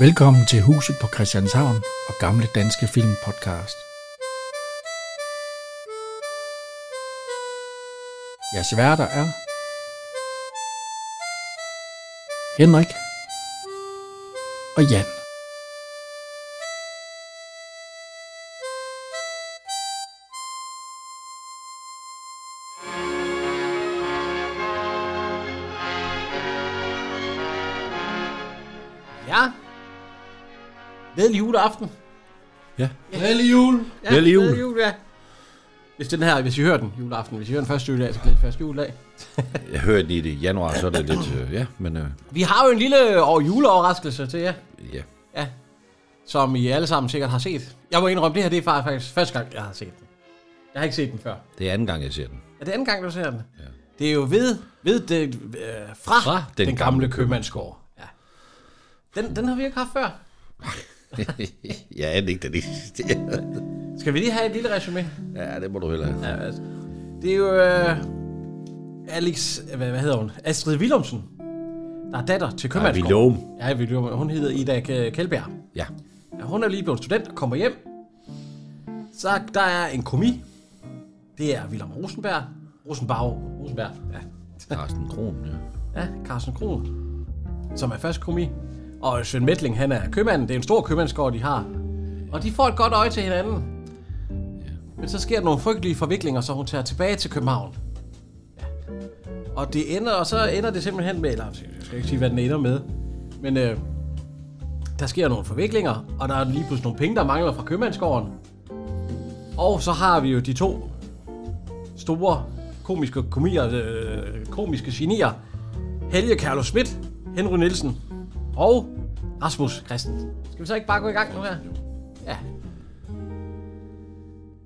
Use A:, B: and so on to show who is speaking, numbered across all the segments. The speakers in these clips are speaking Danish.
A: Velkommen til Huset på Christianshavn og Gamle Danske Film Podcast. Jeres værter er Henrik og Jan.
B: Ja. Glædelig juleaften.
A: Ja.
B: Glædelig jul. Ja,
C: Glædelig jul.
B: jul, ja. Hvis den her, hvis I hører den juleaften, hvis I hører den første juledag, så bliver det første juledag.
C: Jeg hørte den i det i januar, så er det lidt... Øh, ja, men øh,
B: Vi har jo en lille over juleoverraskelse til jer,
C: ja.
B: ja, som I alle sammen sikkert har set. Jeg må indrømme, det her det er faktisk første gang, jeg har set den. Jeg har ikke set den før.
C: Det er anden gang, jeg ser den.
B: Er det anden gang, du ser den? Ja. Det er jo ved, ved det, øh, fra,
C: Fra den gamle
B: købmandsgård. Ja. Den, den har vi ikke haft før.
C: jeg er ikke den eneste.
B: Skal vi lige have et lille resume?
C: ja, det må du heller have.
B: Ja, altså, det er jo øh, Alex, hvad, hvad hedder hun? Astrid Willumsen, der er datter til
C: Ja, vi
B: købmandsgården.
C: love.
B: Ja, Willum. Hun hedder Ida K- Kjeldbjerg.
C: Ja.
B: Ja, Hun er lige blevet student og kommer hjem. Så der er en komi. Det er Willem Rosenberg. Rosenberg. Rosenberg. Ja,
C: Carsten Kron, ja.
B: ja Carsten Kron, som er første komi. Og Svend Mettling, han er købmanden. Det er en stor købmandsgård, de har. Og de får et godt øje til hinanden. Men så sker der nogle frygtelige forviklinger, så hun tager tilbage til København. Ja. Og det ender, og så ender det simpelthen med, eller jeg skal ikke sige, hvad den ender med, men øh, der sker nogle forviklinger, og der er lige pludselig nogle penge, der mangler fra købmandsgården. Og så har vi jo de to store komiske, komier, øh, komiske genier, Helge Carlo Schmidt, Henry Nielsen og Rasmus Christen. Skal vi så ikke bare gå i gang nu her? Ja.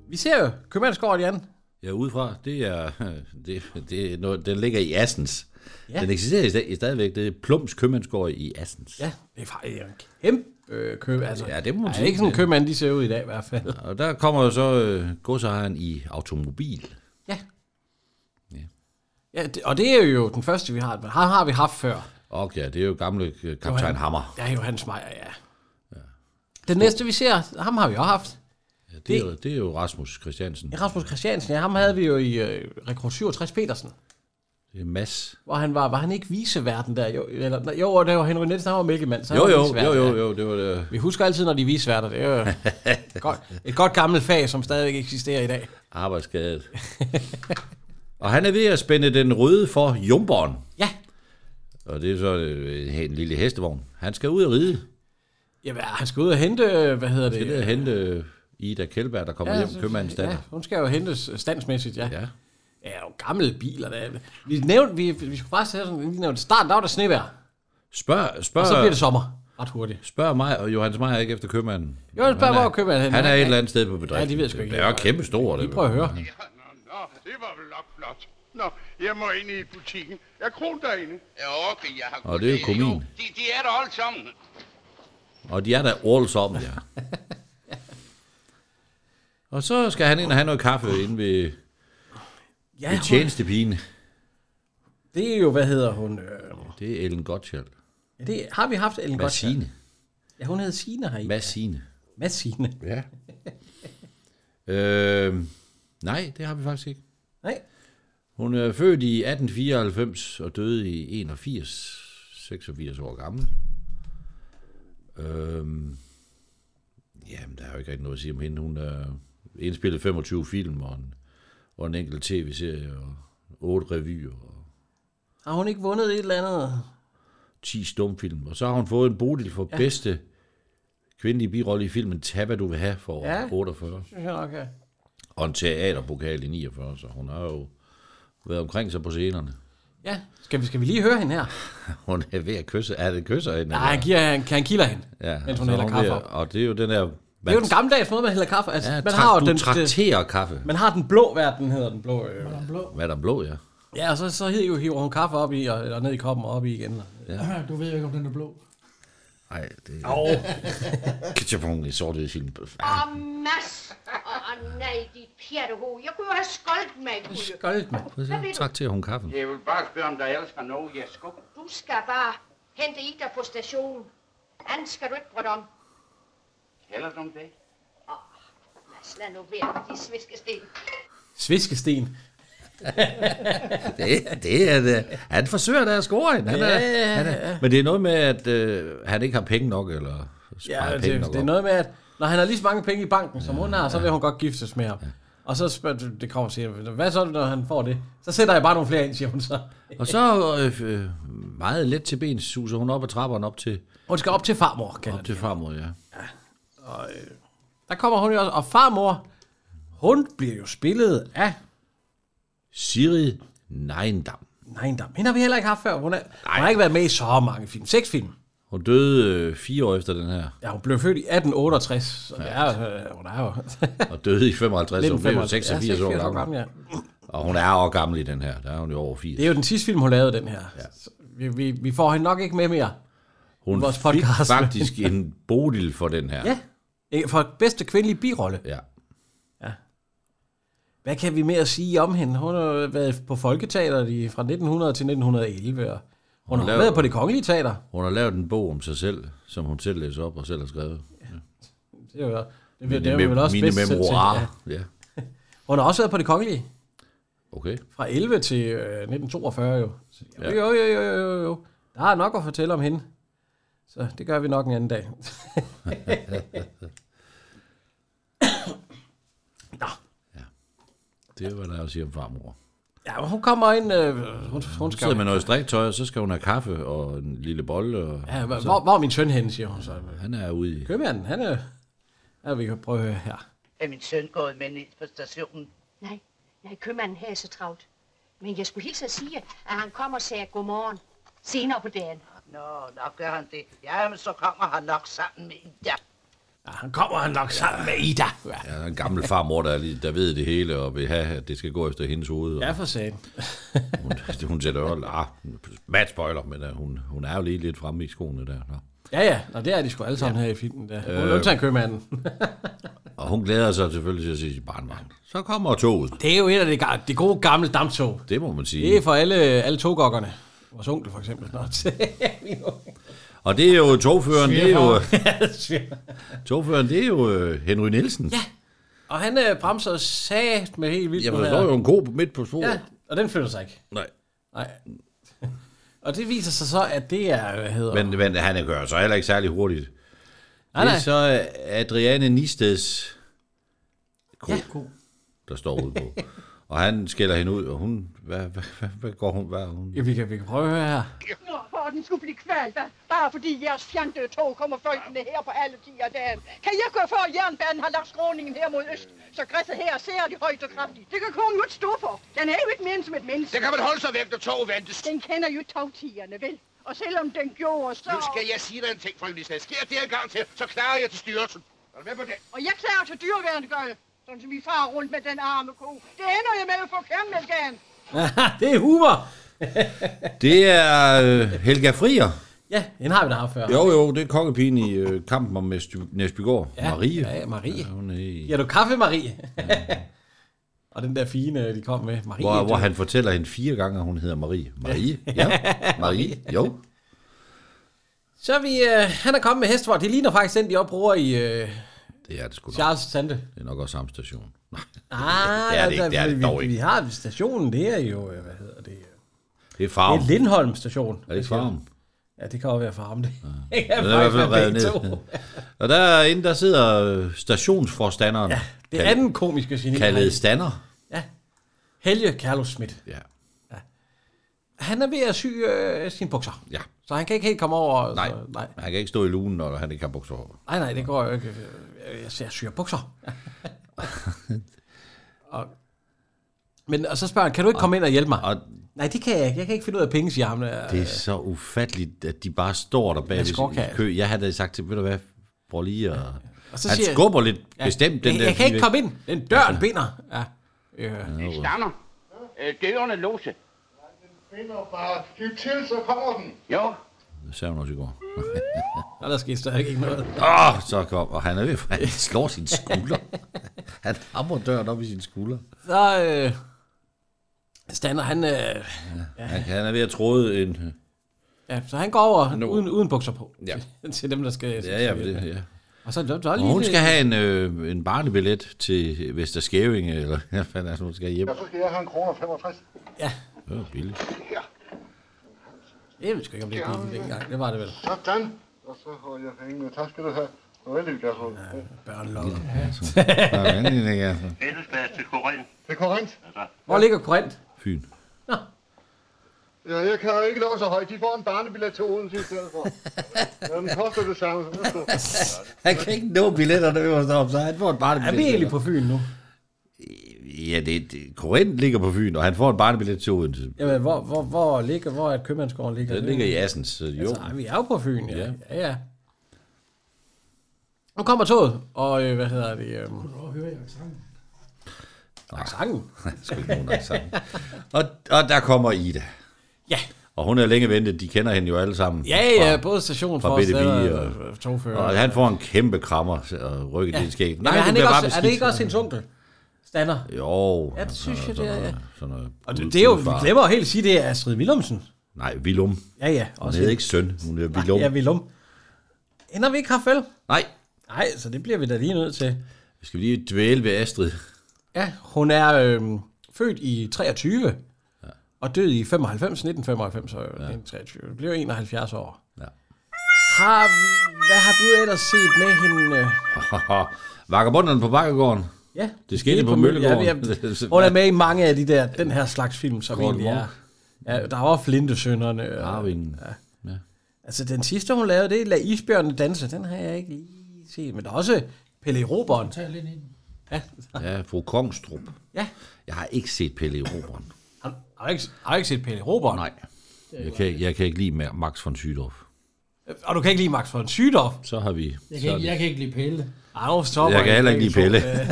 B: Vi ser jo købmandsgården, Jan.
C: Ja, udefra, det er, det, det er noget, den ligger i Assens.
B: Ja.
C: Ja. Den eksisterer i stad- i stadigvæk. Det er Plums Købmandsgård i Assens.
B: Ja, det er faktisk en kæmpe øh, køb. Altså,
C: Ja, det må man
B: er
C: sige.
B: ikke sådan en købmand, de ser ud i dag i hvert fald.
C: Og der kommer jo så øh, godsejeren i automobil.
B: Ja.
C: Ja.
B: ja det, og det er jo den første, vi har. Men ham har vi haft før.
C: Og ja, det er jo gamle øh, kaptajn
B: Johan.
C: Hammer.
B: Ja, Johannes Meyer, ja. ja. Den næste, vi ser, ham har vi også haft.
C: Ja, det, er, jo- det er jo Rasmus Christiansen.
B: Ja, Rasmus Christiansen, ja, ham havde vi jo i øh, Rekrut 67 Petersen.
C: Det er Mads.
B: Hvor han var, var han ikke viseverden der? Jo, eller, nej, jo det var Henry Nielsen, han var mælkemand. Så han
C: Jo,
B: var
C: jo,
B: vicevært,
C: jo,
B: ja.
C: jo, jo, det var det.
B: Vi husker altid, når de er visværter. Det er jo et godt, et godt gammelt fag, som stadigvæk eksisterer i dag.
C: arbejdsskadet. og han er ved at spænde den røde for jumberen.
B: Ja,
C: Og det er så øh, en lille hestevogn. Han skal ud og ride.
B: Jamen, han skal ud og hente, øh, hvad hedder det?
C: Det er at hente øh, Ida Kjeldberg, der kommer hjem,
B: så-
C: købmandens datter.
B: ja, hun skal jo hentes øh, standsmæssigt, ja.
C: Ja.
B: Ja,
C: ja.
B: ja jo, gamle biler. Der. Vi, nævnte, vi, vi skulle faktisk have sådan, lige nævnt, starten, der var der snevejr,
C: Spørg,
B: og så bliver
C: spørg,
B: det sommer ret hurtigt.
C: spørg mig, og Johannes Meyer er ikke efter købmanden.
B: Johannes Meyer,
C: Han er-
B: hvor er købmanden henne?
C: Han er
B: Ja,
C: et
B: ja.
C: eller andet sted på bedriften.
B: Ja, de ved sgu ikke
C: Det er jo
B: helt.
C: kæmpe stort.
B: Vi prøver at høre.
D: Ja, nå, nå, det var vel nok flot. Nå, jeg må ind i butikken. Er Kron derinde?
E: Ja, okay, jeg har
C: Og det er jo
E: kolleger,
C: komin.
E: De, de er der alle sammen.
C: Og de er der all sammen, ja. Og så skal han ind og have noget kaffe inde ved,
B: Ja,
C: ved
B: hun,
C: tjenestepigen.
B: det er jo, hvad hedder hun? Øh,
C: Det er Ellen Gottschalk.
B: det, har vi haft Ellen
C: Hvad
B: Gottschalk?
C: Signe?
B: Ja, hun hed Sine her i.
C: Hvad Signe?
B: Mads Signe.
C: Ja. øh, nej, det har vi faktisk ikke.
B: Nej,
C: Hun er født i 1894 og døde i 81, 86 år gammel. Øhm, jamen, der er jo ikke rigtig noget at sige om hende. Hun har indspillet 25 film og en, og en enkelt tv-serie og otte revyer og
B: har hun ikke vundet et eller andet?
C: 10 stumfilm. Og så har hun fået en bodil for ja. bedste kvindelige birolle i filmen Tabba, du vil have for
B: Ja.
C: ja. 48.
B: Synes jeg nok, ja.
C: Og en teaterpokal i 49, så hun har jo været omkring sig på scenerne.
B: Ja, skal vi, skal vi lige høre hende her?
C: Hun er ved at kysse. Er det kysser hende?
B: Nej, han, giver, han, han kilder hende,
C: ja,
B: mens hun
C: så
B: hælder
C: er
B: kaffe
C: ved-
B: op.
C: Og det er jo den der...
B: Det er jo den gammeldags måde, man hælder kaffe. Altså,
C: Ja,
B: man, har jo
C: du
B: den, det,
C: trakterer kaffe.
B: man har den blå verden, hedder den blå. Øh. Den blå.
C: Hvad er der blå, ja?
B: Ja, og så, så hiver, hiver hun kaffe op i, og, eller ned i koppen og op i igen.
A: Du ved jo ikke, om den er blå.
C: Nej, det er... Åh! Ketchupung i sort hvid film.
F: Og mas. Åh nej, dit pjattehoved. Jeg kunne jo have skoldt mig, kunne.
B: Skølt, mand.
C: Så trakterer hun kaffen.
E: Jeg vil bare spørge, om der ellers var noget, jeg skulle.
F: Du skal bare hente Ida på stationen. Han skal du ikke bryde om.
E: Heller du om det?
F: Lad os lade nu være med de sviskesten.
B: Sviskesten.
C: Det, er- det er det. Han forsøger da at score hende. Han er,
B: ja,
C: han er, men det er noget med, at øh, han ikke har penge nok, eller sparer
B: Ja,
C: ja,
B: det,
C: penge nok.
B: det er noget med, at når han har lige så mange penge i banken, som hun har, så vil hun godt giftes med ham. Og så spørger du- det kommer og siger, hvad så, når han får det? Så sætter jeg bare nogle flere ind, siger hun så.
C: Og så øh, øh, meget let til ben suser hun op ad trapperne op til,
B: Hun skal op til farmor, kalder
C: op
B: det. øh-
C: til farmor, ja.
B: Der kommer hun jo også, og farmor, hun bliver jo spillet af
C: Siri Neindam.
B: Neindam. Hende har vi heller ikke haft før. Hun, er, hun har ikke været med i så mange film. Seks film.
C: Hun døde øh, fire år efter den her,
B: Ja, hun blev født i 1868, så det er, øh, hun er jo...
C: og døde i 55, så hun blev jo
B: 1985.
C: 86
B: Ja,
C: år gammel.
B: gammel. Ja.
C: Og hun er også gammel i den her, der er hun jo over 80.
B: Det er jo den sidste film, hun lavede, den her. Så Vi, vi, vi får hende nok ikke med mere.
C: Hun
B: Vores
C: fik
B: podcast.
C: faktisk en bodil for den her.
B: Ja. Øh, For bedste kvindelige birolle.
C: ja.
B: Hvad kan vi mere at sige om hende? Hun har jo været på Folketeateret i, fra 1900 til 1911. og Hun, hun har
C: laver-
B: været på det kongelige teater.
C: Hun har lavet en bog om sig selv, som hun selv læser op og selv har skrevet.
B: Det er jo det, det, det, det er vel
C: Mine
B: også bedst selv til. Ja.
C: memoirer. Ja.
B: Hun har også været på det kongelige
C: Okay.
B: fra 11 til øh, 1942 jo. Så, jo, jo, jo, jo, jo, jo, jo. Der er nok at fortælle om hende. Så det gør vi nok en anden dag.
C: Det var der at sige om farmor.
B: Ja, men hun kommer ind, øh, hun, hun
C: Hun
B: skal
C: sidder med noget striktøj, og så skal hun have kaffe og en lille bolle. Og
B: Ja, hvor, hvor, hvor er min søn henne, siger hun så.
C: han er ude i...
B: Købmanden, han er... Ja, vi kan prøve at høre her.
G: Er min søn gået med ned på stationen?
F: Nej, nej, købmanden her er så travlt. Men jeg skulle hilse at sige, at han kommer og siger godmorgen senere på dagen.
G: Nå, nok gør han det. Ja, men så kommer han nok sammen med Ida.
B: Ja, han kommer han nok sammen med Ida. Ja,
C: Ja, der er en gammel farmor, der, er lige, der ved det hele, og vil have, at det skal gå efter hendes hoved.
B: ja
C: Og
B: for sagen.
C: hun, hun sætter jo... Ah, mad spoiler, men øh, hun, hun er jo lige lidt fremme i skoene der. Nå.
B: Ja, ja, og det er de sgu alle sammen ja. her i filmen. Der. Øh. Undtagen købmanden.
C: Øh, Og hun glæder sig selvfølgelig til at se sit barnvagn. Så kommer toget.
B: Det er jo et af de, ga- de gode gamle damptog.
C: Det må man
B: Det er
C: sige.
B: for alle, alle togokkerne. Vores onkel for eksempel. Nå, min onkel.
C: Og det er jo togføreren, det er jo,
B: Svigerfar.
C: togføreren, det er jo øh, Henry Nielsen. Ja,
B: og han øh, bremser sat med helt vildt.
C: Jamen,
B: nu
C: der
B: her.
C: står jo en ko midt på sporet.
B: Ja, og den flytter sig ikke.
C: Nej.
B: Nej. Og det viser sig så, at det er, hvad hedder...
C: Men, men han gør så heller ikke særlig hurtigt.
B: nej,
C: det
B: nej.
C: er så øh, Adriane Nisteds ko,
B: Ja.
C: ja. der står ude på. og han skælder hende ud, og hun, hvad, hvad, hvad, hvad går hun, hvad er hun?
B: Ja, vi, kan, vi kan prøve at høre her.
H: Nå, for at den skulle blive kvalt, hva? bare fordi jeres fjandede tog kommer folkene her på alle tider af dagen. Kan jeg gå for, at jernbanen har lagt skråningen her mod øst, så græsset her ser det højt og kraftigt. Det kan kongen jo ikke stå for. Den er jo ikke mere end som et
E: Det
H: menneske.
E: kan man holde sig væk, når toget ventes.
H: Den kender jo togtigerne, vel? Og selvom den gjorde, så...
E: Nu skal jeg sige dig en ting, Folkelisad. Sker det en gang til, så klarer jeg til styrelsen. Er du med på det?
H: Og jeg klarer til dyreværnsgøjle, sådan som vi far rundt med den arme ko. Det ender jeg med at få kærmælk af ham.
B: det er humor.
C: Det er øh, Helga Frier.
B: Ja, den har vi da haft før.
C: Jo, jo, det er kongepigen i øh, kampen om Næsby- Næsbygård.
B: Ja,
C: Marie.
B: ja, Marie.
C: Ja, hun er i,
B: Giver du kaffe, Marie? og den der fine, de kom med. Marie.
C: hvor, hvor han fortæller hende fire gange, at hun hedder Marie. Marie? Ja, Marie. Jo.
B: Så er vi, øh, han er kommet med hestvogn. Det ligner faktisk den, de også bruger i øh,
C: Det er det sgu nok.
B: Charles' tante.
C: Det er nok også samme station. Nej,
B: Ah,
C: det er det ikke,
B: der-
C: det er det
B: vi,
C: dog
B: vi,
C: ikke.
B: vi har stationen, det er jo, øh, hvad hedder det? øh,
C: det er
B: Det
C: farven.
B: er Lindholm station.
C: Er det ikke farven?
B: Ja, det kan også være farm, det. Ja. det
C: Den er i hvert fald revet ned. Og derinde, der sidder øh, stationsforstanderen. Ja,
B: Det anden komiske geni.
C: Kaldet Stander.
B: Helge Carlos Schmidt.
C: Ja.
B: Han er ved at sy øh, sine bukser.
C: ja.
B: Så han kan ikke helt komme over.
C: Nej.
B: Så, Altså, nej. Øh.
C: nej, han kan ikke stå i lugen, når han ikke har bukser over.
B: Nej, nej, det går jo ikke. Jeg ser syre bukser. og, men og så spørger han, kan du ikke komme ind og hjælpe mig?
C: Og
B: nej, det kan jeg ikke. Jeg kan ikke finde ud af penge, siger ham. øh.
C: det er så ufatteligt, at de bare står der bag
B: Med
C: ved
B: skråkage.
C: i kø. Jeg havde sagt til, ved du hvad, prøv lige at...
B: Og så
C: Han
B: siger jeg-
C: skubber lidt bestemt den
B: jeg,
C: der...
B: Jeg kan ikke
C: pige
B: komme ind. Den døren binder. Ja. Øh,
E: De stammer. Øh, dørene låse.
D: Finder bare. Giv til, så kommer den.
E: Jo.
C: væk. Det sagde hun også i går.
B: og der sker stadig ikke noget.
C: Åh, så kom, og han er ved, han slår sin skulder. Han hamrer døren op i sin skulder.
B: Så øh, stander han... Øh,
C: Han, han er ved at tråde en,
B: Ja, så han går over
C: Nå.
B: uden, uden bukser på.
C: Ja.
B: Til, til dem, der skal...
C: Ja, ja, for det, ja.
B: Og så, så, så
C: Og
B: lige
C: hun
B: det-
C: skal have en, øh, en barnebillet til Vester Skævinge, eller hvad fanden er det, hun skal hjem.
D: så skal jeg have en krone og 65.
B: Ja,
C: Det var billigt.
B: jeg ved sgu ikke, om det er billigt dengang. Det var det vel.
D: Sådan. Og så har jeg pengene. Tak skal du have. Og vældig glad for.
B: Børnelokker.
C: altså. Sådan, ikke, altså.
I: Ellesberg til Korinth.
D: Det er korrekt.
B: Hvor ligger Korinth?
C: Fyn.
D: Ja, jeg kan jo ikke nå så højt. De får en barnebillet til Odense i stedet for. Ja, den koster det samme. Så det er sgu.
C: Han kan ikke nå billetterne øverst op, så han får en
B: Er
C: barnebillet.
B: vi egentlig på Fyn nu?
C: Ja, det, det, Korinth ligger på Fyn, og han får en barnebillet til Odense.
B: Jamen, hvor, hvor, hvor ligger, hvor er Købmandsgården ligger?
C: Den
B: Det-
C: ligger i Assens, så jo.
B: Altså, ej, vi er jo på Fyn, ja.
C: Ja.
B: Ja, ja. Nu kommer toget, og øh, hvad hedder det? Øh... Kunne du høre i accenten?
C: Sgu ikke nogen accent. og, og der kommer Ida.
B: Ja.
C: Og hun er længe ventet, de kender hende jo alle sammen.
B: Ja, ja, både stationsforstander
C: BDB
B: og,
C: og-
B: og togfører.
C: Og han får en kæmpe krammer og rykker ja. i skæg.
B: Nej,
C: Nej,
B: men er han ikke
C: du bliver
B: også,
C: bare
B: er det
C: beskidt.
B: ikke også hendes onkel? Stander.
C: Jo.
B: Ja, det synes jeg, det er, ja.
C: Sådan noget,
B: Og det, det er jo, vi glemmer jo helt at sige, det er Astrid Willumsen.
C: Nej, Vilum.
B: Ja, ja.
C: Hun hedder ikke søn, hun hedder Vilum.
B: Ja, Willum. Ender vi ikke haft vel?
C: Nej,
B: Nej, så det bliver vi da lige nødt til.
C: vi skal lige dvæle ved Astrid.
B: Ja, hun er øh, født i 23 ja. og død i 95, 1995 og ja. 23. Det bliver jo 71 år.
C: Ja.
B: Har, hvad har du ellers set med hende?
C: Vagabonderne på Bakkergården.
B: Ja,
C: Det skete på Møllegården.
B: Ja, ja. hun er med i mange af de der, den her slags film, som
C: Gordon
B: egentlig er.
C: Moore.
B: Ja, der var Flintesønderne. og-
C: Arvingen. Ja.
B: Altså, den sidste, hun lavede, det er Lad Isbjørnene Danse. Den har jeg ikke lige set. Men der er også Pelle i Roberen. Ja,
C: ja, fru Kongstrup.
B: ja.
C: Jeg har ikke set Pelle i Roberen.
B: Har, du- har, du ikke, har du ikke set Pelle i Roberen?
C: Nej. Jeg kan, jeg kan ikke lide Ma- Max von Sydow.
B: Og du kan ikke lide Max von Sydow?
C: Så har vi...
J: Jeg kan, ikke, jeg kan ikke lide Pelle.
B: Au, stop.
C: Jeg kan heller ikke lide Pelle.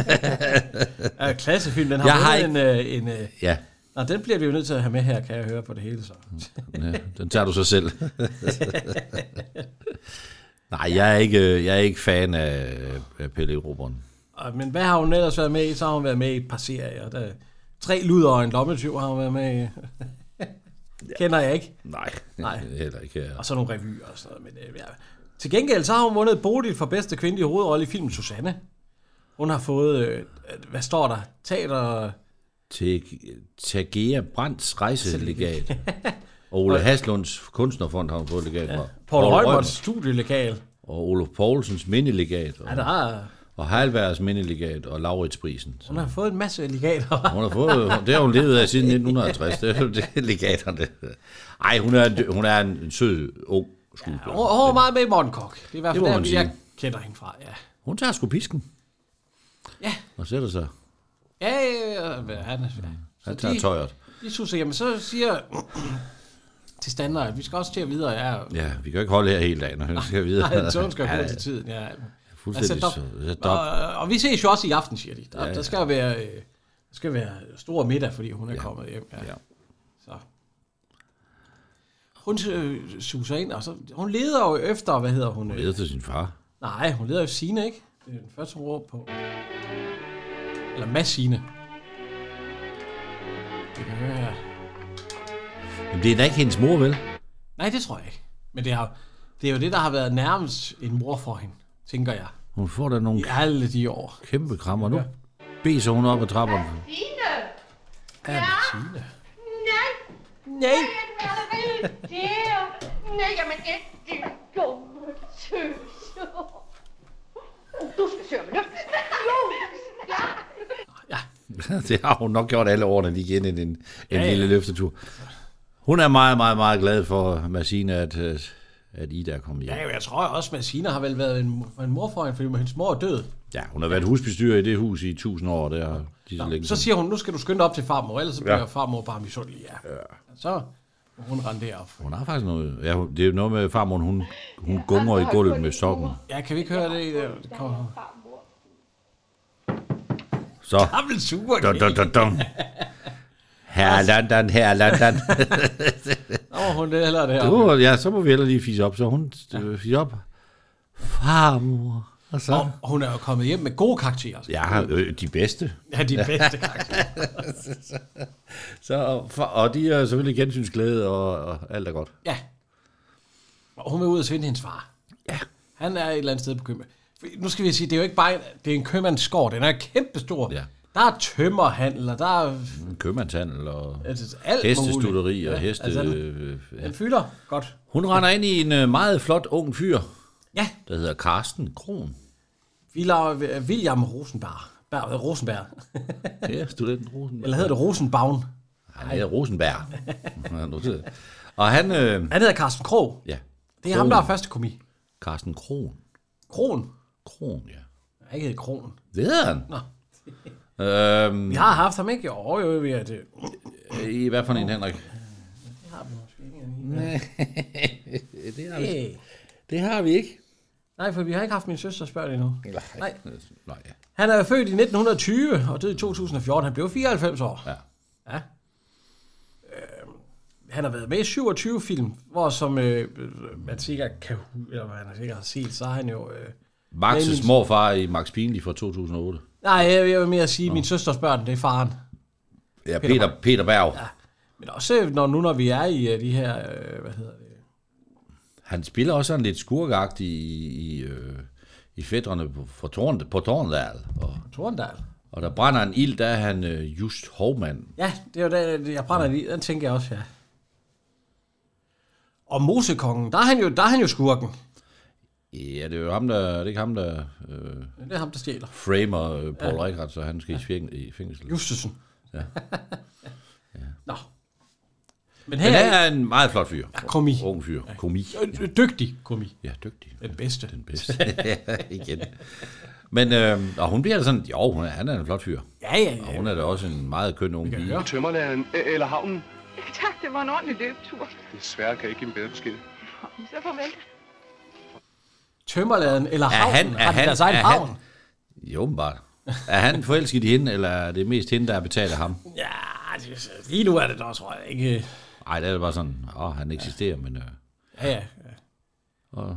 B: Ja, klassefilm, den har,
C: Jeg har
B: vundet en... øh, en øh,
C: Ja,
B: nå, den bliver vi jo nødt til at have med her, kan jeg høre på det hele så.
C: Mm, ja, den tager du så selv. Nej, jeg er ikke, jeg er ikke fan af, af Pelle i Roberen.
B: Og, men hvad har hun ellers været med i? Så har hun været med i et par serier. Der, tre luder og en lommetyv har hun været med i. Kender jeg ikke.
C: Nej,
B: Nej.
C: heller ikke. Ja.
B: Og så nogle revyer og sådan noget. Men, øh, ja. Til gengæld så har hun vundet Bodil for bedste kvindelige hovedrolle i filmen Susanne. Hun har fået, øh, øh, hvad står der? Teater...
C: Te- Tagea Brands rejselegat. Og Ole Haslunds kunstnerfond har hun fået legat fra.
B: Paul Rømers
C: Reumert.
B: studielokal.
C: Og Olof Poulsens mindelegat. Og,
B: Ja, der er,
C: og Heilbergs mindelegat og Lauritsprisen. Så
B: hun har fået en masse legater.
C: Hun har fået, det har hun levet af siden 1950. Det er jo det, legaterne. Ej, hun er en, dø- hun er en, en sød, ung skuespiller.
B: Hun hun var meget med i Morten Kok. Det er i hvert
C: Det må
B: fald
C: man
B: der,
C: sige.
B: jeg kender hende fra. Ja,
C: Hun tager sgu pisken.
B: Ja.
C: Og sætter sig.
B: ja, ja, ja, ja. Han,
C: Mm. Han tager
B: de,
C: tøjet.
B: de suser, jamen så siger til standard, at vi skal også til at videre. Ja,
C: Ja, vi kan jo ikke holde her hele dagen. og Vi skal videre.
B: Nej, tågen skal
C: Ja,
B: gå til tiden. Ja.
C: Fuldstændig
B: Altså,
C: så- så
B: Og,
C: dop.
B: og vi ses jo også i aften, siger de. Der, ja, ja. der skal jo være, øh, der skal være stor middag, fordi hun er ja. kommet hjem. Ja.
C: Ja.
B: ja. Så. Hun øh, suser ind, og så, hun leder jo efter, hvad hedder hun?
C: Hun
B: Øh,
C: leder til sin far.
B: nej, hun leder efter Signe, ikke? Det er den første, hun råber på. Eller Mads Signe. Det kan høre her.
C: Men det er da ikke hendes mor, vel?
B: Nej, det tror jeg ikke. Men det, har, det er jo det, der har været nærmest en mor for hende, tænker jeg.
C: Hun får da nogle
B: I alle de år.
C: kæmpe krammer. Nu beser hun op ad trapperne.
F: Fine!
B: Ja, Signe.
F: Nej!
B: Nej.
F: Det er allerede der! Nej, jamen ikke din dumme tøs! Du skal sørge mig Jo!
C: det har hun nok gjort alle årene lige igen en, en, en
B: ja.
C: ja, lille løftetur. Hun er meget, meget, meget glad for, Masina, at, øh, at Ida er kommet hjem.
B: Ja, jeg tror også, at Sina har vel været en, en mor for hende, fordi hendes mor er død.
C: Ja, hun har været husbestyrer i det hus i tusind år, der har de så længe.
B: Så
C: siden.
B: siger hun, nu skal du skynde dig op til farmor, ellers så bliver ja. farmor bare misundelig. Ja. ja. Så må hun rende derop.
C: Hun har faktisk noget... Ja, hun- det er jo noget med farmor, hun, hun gunger i gulvet med sokken.
B: Ja, kan vi ikke høre det? Det kommer.
C: Så...
B: Gammel super.
C: Dun, dun, dun, dun. Her London, her London.
B: Nå, hun det heller det
C: Uh, ja, så må vi heller lige fise op. Så hun øh, fise op. Farmor. Og så...
B: Og hun er jo kommet hjem med gode karakterer.
C: Jeg har øh, de bedste.
B: Ja, de bedste karakterer.
C: Så, og, for, og de er selvfølgelig gensynsglæde, og, og alt er godt.
B: Ja. Og hun vil ud og finde hendes far.
C: Ja.
B: Han er et eller andet sted på købmand. For Nu skal vi sige, det er jo ikke bare en, det er en købmandsgård. Den er kæmpestor.
C: Ja.
B: Der er tømmerhandler, der er
C: En købmandshandel og
B: altså, alt
C: hestestutteri
B: muligt.
C: og heste...
B: Altså, han,
C: øh, ja.
B: han fylder godt.
C: Hun render ind i en øh, meget flot ung fyr,
B: Ja,
C: der hedder Karsten Kron.
B: Villa- øh, William Rosenberg. Berg, øh, Rosenberg.
C: Ja, studenten Rosenberg.
B: Eller hedder det Rosenbaun?
C: Han hedder Rosenberg. Han er noteret. og han... Øh,
B: Han hedder Carsten Krog.
C: ja,
B: Det er ham, der er første komi.
C: Karsten Kron.
B: Kron.
C: Kron, ja.
B: Han ikke hedder Kron.
C: Det hedder han.
B: Nå.
C: Øhm,
B: Vi har haft ham ikke. Jo, jo, vi er det.
C: I hvad for en, Henrik? det, har vi,
B: Hey.
C: det har vi ikke.
B: Nej, for vi har ikke haft min søsters børn endnu. Nej.
C: Nej, ja.
B: Han er født i 1920 og død i 2014. Han blev 94 år.
C: Ja.
B: ja. Øh, han har været med i 27 film, hvor som øh, øh, man sikkert kan hu- eller hvad han sikkert har set, så har han jo... Øh,
C: Max' morfar i Max Pinlig fra 2008.
B: nej, jeg jeg vil mere sige, min søsters børn, det er faren.
C: Ja, Peter, Peter Berg. Ja.
B: Men også når, nu, når vi er i øh, de her... Øh, hvad hedder det?
C: Han spiller også sådan lidt skurkagtig i, i, øh, i fætterne på, for tårn, på Torndal. Og,
B: Torndal.
C: og der brænder en ild, der er han øh, just hovmand.
B: Ja, det er jo den, jeg brænder lige. Den tænker jeg også, ja. Og Mosekongen, der er han jo, der er han jo skurken.
C: Ja, det er jo ham, der, det er ikke ham, der øh,
B: Det er ham, der stjæler.
C: framer øh, Paul ja. Rickard, så han skal i, fæng, i fængsel.
B: Justesen.
C: Ja.
B: Nå. Men her
C: Men han
B: er
C: er en meget flot fyr.
B: komi.
C: Ung fyr. Komi.
B: en dygtig komi.
C: Ja, dygtig.
B: Den bedste.
C: Den bedste. ja, igen. Men, øh, og hun bliver da sådan, jo, hun er, han er en flot fyr.
B: Ja, ja,
C: Og
B: ja.
C: hun er da også en meget køn ung pige.
B: høre.
D: Tømmerlæren øh, eller havnen.
H: Tak, det var en ordentlig løbetur.
D: Desværre kan jeg ikke give en bedre besked.
H: Så farvel.
B: Tømmerladen eller
C: Er
B: havnen.
C: han- er
B: har de
C: han-
B: deres egen
C: er han-
B: havn?
C: Ja, åbenbart. Er han forelsket i hende, eller er det mest hende, der betaler ham?
B: Ja, det, lige nu er det da, tror jeg ikke.
C: Nej, det er bare sådan, åh, han eksisterer, men... Øh,
B: Ja, ja.
C: og,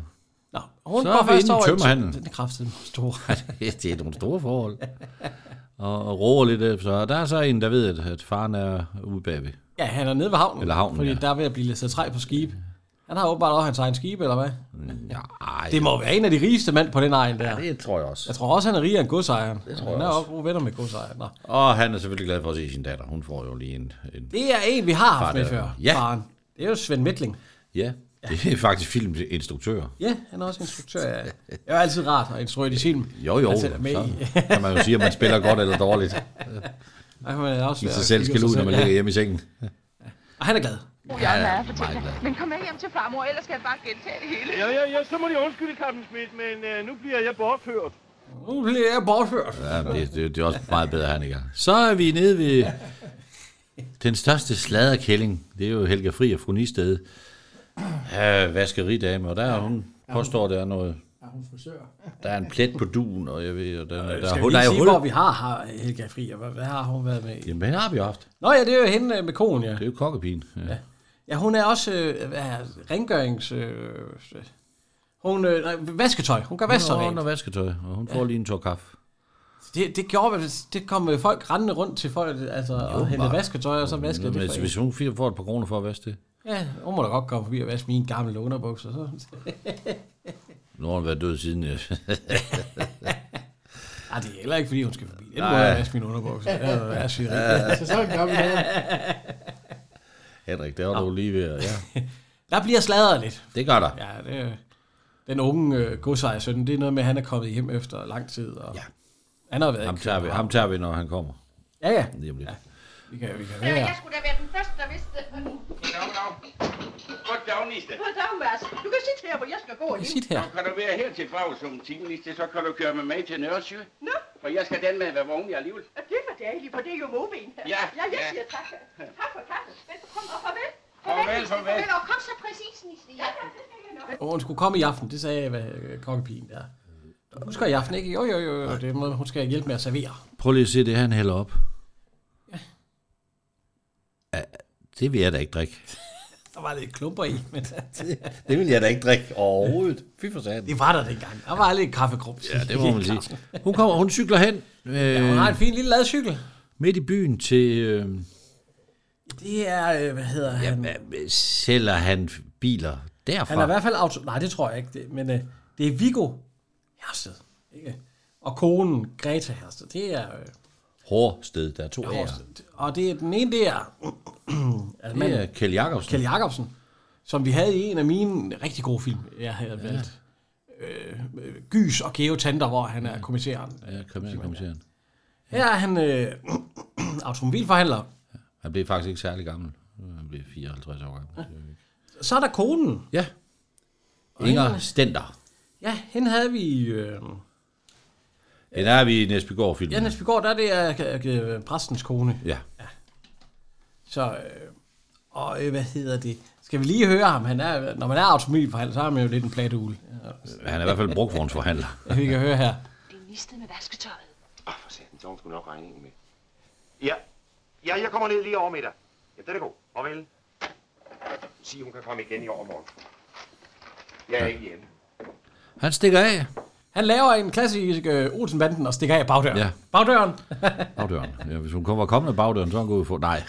B: Nå, hun
C: Så
B: går
C: er vi
B: først
C: inde i
B: over i
C: tømmerhandlen.
B: Den er kraftigt stor.
C: det er nogle store forhold. Og, og roer lidt efter. Og der er så en, der ved, at, at faren er ude bagved.
B: Ja, han er nede ved havnen.
C: Eller havnen,
B: Fordi
C: ja.
B: der er ved at blive læsset træ på skib. Han har åbenbart også hans egen skib, eller hvad?
C: Nej,
B: Det må være en af de rigeste mænd på den egen der.
C: det tror jeg også.
B: Jeg tror også, han er rigere end godsejeren. Det tror jeg han er også gode venner med godsejeren. Nå.
C: Og han er selvfølgelig glad for at se sin datter. Hun får jo lige en... en
B: Det er en, vi har haft
C: Far,
B: med
C: det er-
B: før.
C: Ja.
B: Faren. Det er jo Svend Midtling.
C: ja, det er faktisk filminstruktør.
B: Ja, han er også instruktør. Ja. Det er jo altid rart at instruere de film.
C: Jo, jo,
B: Han sætter med i.
C: så kan man jo sige, om man spiller godt eller dårligt.
B: Der kan man også
C: I sig
B: være-
C: selv skal
B: sig
C: ud, når man
B: selv.
C: ligger hjemme i sengen.
B: Ja. Og han er glad.
H: Oh, jeg er
C: Ja,
H: meget
C: meget
H: fortæller.
C: glad.
H: Men kom med hjem til farmor, ellers skal jeg bare gentage det hele.
D: Ja, ja, ja, så må de undskylde, kapten Schmidt, men øh, nu bliver jeg bortført.
B: Nu bliver jeg bortført.
C: Ja, men det, det, det er også meget bedre, at han ikke er. Så er vi nede ved den største sladderkælling. Det er jo Helga Fri og fru Nisted. Ja, vaskeridame, og der er hun påstår, der er noget... Der er en plet på duen, og jeg ved, og der, der,
B: Skal
C: der, er
B: vi
C: hul- der
B: lige
C: er
B: sige, hvor
C: hul.
B: vi har, har Helga Fri, og hvad, hvad har hun været med i?
C: Jamen, hende har vi haft.
B: Nå ja, det er jo hende øh, med konen, ja.
C: Det er jo kokkepigen. Ja.
B: Ja, hun er også øh, hvad er, det? rengørings... Øh, hun, øh, nej, vasketøj. Hun gør
C: Så
B: vasketøj
C: hun har
B: rent.
C: vasketøj, og hun får lige en tår kaffe.
B: Det, det gjorde, at det kom øh, folk rendende rundt til folk, altså, og hentede vasketøj, og så vaskede det
C: Men
B: for
C: hvis
B: en.
C: hun får et par kroner for at vaske det,
B: Ja, hun må da godt komme forbi og vaske mine gamle underbukser. Så.
C: nu har hun været død siden. Ja.
B: Ej, det er heller ikke, fordi hun skal forbi. Det må jeg vaske mine underbukser. Det er jo vaskeri.
C: Henrik, der var du lige ved. at- Ja,
B: Der bliver sladret lidt.
C: det gør der.
B: Ja, det er- den unge øh, godsejer søn, det er noget med, at han er kommet hjem efter lang tid. Og ja. Han har været
C: Ham
B: i
C: tager vi,
B: København.
C: ham tager vi når han kommer.
B: Ja, ja.
C: Lige om lidt.
B: Vi kan, vi kan høre. jer.
H: skulle da være den første, der vidste det.
E: Goddag, goddag. Goddag, Niste.
H: Goddag, Mads. Du kan sidde her, hvor jeg skal gå og
B: Sit her.
E: Kan du være her til Fagus om 10, Niste, så kan du køre med mig til Nørresjø.
H: Nå,
E: For jeg skal den med være vogn i alligevel.
H: og det var dejligt, for det er jo moben her.
E: Ja,
H: ja jeg
E: ja.
H: siger tak. Tak for kaffen. Velkommen og farvel.
E: Farvel, farvel.
F: Men og kom så præcis, Nisse. Ja.
B: Og hun skulle komme i aften, det sagde hvad, øh, kongepigen der. Du husker i aften, ikke? Jo, jo, jo, jo. Det må, hun skal hjælpe med at servere.
C: Prøv lige at se det, han hælder op. Ja. Det vil jeg da ikke drikke.
B: Der var lidt klumper i, men
C: Det vil jeg da ikke drikke overhovedet. Fy for satan.
B: det var der dengang. Der var lidt kaffegrums.
C: Ja, det må man sige. Hun, kommer, hun cykler hen øh,
B: Hun har en fin lille ladcykel.
C: midt i byen til... Øh,
B: Det er, øh, hvad hedder han?
C: hvad- sælger han biler derfra.
B: Han er i hvert fald auto... Nej, det tror jeg ikke. Det, men øh, det er Viggo Hersted. Ikke? Og konen Greta Hersted. Det er... Øh,
C: Hårsted, der er to Hår.
B: og det er den ene, det er... altså,
C: Det er
B: manden,
C: Kjell Jacobsen.
B: Kjell Jacobsen, som vi havde i en af mine rigtig gode film, jeg havde valgt. Øh, Gys og Geo Tander, hvor han er kommissæren.
C: Ja, kriminalkommissæren.
B: Her er han øh, automobilforhandler.
C: Han blev faktisk ikke særlig gammel. Han blev 54 år gammel.
B: Så er der konen.
C: Ja. Inger Stender.
B: Ja, hende havde vi... i, Øh,
C: Den er vi i Næsbygård
B: ja,
C: filmen.
B: Næsbygård, der er det øh, øh, præstens kone.
C: Ja.
B: Så, øh, og øh, hvad hedder det? Skal vi lige høre ham? Han er, når man er automobilforhandler, så er man jo lidt en platule. Ja,
C: Han er i hvert fald brugvognsforhandler.
B: vi kan høre her.
F: Det er nistet med vasketøjet.
E: Åh, for satan, så har hun sgu nok regningen med. Ja. ja, jeg kommer ned lige over middag. Ja, det er da god. Og vel. Sig, hun kan komme igen i overmorgen. Jeg er ikke hjemme.
C: Han stikker af
B: Han laver en klassisk øh, Olsenbanden og stikker af bagdøren.
C: Ja.
B: Bagdøren.
C: bagdøren. Ja, hvis hun kommer kommende bagdøren, så er hun gået for... Nej.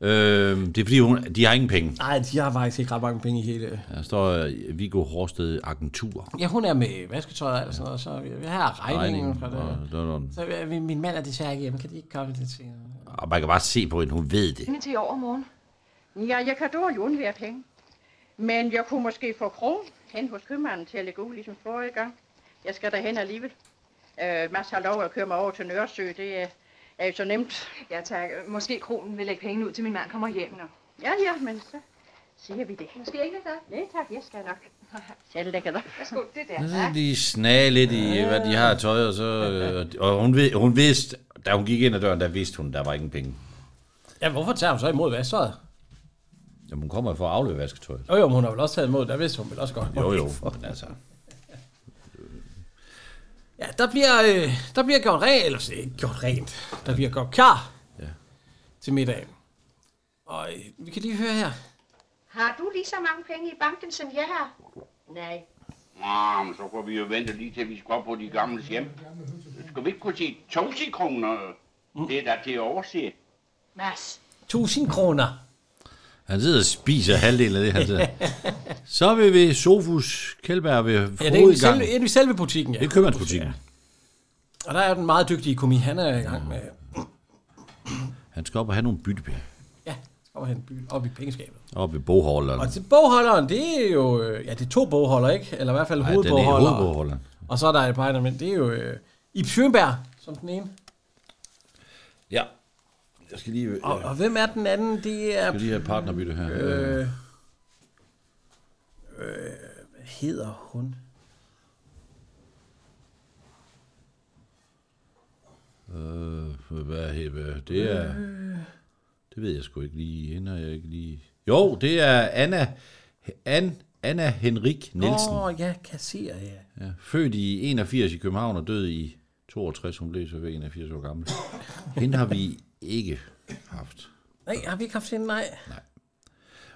C: Øhm, det er fordi, hun, de har ingen penge.
B: Nej, de har faktisk ikke ret mange penge i hele...
C: Der står øh, Viggo Horsted Agentur.
B: Ja, hun er med vasketøjet og sådan noget, så vi- her er regningen.
C: Regningen.
B: Fra
C: Og,
B: det.
C: der er nogen-
B: Så øh, min- min mand er desværre ikke hjemme, kan de ikke komme lidt senere?
C: og man kan bare se på hende, hun ved det.
F: Inden til i overmorgen.
H: Ja, jeg kan dog jo undvære penge. Men jeg kunne måske få krog hen hos købmanden til at lægge ud, ligesom forrige gang. Jeg skal derhen alligevel. Øh, Mads har lov at køre mig over til Nørresø. Det er, er jo så nemt.
I: Ja tak. Måske kronen vil lægge pengene ud, til min mand kommer hjem. Nå.
H: Ja, ja, men så siger vi det.
I: Måske ikke det.
H: Nej tak, jeg skal nok. Selv lægger dig.
I: Værsgo, det der.
C: Men Så de snager lidt i, hvad de har af tøj, og, så, øh, og hun, ved, hun vidste, da hun gik ind ad døren, der vidste hun, der var ingen penge.
B: Ja, hvorfor tager hun så imod vasketøjet?
C: Jamen, hun kommer jo for at afløbe vasketøjet.
B: Jo, jo, men hun har vel også taget imod, der vidste hun vel også godt.
C: Jo, jo, men altså.
B: Ja, der bliver, øh, der bliver gjort rent, eller øh, ikke gjort rent, der bliver gjort klar
C: Ja.
B: til middagen. Og øh, vi kan lige høre her.
F: Har du lige så mange penge i banken, som jeg har? Nej.
E: Nå, men så kunne vi jo vente lige til, vi skal op på de gamle hjem. Skal vi ikke kunne se tosikkroner? Det er da til at overse.
F: Mads,
B: 1000 kroner.
C: Han sidder og spiser halvdelen af det, han sidder. Så er vi ved Sofus Kjellberg ved
B: Ja, det er inde i
C: Frodegang.
B: selve,
C: Ja,
B: inde i selve butikken, ja.
C: det er købmandsbutikken.
B: Og der er den meget dygtige komi, han er i
C: Mm.
B: gang med.
C: Han skal op og have nogle byttepenge
B: Ja, så kommer han by- op i pengeskabet.
C: op ved bogholderen.
B: Og til bogholderen, det er jo... øh, Ja, det er to bogholder, ikke? Eller i hvert fald
C: Nej, den er
B: hovedbogholder.
C: hovedbogholderen.
B: Og så er der et par andre, men det er jo... Øh, Ib Schønberg, som den ene.
C: Ja. Jeg skal lige,
B: Og,
C: jeg
B: og hvem er den anden? Det er...
C: skal lige have partnerbytte her.
B: Øh,
C: Øh,
B: øh, hvad hedder hun?
C: Øh, hvad hedder det? er...
B: Øh.
C: Det ved jeg sgu ikke lige. Hende har jeg ikke lige... Jo, det er Anna, An, Anna Henrik Nielsen.
B: Åh, oh, ja, kasserer, ja.
C: Ja, født i 81 i København og død i 62. Hun blev så ved 81 år gammel. Hende har vi ikke haft.
B: Nej, har vi ikke haft hende? Nej.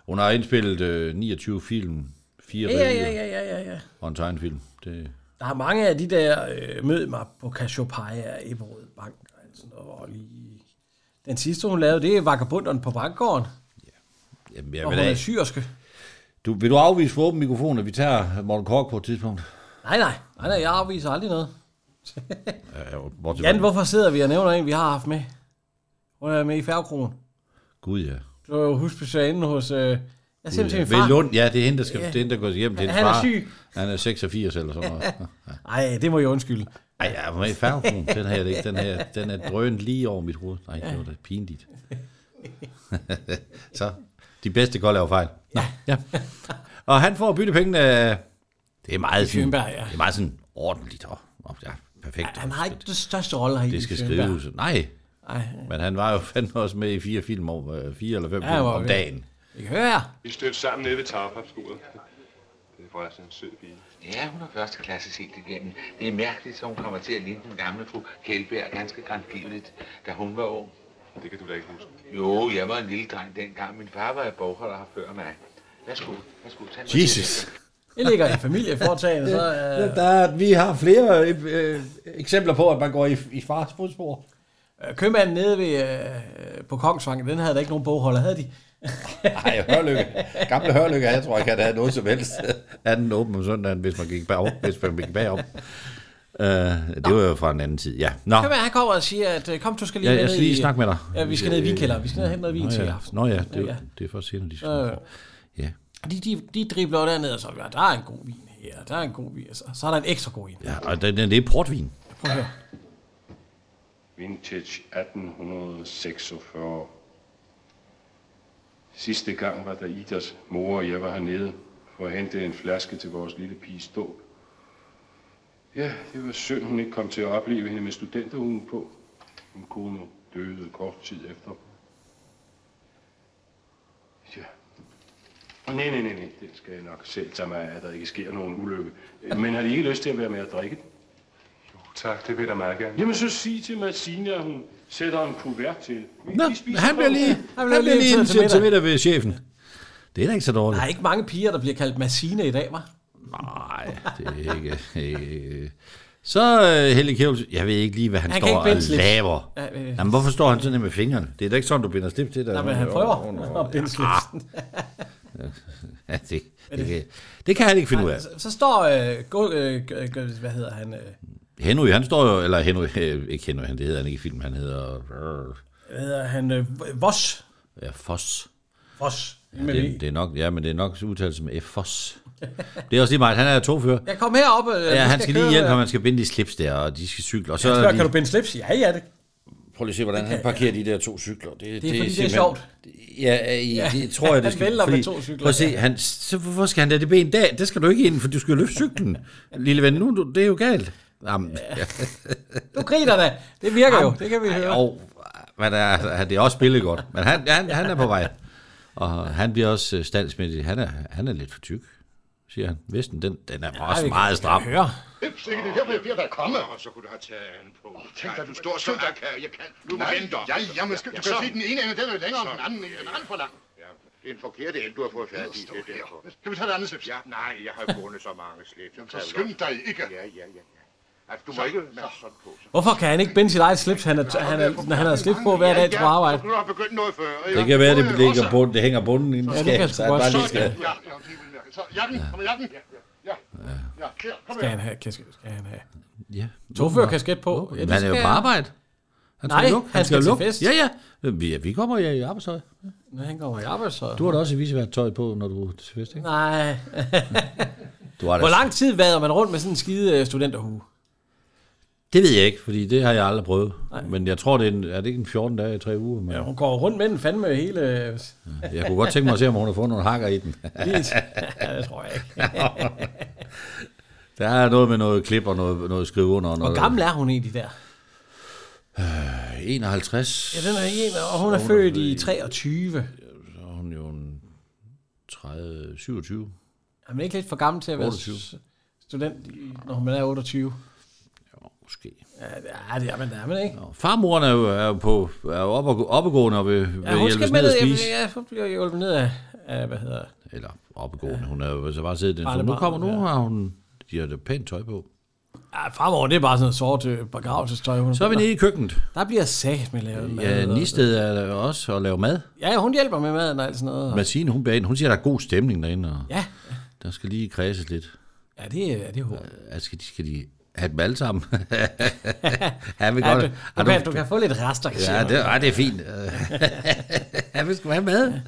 C: Hun har indspillet øh, 29 film, fire
B: Ja, ja,
C: ja,
B: ja, ja, ja, ja.
C: og en tegnfilm. Det,
B: Der er mange af de der øh, mød mig på Cassiopeia, Eberød Bank og alt sådan noget. Og lige... Den sidste, hun lavede, det er Vagabunderen på Bankgården,
C: jamen, jeg
B: og
C: vil,
B: hun er
C: da,
B: syrske.
C: du, vil du afvise for åben mikrofon, at vi tager Morten Kork på et tidspunkt?
B: Nej, nej, nej, nej, jeg afviser aldrig noget.
C: Ja, ja, bortset
B: Jan,
C: fra-
B: hvorfor sidder vi og nævner en, vi har haft med? Hun er med i færgekronen.
C: Gud, ja.
B: Du var jo husbesøg inde hos... Øh, jeg er simpelthen
C: Ved
B: far.
C: Lund, ja, det er hende, der, skal, det er hende, der går hjem til hendes
B: Han er
C: far.
B: syg.
C: Han er 86 eller sådan noget.
B: Nej, det må jeg undskylde.
C: Ej, jeg var med i færgen. Den her, ikke. Den her, den er drønt lige over mit hoved. Nej, det var da pinligt. så, de bedste går lave fejl. Nå, ja. Og han får byttepengene. af- øh, Det er meget sådan,
B: Schønberg, ja.
C: det er meget sådan ordentligt. Og, og ja, perfekt.
B: Han har ikke den største rolle her i
C: det skal
B: Schønberg.
C: skrives. Nej,
B: Ej,
C: men han var jo fandme også med i fire film om, øh, fire eller fem
B: Ja,
C: ja, film
B: hvor
C: om
B: okay.
C: dagen.
B: vi kan høre jer.
J: Vi stødte sammen nede ved tarpapskuret. Det er forresten en sød pige.
E: Ja, hun er første klasse set igennem. Det er mærkeligt, så hun kommer til at ligne den gamle fru Kjellberg ganske grandgiveligt, da hun var ung.
J: Det kan du da ikke huske.
E: Jo, jeg var en lille dreng dengang. Min far var i bogholder her før mig. Værsgo, værsgo. Tag mig
C: Jesus.
B: Det ligger i familieforetagendet, så... Øh,
C: Der, vi har flere øh, eksempler på, at man går i, i fars fodspor.
B: Øh, Købmanden nede ved, øh, på Kongsvangen, den havde der ikke nogen bogholder. Havde de,
C: Nej, Hørlykke. Gamle Hørlykke, jeg tror ikke, han havde noget som helst. Anden åben om søndagen, hvis man gik bagom. Hvis man gik bagom. Uh, det var jo fra en anden tid, ja. Nå,
B: Kom her, han kommer og siger, at øh, kom, du skal lige
C: jeg,
B: med
C: jeg
B: ned
C: skal lige
B: i-
C: snakke med dig.
B: Ja, vi skal ned i vinkælder. Vi skal ned og hente noget vin
C: Nå,
B: til i
C: ja.
B: aften.
C: Nå ja, det, ja. det er for senere, de skal.
B: Øh,
C: Ja.
B: de, de, de dribler jo derned og så, ja, der er en god vin her, der er en god vin, og så, så er der en ekstra god en.
C: ja, og den, den, det er portvin.
B: Prøv at høre.
J: Vintage 1846. Sidste gang var der Idas mor og jeg var hernede for at hente en flaske til vores lille pige dåb. Ja, det var synd, hun ikke kom til at opleve hende med studenterhugen på. Hun kone døde kort tid efter. Ja. Nej, nej, nej, nej, det skal jeg nok selv tage mig af, at der ikke sker nogen ulykke. Men har de ikke lyst til at være med at drikke den?
K: Tak, det vil jeg da meget gerne.
J: Jamen så sig til Martina, at hun sætter en kuvert til.
C: Nå, han bliver lige, han bliver lige
B: inviteret til
C: indsendt til
B: middag.
C: middag ved chefen. Det er da ikke så
B: Der
C: dårligt.
B: er ikke mange piger, der bliver kaldt Massine i dag, var?
C: Nej, det er ikke... ikke. Øh, Så uh, Helle Kjævel, jeg ved ikke lige, hvad han,
B: Han kan
C: står
B: ikke binde
C: og
B: slips.
C: laver.
B: Ja, øh.
C: Jamen, hvorfor står han sådan her med fingrene? Det er da ikke sådan, du binder slips til. Der.
B: Nej, men han
C: Jo,
B: prøver
C: jo,
B: at binde slipsen.
C: Ah. Ja. Ja, det, det, kan, det kan han ikke finde ud af.
B: Så, så står, øh, gå, øh, g- g- hvad hedder han, øh,
C: Henry, han står jo... Eller Henry, øh, ikke Henry, han, det hedder han ikke i filmen. Han hedder...
B: hvad hedder han, øh, Voss,
C: Ja, Foss.
B: Voss,
C: Ja,
B: med V.
C: det, det, er nok, ja, men det er nok udtalt som F. Foss. Det er også lige meget. Han er togfører.
B: Jeg kom herop. Øh,
C: Ja,
B: vi
C: han skal lige
B: køre,
C: hjem, og
B: øh,
C: man skal binde de slips der, og de skal cykle. Og så
B: jeg
C: er
B: spørger,
C: de...
B: kan du binde slips? Ja, ja, det.
C: Prøv lige at se, hvordan han parkerer de der to cykler. Det, det,
B: fordi, det er
C: simpelthen-
B: sjovt.
C: Ja, øh,
B: Ja,
C: ja, det tror jeg,
B: han
C: det skal.
B: vælter med to cykler.
C: Prøv at se, han, så hvorfor skal han da det ben der? Det skal du ikke ind, for du skal jo løfte cyklen. Lille ven, nu, du- det er jo galt. Jamen, ja.
B: Du griner da. Det virker jo, det kan vi høre.
C: Jo, men er, altså, det er også spillet godt. Men han, han, han er på vej. Og han bliver også øh, standsmæssigt. Han er, han er lidt for tyk, siger han. Vesten, den, den er også
J: vi kan-
C: meget
J: kan
C: stram.
J: høre.
D: Yps, ikke det her bliver jeg da komme.
K: Og så kunne du have taget anden på.
D: tænk dig,
K: du står så akavet. Jeg kan. Nu
D: Nej,
K: venter.
D: ja, ja, men skal, du kan
K: så.
D: se, den ene ende, den er længere end den anden. Den anden for lang.
K: Det er en forkert ende, du har fået fat i. Det er derfor.
D: Kan vi tage et andet slips?
K: Ja, nej, jeg har fundet så mange slips.
D: Jamen, så skynd dig ikke.
K: Ja, ja, ja. ja. Altså, du må ikke være sådan på.
B: Hvorfor kan han ikke binde sit eget slips? Han er, han er, når han har slips på hver dag til arbejde.
K: Du har begyndt noget før.
C: Det kan være, det, ligger bunden, det hænger bunden i en
B: Ja,
C: skab.
B: det kan
C: så
B: sgu
C: han
B: godt.
C: bare
B: Så
C: lige skal...
D: Ja, ja, det vil jeg. Så jakken, kom med jakken. Ja, ja, ja. her, Kom
B: Skal han have kasket? Skal han have?
C: Ja.
B: Togfører kasket på.
C: Men han er jo på arbejde. Han skal
B: Nej,
C: lukke.
B: han skal til
C: lukke.
B: fest.
C: Ja, ja. Vi, vi kommer ja, i arbejdstøj.
B: Når han kommer i arbejdstøj.
C: Du har da også visevært tøj på, når du er til fest, ikke?
B: Nej.
C: Du har da-
B: Hvor lang tid vader man rundt med sådan en skide øh, studenterhue?
C: Det ved jeg ikke, fordi det har jeg aldrig prøvet. Nej. Men jeg tror, det er, en, er det ikke en 14 dage, 3 uger? Men...
B: Hun går rundt med den fandme hele... øh,
C: Jeg kunne godt tænke mig at se, om hun har fået nogle hakker i den.
B: Lige- Ja, det tror jeg ikke.
C: Der er noget med noget klip og noget, noget skrive under. og
B: Hvor
C: Noget,
B: gammel er hun egentlig der?
C: Øh, 51.
B: Ja, den er en, og hun er
C: Så
B: født i 23.
C: Så er hun jo en 30, 27.
B: Er man ikke lidt for gammel til at være
C: 28.
B: s- student, i- når man er 28?
C: Måske.
B: Ja, det er, det er man, det er man ikke.
C: Farmoren er jo, er jo, på, er jo oppe, oppegående og vil, vil
B: Ja, hun
C: hjælpes
B: skal
C: ned
B: med
C: at
B: ned,
C: spise.
B: ja, hun bliver hjulpet ned af, af hvad hedder
C: Eller oppegående. Hun er jo så bare siddet i den. Så nu
B: Barnebarnet,
C: kommer nu,
B: ja.
C: har hun... De har da pænt tøj på.
B: Ja, fremover, det er bare sådan noget sort øh, begravelsestøj. Hun
C: Så er vi nede i køkkenet.
B: Der bliver sat med lavet mad.
C: Ja,
B: og-
C: Nisted er der jo også at lave mad.
B: Ja, hun hjælper med maden og alt sådan noget.
C: Madsine, hun bager ind. Hun siger, der er god stemning derinde. Og
B: Ja.
C: Der skal lige kredses lidt.
B: Ja, det er, det er hårdt.
C: Ja, skal de, skal de have dem alle sammen? Han vil
B: Ja,
C: godt...
B: du-
C: Har
B: du kan- du kan få lidt rester, siger
C: Ja,
B: man.
C: det, ej, det er fint. Han vil sgu have mad.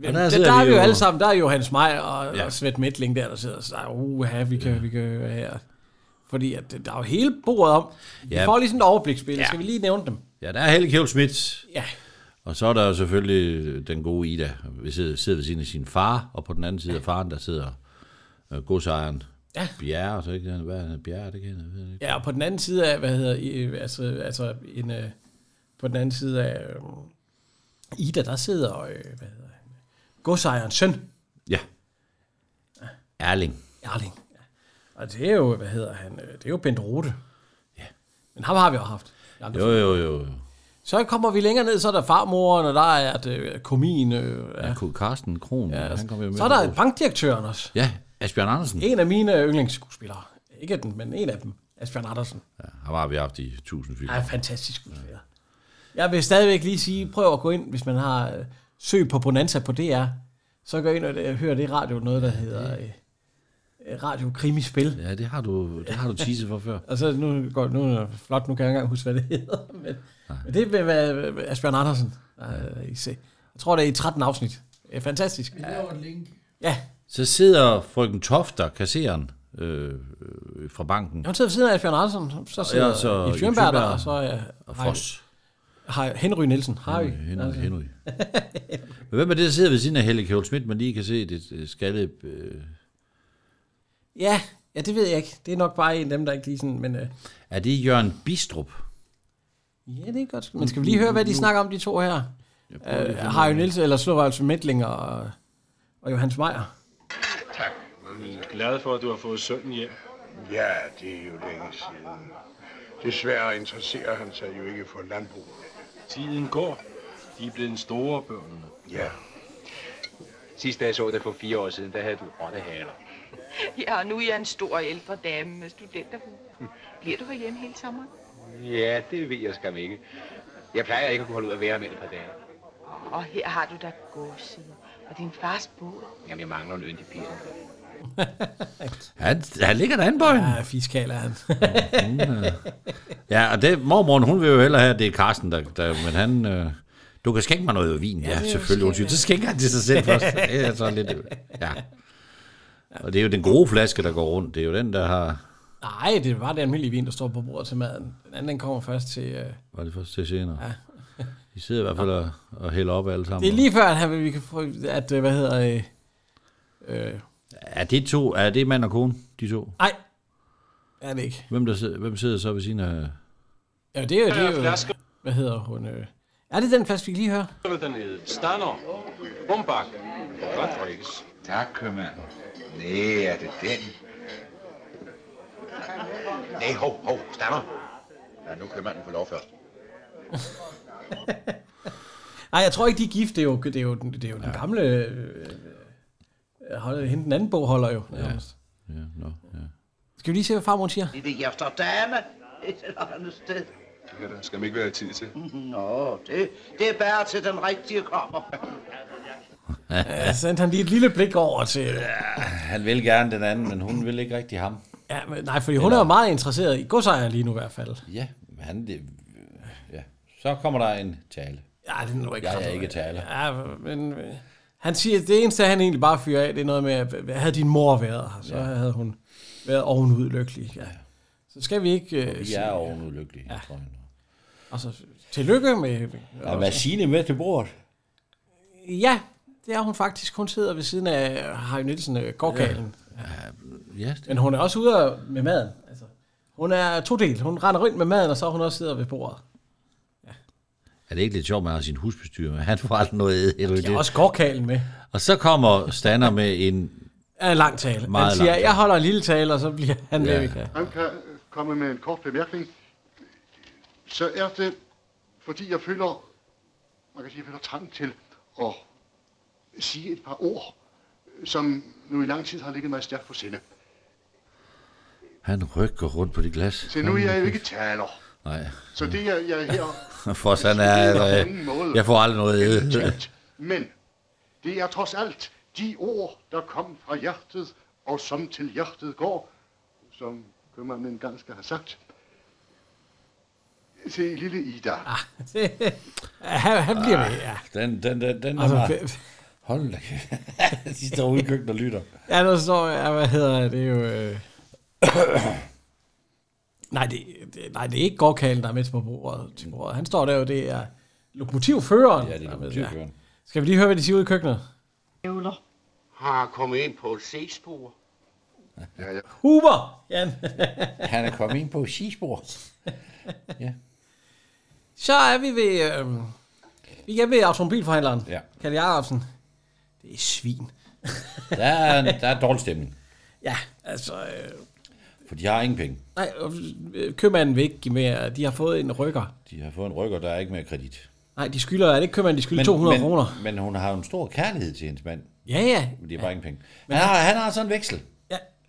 B: Men der, der,
C: sidder
B: der er vi jo
C: og-
B: alle sammen. Der er jo Hans Meier og, ja.
C: Ja.
B: og Svet Midtling der, der sidder og siger, uha, vi kan, ja. vi kan høre her. Fordi at, det- der er jo hele bordet om. Vi
C: Ja.
B: får lige sådan et overbliksbillede.
C: Ja.
B: Skal vi lige nævne dem?
C: Ja, der er Helle Kjell Schmidt.
B: Ja.
C: Og så er der jo selvfølgelig den gode Ida, der sidder, sidder ved siden af sin far, og på den anden side af faren, der sidder øh, godsejeren
B: Ja.
C: Bjerre, og så ikke den, hvad er det, Bjerre, det kan jeg ved jeg ikke.
B: Ja, og på den anden side af, hvad hedder, øh, altså, altså en, øh, på den anden side af øh, Ida, der sidder, øh, hvad hedder han, godsejerens søn,
C: Ja. Erling.
B: Erling. Ja. Og det er jo, hvad hedder han, øh, det er jo Bent Rode. Ja. Men ham har vi jo haft. i andre
C: Jo, jo, jo.
B: Så kommer vi længere ned, så er der farmoren, og der er det, komien. Øh, ja.
C: Ja. Carsten Kron, ja, han kom jo med.
B: Så er der bankdirektøren også.
C: Ja, Asbjørn Andersen.
B: En af mine yndlingsskuespillere. Ikke den, men en af dem. Asbjørn Andersen.
C: Ham har vi haft i tusind film.
B: Ja, fantastisk skuespiller. Jeg vil stadigvæk lige sige, prøv at gå ind, hvis man har øh, søg på Bonanza på DR, så går jeg ind og øh, hører det radio, noget der hedder øh, øh, Radio Krimispil.
C: Ja, det har du, det har du teaset for før.
B: Og så nu, går, nu er det flot, nu kan jeg ikke engang huske, hvad det hedder. Men, men det vil være øh, Asbjørn Andersen. der, øh, I se. Jeg tror, det er i 13 afsnit. Det er fantastisk. Vi laver et link. Ja,
C: Så sidder frøken Tofter, kasseren øh, øh, fra banken,
B: hun sidder ved siden af Asbjørn Andersen, så sidder
C: og så
B: Ib
C: Ib
B: Schønberg der,
C: Schønberg
B: og så er
C: og Foss.
B: Har Henry Nielsen. Harry.
C: Henry, Henry. Men hvem er det, der sidder ved siden af Helle Kjøl Schmidt, man lige kan se det øh, skaldede... Øh,
B: Ja, ja, det ved jeg ikke. Det er nok bare en af dem, der ikke lige sådan... Men, øh,
C: er det Jørgen Bistrup?
B: ja, det er godt. Men skal vi lige høre, hvad de snakker om, de to her?
C: prøver lige
B: Øh,
C: at finde
B: Harry Nielsen, eller Slåvalds Mætling og, og Johannes Meyer.
J: Glad for, at du har fået sønnen hjem.
L: Ja, det er jo længe siden. Desværre interesserer han sig jo ikke for landbruget.
J: Tiden går. De er blevet store, børnene.
L: Ja.
M: Sidst da jeg så dig for fire år siden, der havde du rottehaler.
I: Ja, og nu er jeg en stor ældre dame med studenterhue. Bliver du herhjemme hele sommeren?
M: Ja, det ved jeg skam ikke. Jeg plejer ikke at kunne holde ud at være med et par dage.
I: Og her har du da gåsider. Og din fars båd.
M: Jamen, jeg mangler en øl i pissen.
C: Han, han ligger der anbøjen.
B: Ja, fiskal er han.
C: Ja, og det, mormoren, hun vil jo hellere have, at det er Carsten, der, der men han... Øh, du kan skænke mig noget vin. Ja,
B: det er
C: ja
B: jo
C: selvfølgelig. Hun siger,
B: skægt, ja.
C: så skænker han til sig selv først. Det er sådan lidt... Ja. Og det er jo den gode flaske, der går rundt. Det er jo den, der har...
B: Nej, det var det almindelige vin, der står på bordet til maden. Den anden den kommer først til... Øh,
C: Var det først til senere?
B: Ja.
C: De sidder i hvert fald og, og hælder op alle sammen.
B: det er lige før, at han, vi kan få... At, øh, hvad hedder... Øh, øh,
C: Er det to? Er det mand og kone, de to?
B: ej, er det ikke.
C: Hvem, der sidder, hvem sidder så ved siden af...
B: Ja, det er jo... Det
N: Øh,
B: er
N: flaske.
B: jo hvad hedder hun? Øh, er det den flaske, vi lige hører?
N: Dernede. Stander. Bumbak. Rodriguez.
M: Tak, købmand. Nej, er det den? Nej, hov, hov, stander. Ja, nu købmanden får lov først.
B: Nej, jeg tror ikke, de er gift. Det er jo, det er jo, den, det er jo ja. den gamle... Øh, øh, holder, hende den anden bogholder jo. Ja.
C: Ja, no, ja.
B: Skal vi lige se, hvad farmor siger?
G: Lille efter dame. Et eller andet sted.
J: Ja, der skal man ikke være tid til.
G: Nå, det, det er bare til den rigtige kommer.
B: Ja, sendte han lige et lille blik over til... Ja,
C: han vil gerne den anden, men hun vil ikke rigtig ham.
B: Ja, men, nej, fordi hun er jo meget interesseret i godsejeren lige nu i hvert fald.
C: Ja, men han... Det, ja. Så kommer der en tale.
B: Ja, det er nu ikke
C: Jeg er
B: sådan.
C: ikke taler.
B: Ja, men øh, han siger, at det eneste, han egentlig bare fyrer af, det er noget med, at hvad havde din mor været her, så ja.
C: Ja.
B: havde hun været ovenud lykkelig. Ja. Så skal vi ikke... Øh,
C: Vi
B: sige-
C: er ovenud lykkelige, ja. tror jeg.
B: Og så tillykke med...
C: Og hvad Signe med til bordet?
B: Ja, det er hun faktisk. Hun sidder ved siden af Harry Nielsen øh, gårdkalen. Ja.
C: Ja.
B: Men hun er også ude med maden. Altså, hun er to del. Hun render rundt med maden, og så er hun også sidder ved bordet.
C: Er det ikke lidt sjovt, at man har sin husbestyrer med? Han får aldrig noget æd. eller
B: Jeg har
C: det.
B: også gårdkalen med.
C: Og så kommer Stander med en...
B: Er en lang tale.
C: Meget
B: han siger,
C: lang tale.
B: jeg holder en lille tale, og så bliver han
C: Ja.
B: ja. væk. Ja.
D: Han kan øh, komme med en kort bemærkning. Så er det, fordi jeg føler, man kan sige, jeg føler trang til at sige et par ord, som nu i lang tid har ligget mig stærkt på sinde.
C: Han rykker rundt på det glas.
D: Se, nu er jeg jo ikke taler.
C: Nej.
D: Så det, jeg, jeg her
C: For sådan er
D: på
C: jeg.
D: ingen måde.
C: Jeg får aldrig noget æd.
D: talt, men det er trods alt de ord, der kom fra hjertet, og som til hjertet går, som købmanden engang skal have sagt. Se, lille Ida.
B: han, han bliver ved, ja.
C: Ah, Den, den, den, den
B: Altså,
C: altså, er
B: fe-
C: bare... Hold da kæft. De står ude i køkkenet og lytter.
B: Ja, der står, ja, hvad hedder det, er jo... Øh... nej, det, det, nej, det er ikke gårdkalen, der er med til på bordet.
C: Mm.
B: Til bordet. Han står der jo, det er lokomotivføreren. Ja, det er lokomotivføreren. Skal vi lige høre, hvad de siger ude i køkkenet?
K: Ævler. Har kommet ind på et C-spor.
D: Ja, ja.
B: Huber! Jan.
C: Han er kommet ind på skispor. Ja.
B: Så er vi ved... Øh... Vi er hjemme ved automobilforhandleren.
C: Ja.
B: Kalle Jacobsen. Det er svin.
C: Der er, der er dårlig stemning,
B: Ja, altså... Øh...
C: for de har ingen penge.
B: Nej, øh, købmanden vil ikke give mere. De har fået en rykker.
C: De har fået en rykker, der er ikke mere kredit.
B: Nej, de skylder... Er det ikke købmanden, de skylder 200
C: men,
B: kroner?
C: Men hun har jo en stor kærlighed til hendes mand.
B: Ja, ja.
C: Men de har bare ingen penge. Han har, han har sådan en veksel.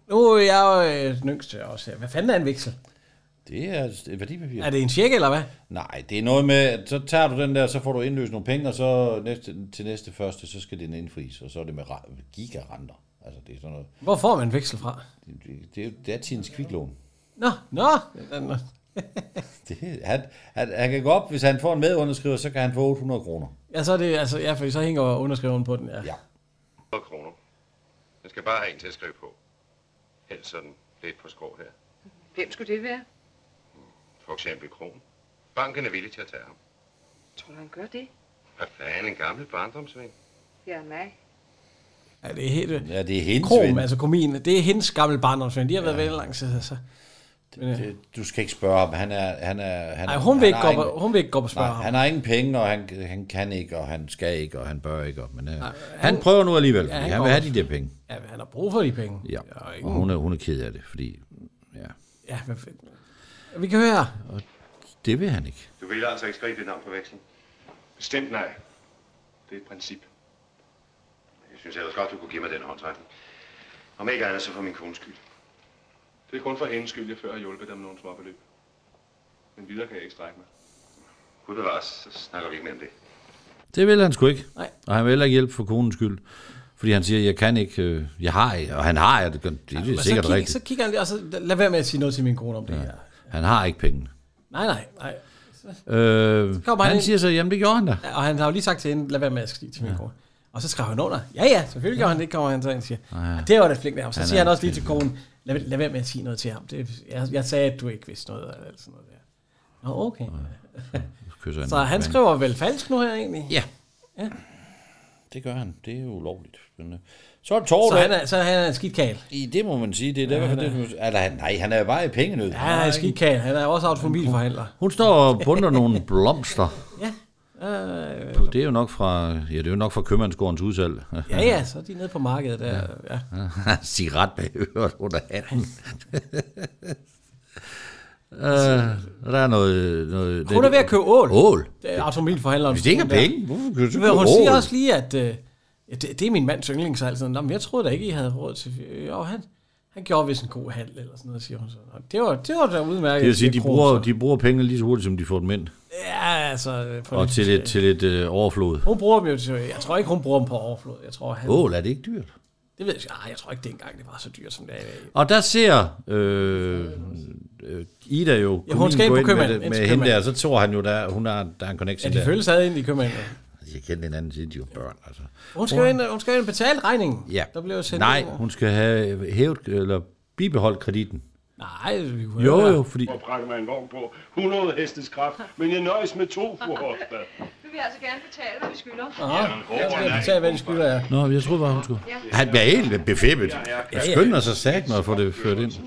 B: Nu er jeg jo øh, den yngste også. Hvad fanden er en veksel?
C: Altså, Det er et værdipapir.
B: Er det en check, eller hvad?
C: Nej, det er noget med, at så tager du den der, så får du indløst nogle penge, og så næste, til næste første, så skal den indfries, og så er det med ra- gigarenter. Altså, det er sådan noget.
B: Hvor får man en veksel fra?
C: Det, det, det er jo datidens kviklån.
B: Nå, nå. nå.
C: Det, han, han, han, kan gå op, hvis han får en medunderskriver, så kan han få 800 kroner.
B: Ja, så er det, altså, ja, for så hænger underskriven på den, ja.
C: ja.
E: 100 kroner. Jeg skal bare have en til at skrive på. Helst sådan lidt på skrå her.
I: Hvem skulle det være?
E: For eksempel Kron. Banken er villig til at tage ham.
I: Tror du, han gør det?
E: Hvad fanden, en gammel barndomsven?
I: Ja, mig.
B: Ja, det er helt... øh,
C: Ja, det er hendes
B: Krom,
C: ven.
B: altså komien, det er hendes gamle barndomsven. De har været ja. vel lang tid, altså.
C: Det, du skal ikke spørge ham. Han er, han er, han,
B: Ej, hun vil
C: han
B: ikke
C: har
B: gå op og- hun vil ikke gå op og spørge
C: nej,
B: ham.
C: Han har ingen penge, og han, han kan ikke, og han skal ikke, og han bør ikke. Og, men, nej, han, han, prøver nu alligevel, fordi han,
B: går-
C: vil have de der penge.
B: Ja, men han har brug for de penge.
C: Ja,
B: og,
C: og hun er, hun er ked af det, fordi ja,
B: Ja, hvad fanden. Vi kan høre.
C: det vil han ikke.
E: Du vil altså ikke skrive dit navn på vekslen?
L: Bestemt nej. Det er et princip.
E: Jeg synes ellers godt, du kunne give mig den håndtrækning. Om ikke andet, så for min kones skyld.
J: Det er kun for hendes skyld, jeg før har hjulpet dem med nogle småbeløb. Men videre kan jeg ikke strække mig.
E: Gud bevares, så snakker vi ikke mere om det.
C: Det vil han sgu ikke.
B: Nej.
C: Og han vil heller ikke hjælpe for konens skyld. Fordi han siger, jeg kan ikke, øh, jeg har ikke, og han har, ja, det, gør- det er
B: Og
C: sikkert
B: så, kig,
C: rigtigt.
B: så kigger han lige, og så lad være med at sige noget til min kone om det ja. her.
C: Han har ikke penge.
B: Nej, nej, nej. Så-
C: Øh,
B: så kommer
C: han
B: ind-
C: siger så, jamen det gjorde han da.
B: Ja, og han har jo lige sagt til hende, lad være med at skrive til min ja. kone. Og så skrev han under. Ja, ja, selvfølgelig gjorde han det, kommer han så ind og siger.
C: Ah, ja.
B: Ja. Det var da flink af ham. Så
C: Han
B: siger
C: er
B: han også lige til konen, lad, lad være med at sige noget til ham. Det, jeg, jeg sagde, at du ikke vidste noget, eller sådan noget der. Nå, okay.
C: Kysser
B: Så han skriver vel falsk nu her egentlig?
C: Ja.
B: ja.
C: Det gør han. Det er jo ulovligt. Men, øh, så er det torsdag.
B: Så han er, så han er en skidt kagel.
C: I det må man sige. Det er
B: Ja,
C: derfor,
B: han
C: ja, det, du- eller, han- nej, han er jo bare i pengenød.
B: Ja, han er en skidt kagel. Han er også automobilforhandler.
C: Hun står og bunder nogle blomster.
B: Ja. Øh,
C: Det er jo nok fra, ja, det er jo nok fra købmandsgårdens udsalg.
B: ja, ja, så er de nede på markedet der. Ja.
C: Cigaret bag øret under hatten. uh, der er noget... noget
B: Altså, Hun er ved at købe ål.
C: Ål?
B: Det er automobilforhandleren.
C: Hvis det ikke er
B: Hun der.
C: penge, hvorfor køber du så
B: Men Hun
C: ål?
B: siger også lige, at øh, ja, det, det, er min mands yndlings altid. Nå, men jeg troede da ikke, I havde råd til... Øh, Jo, han, han gjorde vist en god handel eller sådan noget, siger hun så. Nå, Det var, det var da udmærket.
C: Det vil sige, de
B: siger Kron
C: bruger,
B: så.
C: de bruger pengene lige så hurtigt, som de får dem ind.
B: Ja, altså... øh, på
C: Og
B: det-
C: til lidt, til lidt øh, overflod.
B: Hun bruger dem jo til... Jeg tror ikke, hun bruger dem på overflod. Jeg tror, han...
C: Ål, er det ikke dyrt?
B: Det ved jeg, ikke. Ej, jeg tror ikke, det engang det var så dyrt, som det er i dag.
C: Og der ser øh, øh, Ida jo
B: Ja, hun skal ind
C: kommunen
B: på
C: gå med,
B: købmanden, ind
C: det- med
B: til
C: hende der,
B: købmanden.
C: og så tror han jo, der, hun har, der er en
B: Ja,
C: connection
B: de
C: der.
B: føles ad ind i købmanden.
C: Altså, Jeg kender hinanden, siden de var børn. Altså.
B: Hun skal, jo ind, hun skal jo ind og betale regningen.
C: Ja.
B: Der blev jo sendt
C: Nej,
B: ind.
C: hun skal have hævet, eller bibeholdt kreditten.
B: Nej, vi kunne
C: Jo,
B: høre.
C: jo, fordi...
J: Hvor brækker man en vogn på? 100 hestes kraft, men jeg nøjes med to for Horstad.
I: Vi vil altså gerne betale, hvad vi skylder.
B: Aha. Jeg skal betale, hvad de skylder jer.
C: Nå, jeg troede bare, hun skulle... Han bliver helt befippet. Jeg skynder sig sagt mig at få det ført ind.
F: Ja,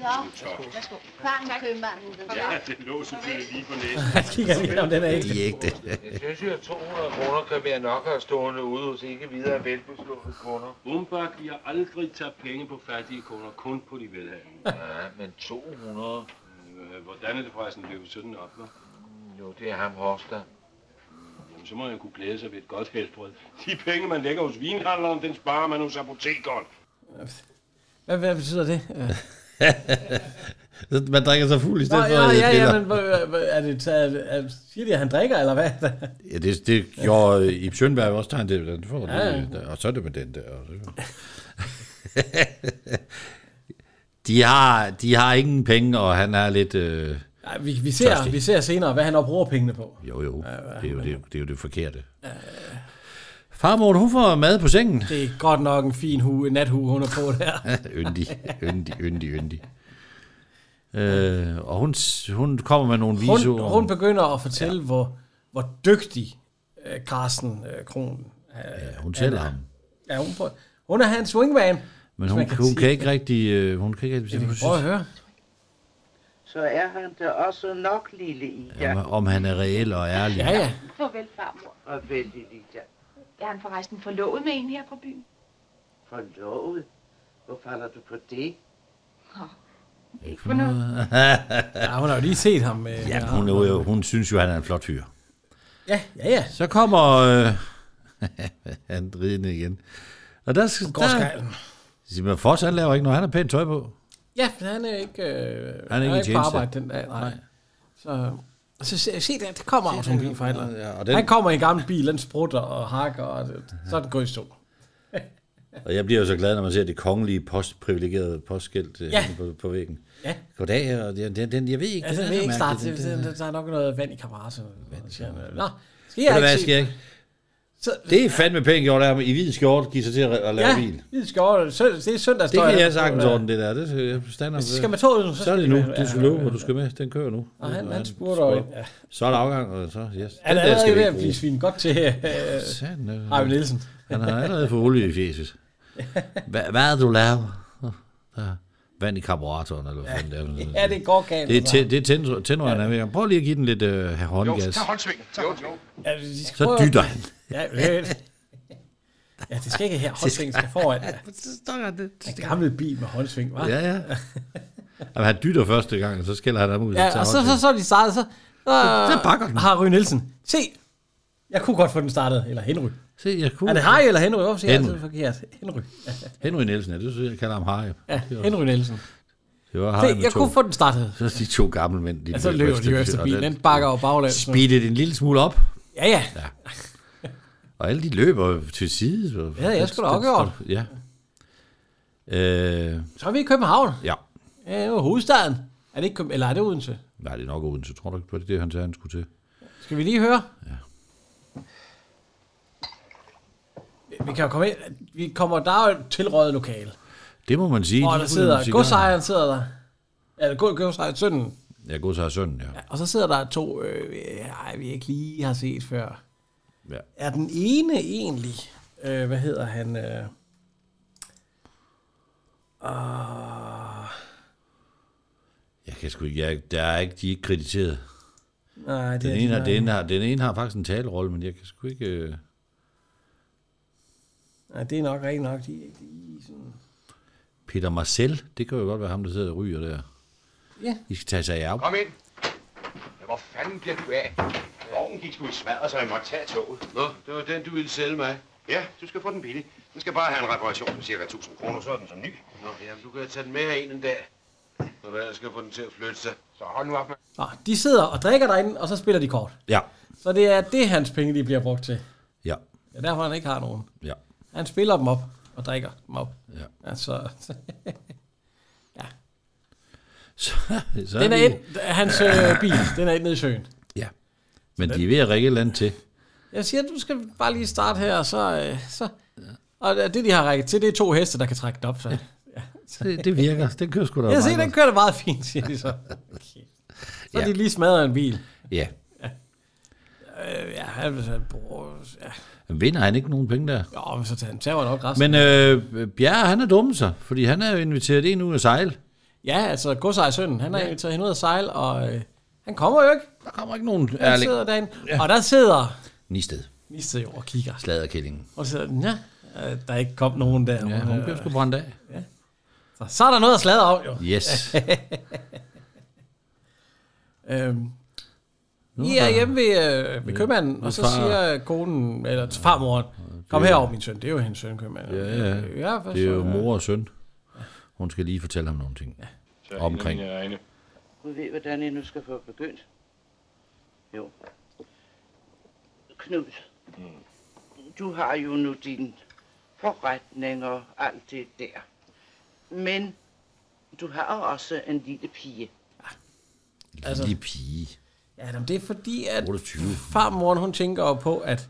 F: værsgo. Fang købmanden. den
J: Ja, det lå selvfølgelig lige på næsen.
B: Jeg kigger lige, om den er ægte.
C: De er ægte.
M: Jeg synes jo, at 200 kroner kan være nok at stående ude hos ikke videre velbeslåede kunder.
N: Bumbak giver aldrig tage penge på fattige kunder, kun på de velhavende.
M: Ja, men 200,
N: Øh, Hvordan er det forresten løbet sådan op,
M: Mm,
N: hva'? Mm,
M: jo det er ham Horstad.
N: Jamen, så må jeg kunne glæde sig ved et godt helbred. De penge, man lægger hos vinhandleren, den sparer man hos apotekeren.
B: Hvad, hvad betyder det? Øh.
C: Man drikker sig fuld i
B: Nå,
C: stedet for... øh,
B: ja,
C: at
B: ja, ja,
C: spille.
B: men hvor- hvor- er det taget, er, siger de, at han drikker, eller hvad?
C: Ja, det, det gjorde Ib Schønberg også tegn til, hvordan får
B: Ja, ja.
C: ja, det, og så er det med den der. Og så. de, har, de har ingen penge, og han er lidt... Øh,
B: Ja, vi, vi, ser,
C: Tørstig.
B: vi ser senere, hvad han nok bruger pengene på.
C: jo, jo, det er jo det, det, er jo det forkerte. Farmor, hun får mad på sengen.
B: Det er godt nok en fin hue, en nathue, hun er på der.
C: yndig, yndig, yndig, yndig. Øh, og hun, s- hun kommer med nogle
B: Hun,
C: visoer.
B: hun begynder at fortælle, ja. hvor, hvor dygtig øh, Carsten øh, Kron øh,
C: ja, hun sælger
B: Anna.
C: ham.
B: ja, hun, får, hun er hans swingman.
C: Men
B: hvis
C: hun,
B: man
C: kan hun
B: sige
C: kan ikke rigtig... Øh, hun kan ikke rigtig...
B: det.
C: hun
B: Prøv at
C: synes-
B: høre.
G: Så er han da også nok, lille Ida.
C: om, om han er reel og ærlig.
I: Farvel, farmor.
G: Og vel, lille Ida.
I: Er han forresten forlovet med en her på byen?
G: Forlovet. Hvor falder du på det?
I: Ikke for noget.
B: Ja, hun har jo lige set ham. Øh,
C: Ja,
B: med
C: hun, er jo, hun synes jo, han er en flot fyr.
B: Ja, ja, ja.
C: Så kommer øh, han ridende igen. Og der skal...
B: Går skallen.
C: Simon Foss, han laver ikke noget. Han har pænt tøj på.
B: Ja, for han er ikke, øh, han er
C: i
B: ikke på
C: tjeneste.
B: arbejde den dag. Nej.
C: Nej.
B: Så, så se, se der, det kommer automobil for helvede.
C: Ja, og
B: den...
C: den-
B: Han kommer i en gammel bil, den sprutter og hakker, og det, så er den gået i stå.
C: Og jeg bliver jo så glad, når man ser det kongelige postprivilegerede postskilt
B: Ja.
C: ja. på, på væggen.
B: Ja.
C: Goddag, og den, den, den jeg ved ikke.
B: Altså,
C: den
B: det
C: er
B: vil ikke
C: så
B: starte.
C: mærkelig,
B: Det,
C: den-
B: det,
C: den-
B: det, der er nok noget vand i kammerasen. Vand i kammerasen. Nå, skal
C: Ved du
B: jeg
C: hvad,
B: ikke
C: skal jeg
B: se?
C: ikke.
B: Så,
C: Det er fandme pænt gjort af ham i hvid skjort, give sig til at, at lave
B: ja,
C: vin.
B: vi skal over. sø- Det er søndag,
C: Det kan jeg sagtens ordne, det der. Det, så jeg stander
B: Hvis
C: på det.
B: skal med toget, så
C: så, er
B: skal
C: det
B: vi-
C: nu.
B: ja,
C: Det skal løbe, hvor du skal med. Den kører nu.
B: Og han- han spurter jo ind, ja.
C: Så er der afgang, og så, yes.
B: Han er
C: der
B: allerede ved
C: ikke
B: at blive
C: bruge.
B: svin godt til øh,
C: Satan, øh,
B: Arve Nielsen.
C: Han har allerede fået olie i fjeset. Hva, hvad er det, du laver? Nå, Der er vand i karburatoren, eller hvad fanden det er.
B: Ja, det altså. går galt.
C: Det er, tæ, det er tændrø- tændrøren, han er ved. Prøv lige at give den lidt øh, håndgas.
L: håndsvingen. Tag håndsvingen.
B: Ja, de skal
C: Så
B: prøve-
C: dytter han.
B: Ja, øh. ja, det skal ikke her. Håndsvingen skal foran. Ja. En gammel bil med håndsving, hva'?
C: Ja, ja. Jamen, han dytter første gang, og så skælder han ham ud.
B: Ja, og så, så, så er de startet, så, så,
C: Så bakker den.
B: Har Ryge Nielsen. Se, jeg kunne godt få den startet. Eller Henry.
C: Se, jeg kunne.
B: Er det Harry eller Henry? Hvorfor siger jeg
C: Henry.
B: altid forkert? Henry. Ja,
C: Henry Nielsen, ja, det synes jeg, jeg kalder ham Harry.
B: ja Henry Nielsen.
C: Det var Harry
B: Se,
C: med
B: jeg
C: to.
B: kunne få den startet.
C: Så er de to gamle mænd.
B: Ja, så løber de jo efter bilen. Den bakker over baglæns.
C: Speede det en lille smule op.
B: Ja, ja.
C: Og alle de løber jo til side. så-
B: Ja, jeg skulle da
C: Den-
B: også gjort.
C: den- Ja. Øh,
B: Så er vi i København.
C: ja.
B: Ja, det er jo hovedstaden. Er det ikke København? Eller er det Odense?
C: Nej, det er nok Odense. Tror du ikke på det, det han sagde, han skulle til?
B: Skal vi lige høre? Ja. Vi kan jo komme ind. Vi kommer, der er jo et tilrøget lokale.
C: Det må man sige.
B: Og
C: De
B: der
C: ryger en
B: sidder,
C: cigar.
B: godsejeren sidder der. Ja, der går godsejeren sønnen.
C: Ja, godsejer sønnen, ja.
B: Og så sidder der to, øh, ej, vi ikke lige har set før.
C: Ja.
B: Er den ene egentlig, øh, hvad hedder han? Øh, uh,
C: Jeg kan sgu ikke, jeg, der er ikke, de er ikke krediteret.
B: nej, det
C: den,
B: er
C: ene,
B: de,
C: har,
B: nej.
C: den, ene har, den ene har faktisk en talerolle, men jeg kan sgu ikke... Øh,
B: nej, det er nok rigtig nok. De, er ikke lige sådan.
C: Peter Marcel, det kan jo godt være ham, der sidder og ryger der.
B: Ja.
C: I skal tage sig af.
E: Kom ind. Ja, hvor fanden bliver du af? Vognen gik sgu i smadret, så jeg måtte tage toget. Nå, det var den, du ville sælge mig. Ja, du skal få den billig. Den skal bare have en reparation på cirka 1000 kroner, så er den som ny.
M: Nå, jamen, du kan tage den med her en en dag. Når du ellers skal få den til at flytte sig. Så hold nu op med.
B: Nå, de sidder og drikker derinde, og så spiller de kort.
C: Ja.
B: Så det er det, hans penge de bliver brugt til.
C: Ja.
B: Det er derfor, han ikke har nogen.
C: Ja.
B: Han spiller dem op og drikker dem op.
C: Ja.
B: Altså,
C: Så, så
B: den er
C: vi-
B: ind, hans øh, bil, den er ind nede i søen.
C: Ja. Men de er ved at række et eller andet til.
B: Jeg siger, du skal bare lige starte her, og så... Øh, så og det, de har rækket til, det er to heste, der kan trække den op. Så. Ja.
C: Det, det virker. Den kører sgu da
B: Jeg
C: meget
B: ser, den
C: godt.
B: kører da meget fint, siger de så. Okay. Så ja.
C: Ja.
B: de lige smadrer en bil.
C: Ja.
B: Øh, ja, han vil så bruge... Ja.
C: Vinder han ikke nogen penge der?
B: Jo, men så tager han tager nok resten.
C: Men øh, Bjerre, han er dum sig, fordi han er jo inviteret en ud at sejle.
B: Ja, altså Godsej sønnen, han har ja. inviteret hende ud at sejle, og øh, han kommer jo ikke.
C: Der kommer ikke nogen
B: Han
C: ærlig.
B: sidder derinde, ja. og der sidder
C: Nisted.
B: Nisted jo og kigger.
C: Sladerkællingen.
B: Og så sidder den, ja, øh, der er ikke kom nogen der. øh,
C: Ja, hun bliver sgu brændt af.
B: Ja. Så, så er der noget at sladre om, jo.
C: Yes.
B: øhm,
C: Nu
B: I
C: er
B: er
C: der-
B: hjemme ved, øh, ved
C: Ja.
B: købmanden,
C: Nu
B: og så
C: far-
B: siger konen, eller farmoren, kom herover, min søn. Det er jo hendes søn, købmanden. Øh,
C: Ja, ja.
B: ja for
C: Det er jo
B: søren.
C: mor og søn. Hun skal lige fortælle ham nogle ting. Omkring.
G: Gud ved, hvordan I nu skal få begyndt. Jo. Knud,
M: Mm.
G: du har jo nu din forretning og alt det der. Men du har jo også en lille pige.
B: Altså-
C: Lille pige.
B: Ja, men det er fordi, at
C: 28.
B: farmoren, hun tænker jo på, at,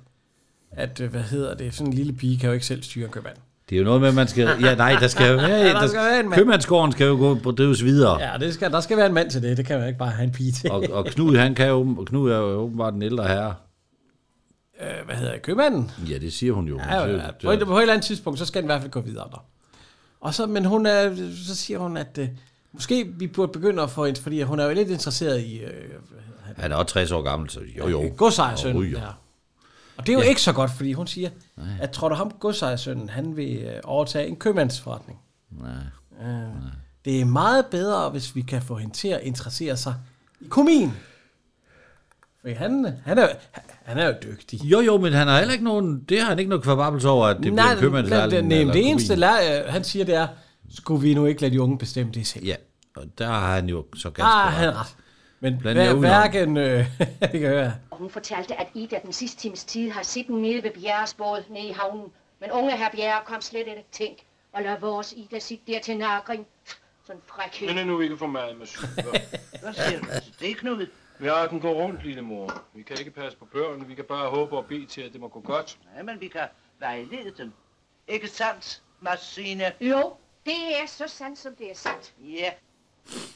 B: at øh, hvad hedder det, sådan en lille pige kan jo ikke selv styre en købmand.
C: Det er jo noget med, at man skal... Ja, nej, der skal jo være...
B: Ja, der
C: der
B: skal være en mand.
C: købmandsgården skal jo gå og drives videre.
B: Ja, det skal, der skal være en mand til det. Det kan man ikke bare have en pige til.
C: Og, og Knud, han kan jo, Knud er jo åbenbart den ældre herre.
B: Øh, hvad hedder det, købmanden?
C: Ja, det siger hun jo. Hun
B: Ja, ja,
C: siger-
B: ja. På, et, på et eller andet tidspunkt, så skal den i hvert fald gå videre der. Og så, men hun er, så siger hun, at øh, måske vi burde begynde at få en, fordi hun er jo lidt interesseret i øh,
C: Han er også 60 år gammel, så jo jo.
B: godsejersønnen.
C: Og
B: Og,
C: ryger.
B: ja. og det er jo ja.
C: Ja.
B: ikke så godt, fordi hun siger, Nej. at tror du ham, godsejersønnen, han vil øh, overtage en købmandsforretning.
C: Nej.
B: Øh, det er meget bedre, hvis vi kan få hende til at interessere sig i komien. For han, han, er, han er jo dygtig.
C: Jo jo, men han har heller ikke nogen, det har han ikke noget kvababels over, at det bliver en købmandslærling.
B: Nej,
C: eller
B: det eneste,
C: kurin.
B: lær, han siger, det er, skulle vi nu ikke lade de unge bestemme det selv?
C: Ja, og der har han jo så ganske
B: Ah, han er ret. Men
C: Bland
B: hver,
C: jer udenom.
B: hverken... Øh, det kan jeg høre.
F: Hun fortalte, at Ida den sidste times tid har siddet nede ved Bjerres båd nede i havnen. Men unge herr Bjerre kom slet ikke tænk og lad vores Ida sidde der til nakring. Sådan en frækhed.
J: øh,
M: Men er nu ikke for meget med sukker.
G: Hvad siger du til det, Knud?
M: Verden går rundt, lille mor. Vi kan ikke passe på børnene. Vi kan bare håbe og bede til, at det må gå godt.
G: Ja, men vi kan vejlede dem. Ikke sandt, Massine?
F: Jo, det er så sandt, som det er sandt.
G: Ja.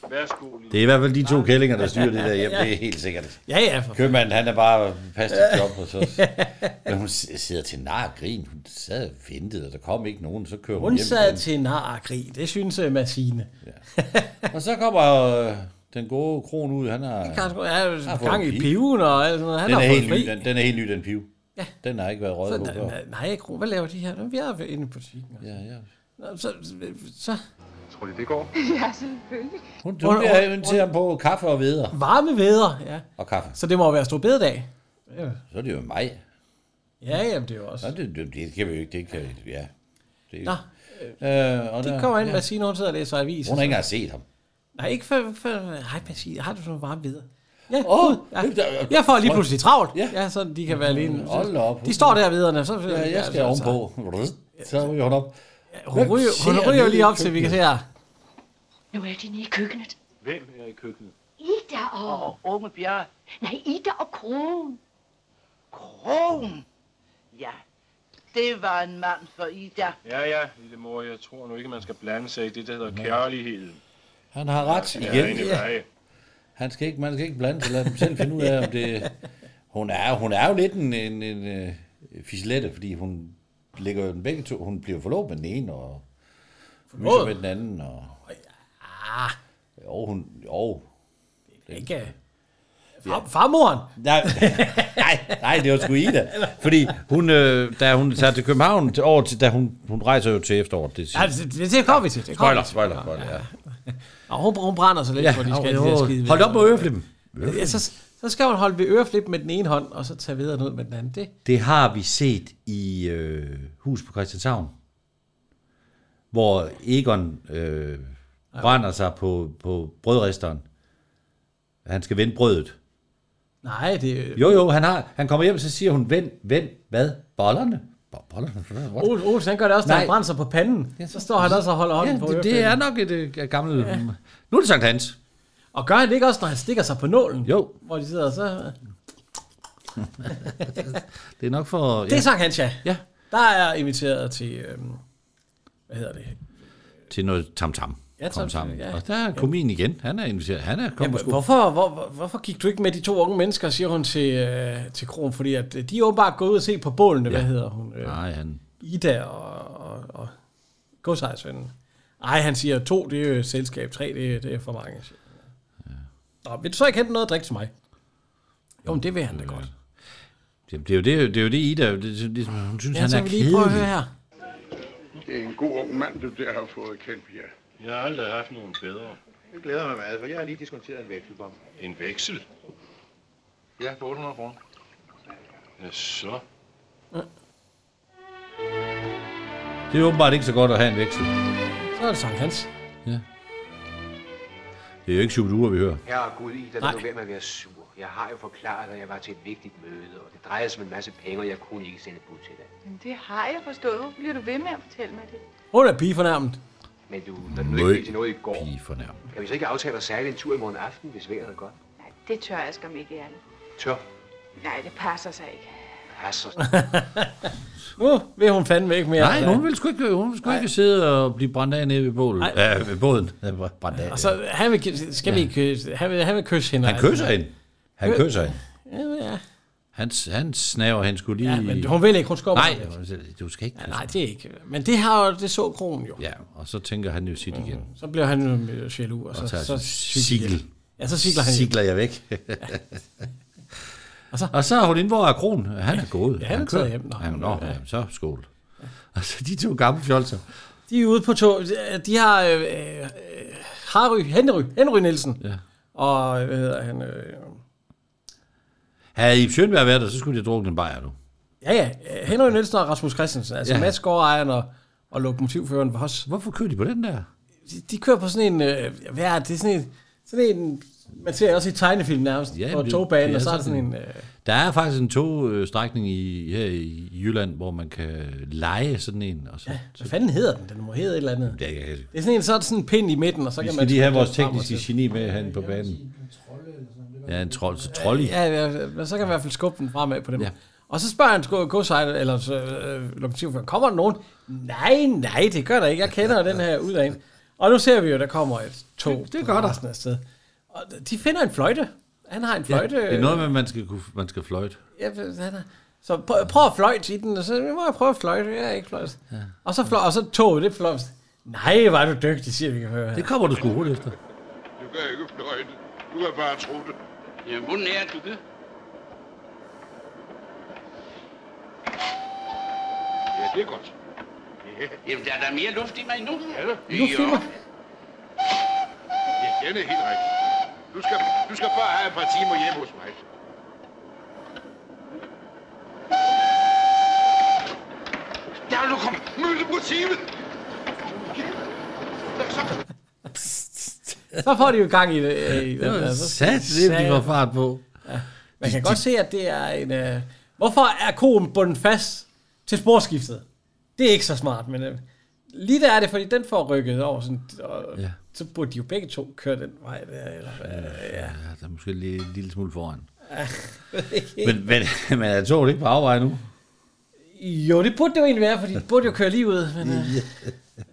M: Værsgo,
C: Det er i hvert fald de to kællinger, der styrer det der hjem, det er helt sikkert.
B: Ja, ja, for-
C: Købmanden, han er bare fast i job, og så... Men hun s- sidder til nar og grin. Hun sad og ventede, og der kom ikke nogen, så kører hun,
B: Hun
C: hjem.
B: sad til nar og grin. Det synes uh, Massine.
C: Og så kommer øh, den gode kron ud, han har...
B: Kan sgu- ja,
C: har fået
B: gang
C: en
B: i
C: pibe.
B: piven og alt sådan noget. Han
C: den,
B: har
C: er
B: fået
C: helt ny,
B: fri.
C: den, den er helt ny, den piv. Ja. Den har ikke været røget på
B: Så,
C: før.
B: nej, nej, Kro, hvad laver de her? Nå, Vi er inde i butikken.
C: Ja, ja.
B: Nå, så, så.
D: Tror de, det går?
O: Ja, selvfølgelig.
C: Hun, hun, hun, inviterer ham på kaffe og veder.
B: Varme veder, ja.
C: Og kaffe.
B: Så det må være stor bededag. Ja.
C: Så er det jo mig.
B: Ja, jamen, det er jo også.
C: Nå, det, det, det kan vi jo ikke, det kan vi, ja. Det,
B: Nå,
C: øh, og
B: De
C: der-
B: kommer ind,
C: ja.
B: Massine, hun sidder og læser avis.
C: Hun har ikke engang set ham.
B: Nej, ikke før... før hej, Massine, har du sådan varme veder? Ja, oh, ja. Jeg får lige pludselig travlt. Ja, ja sådan de kan være alene.
C: Hold da op.
B: De står der videre, så...
C: Ja, jeg skal
B: så-
C: ovenpå. Så ryger hun op.
B: altså. Hun ryger, hun ryger jo lige op til, vi kan se her.
F: Nu er de nede i køkkenet.
M: Hvem er i køkkenet?
F: Ida og...
G: Og unge Bjerre.
F: Nej, Ida og Krogen.
G: Kron? Ja, det var en mand for Ida.
M: Ja, ja, lille mor, jeg tror nu ikke, man skal blande sig i det, der hedder kærligheden.
C: Han har ret
M: Ja,
C: igen.
M: egentlig bare, ja.
C: Han skal ikke, man skal ikke blande sig, lad dem selv finde ud af, om det... Hun er, hun er jo lidt en, en, en, øh, fislette, fordi hun ligger jo den begge to. Hun bliver forlovet med den ene, og myser
B: Forlovet? ah.
C: med den anden, og... Jo, hun... Jo.
B: Ikke... Far, farmoren?
C: Nej, nej, nej, det var sgu Ida. Fordi hun, øh, da hun tager til København, til, over til, da hun, hun rejser jo til efteråret. Det,
B: Ja, det, det, det kommer vi til. Det kommer
C: spoiler,
B: vi til.
C: spoiler, spoiler, ja.
B: Og hun, hun brænder sig lidt,
C: Ja,
B: ja, hvor de
C: og-
B: skal jo,
C: jo,
B: de der skide
C: hold op med øreflippen.
B: Ja, så, så skal hun holde ved øreflippen med den ene hånd, og så tage videre ud med den anden. Det,
C: Det har vi set i øh, Hus på Christianshavn, hvor Egon øh, brænder sig på, på brødristeren. Han skal vende brødet.
B: nej, det er...
C: Jo, jo, han, har, han kommer hjem, og så siger hun, vend, vend, hvad? Bollerne? Bo- Bollerne? What?
B: Ole, Ole, han gør det også, når
C: Nej.
B: han brænder sig på panden. så står han også og holder hånden
C: ja,
B: på
C: det, det
B: øreflippen.
C: er nok et øh, gammelt... Ja. Nu er det Sankt Hans.
B: Og gør han det ikke også, når han stikker sig på nålen?
C: Jo.
B: Hvor de sidder så...
C: Det er nok for...
B: Det er Sankt Hans, ja.
C: ja.
B: Der er inviteret til... Øhm, hvad hedder det?
C: Til noget tamtam.
B: Ja,
C: Kom
B: tamtam,
C: sammen.
B: ja.
C: Og der er komien igen. Han er inviteret. Han er
B: Ja,
C: kommet. sgu.
B: hvorfor, hvor, hvor- hvorfor gik du ikke med de to unge mennesker, siger hun til, øh, til Kron? Fordi at øh, de er åbenbart gået ud og set på bålene. Ja. Hvad hedder hun? Øh,
C: Nej, han...
B: Ida og, og, og godsejersvenden. Ej, han siger, to det er jo et selskab, tre det, det er for mange. siger han. Nå, vil du så ikke hente noget at drikke til mig? Jo, men det vil
C: Mm.
B: han da godt.
C: Det, det, er jo det, det er jo det, Ida... Det, det, det, hun synes,
B: Ja,
C: han
B: så
C: er
B: vi lige prøve at
C: kedelig.
B: høre her.
L: Det er en god ung mand, du der har fået kendt, ja.
M: Jeg har aldrig haft nogen bedre.
K: Jeg glæder mig meget, for jeg har lige diskonteret en vekselbom.
M: En veksel?
K: Ja, på 800 kroner.
M: Ja, så.
C: Det er åbenbart ikke så godt at have en veksel.
B: Så er det Sankt Hans.
C: Det er jo ikke Shubidua, vi hører.
K: Herre Gud, Ida,
B: Nej.
K: lad nu være med at være sur. Jeg har jo forklaret dig, at jeg var til et vigtigt møde, og det drejede sig om en masse penge, og jeg kunne ikke sende et bud til dig.
I: Men det har jeg forstået. Hvorfor bliver du ved med at fortælle mig det?
B: Hun er pige fornærmet.
K: Men du, når du nu ikke
C: Møg
K: blev til noget i går,
C: fornærmet.
K: kan vi så ikke aftale at særlig en tur i morgen aften, hvis vejret er godt?
I: Det tør jeg skam ikke, Anne.
K: Tør.
I: Nej, det passer sig ikke.
K: Passer.
B: Nu vil hun fandme ikke mere.
C: Nej, hun vil sgu ikke, hun vil sgu ikke sidde og blive brændt af nede ved, bålet.
B: Nej.
C: Ja, ved båden. Ja, Brændt af.
B: Og så, Altså, han vil, skal vi kysse, han vil, han vil kysse hende.
C: Han kysser hende. Han
B: Kø-
C: kysser hende.
B: Ja, ja.
C: Han, han snaver hende skulle lige...
B: Ja, men hun vil ikke, hun skal op-
C: Nej, du skal ikke kysse
B: Nej, det er ikke. Men det har jo, det så kronen jo.
C: Ja, og så tænker han jo sit igen.
B: Så bliver han jo øh, jaloux, og Mm, så,
C: Og tager
B: så
C: så,
B: cykler-
C: sigel.
B: Ja, så cykler han hjem.
C: Sigler jeg væk. og, så, og så er hun inde, hvor er Kron. Han er gået.
B: Ja, han er
C: kører.
B: taget hjem, når
C: Han, nå, ja, så skål. Og så de to gamle fjolser.
B: De er ude på tog. De har øh, øh, øh, Harry, Henry, Henry Nielsen.
C: Ja.
B: Og hvad hedder han? Øh,
C: Havde I Sjønberg været der, så skulle de have drukket en bajer nu.
B: ja, ja. øh, Henry Nielsen og Rasmus Christensen. Altså ja.
C: Ja.
B: Mads Gårdejeren og, og lokomotivføreren for os.
C: Hvorfor kører de på den der?
B: De, de kører på sådan en... Øh, hvad er det? det? er sådan en, Så det er en, man ser også i tegnefilm nærmest,
C: Ja,
B: ja, og
C: det-
B: togbanen,
C: det altså
B: og så er der sådan en... Øh,
C: Der er faktisk en togstrækning i, her i Jylland, hvor man kan lege sådan en. Og så, ja,
B: hvad fanden hedder den? Den må hedde et eller andet.
C: Ja, ja.
B: det er sådan en, så er der sådan en pind i midten, og så
C: Vi
B: kan
C: skal
B: man...
C: lige have
B: trykke
C: vores
B: den frem og
C: tekniske
B: så-
C: geni med herinde på banen. Ja, en trold, så trold i.
B: Ja, ja, men så kan man i hvert fald skubbe den fremad på dem. Ja. Og så spørger han sgu- godsejer, eller så, øh, lokomotivfører, kommer der nogen? Nej, nej, det gør der ikke. Jeg kender jo den her ud af en. Og nu ser vi jo, der kommer et tog. Det, det gør der. Sådan et sted. Og de finder en fløjte. Han har en fløjte.
C: Ja, det er noget med, at man skal, kunne, man skal fløjte.
B: Ja, han er- så prøv, prøv at fløjte i den, og så må jeg prøve at fløjte. Jeg er ikke fløjt. Ja. Og så, fløj, og så toget, det fløjt. Nej, var du dygtig, siger vi kan høre.
C: Det kommer du sgu hurtigt efter.
L: Du kan ikke fløjte. Du kan bare tro det. Ja, hvordan er du det?
K: Ja, det er godt. Ja. Jamen, der er der mere luft i mig nu. Ja,
L: Nu finder. Ja, den er helt rigtig. Du skal, du skal bare have et par timer hjemme hos mig. Der er nu kommet mødemotivet!
B: Så får de jo gang i det. øh, I
C: Det var
B: der, så-
C: sat, det de var fart på.
B: Ja. Man kan godt se, at det er en... Øh, hvorfor er koen bundet fast til sporskiftet? Det er ikke så smart, men øh, lige der er det, fordi den får rykket over, sådan, og ja.
C: Ja.
B: så burde de jo begge to køre den vej der, eller hvad? Ja,
C: der er måske lige en lille smule foran.
B: Ja.
C: Men, men, men er toget ikke på afvej nu?
B: Jo, det burde det jo egentlig være, fordi det burde jo køre lige ud. Men, øh,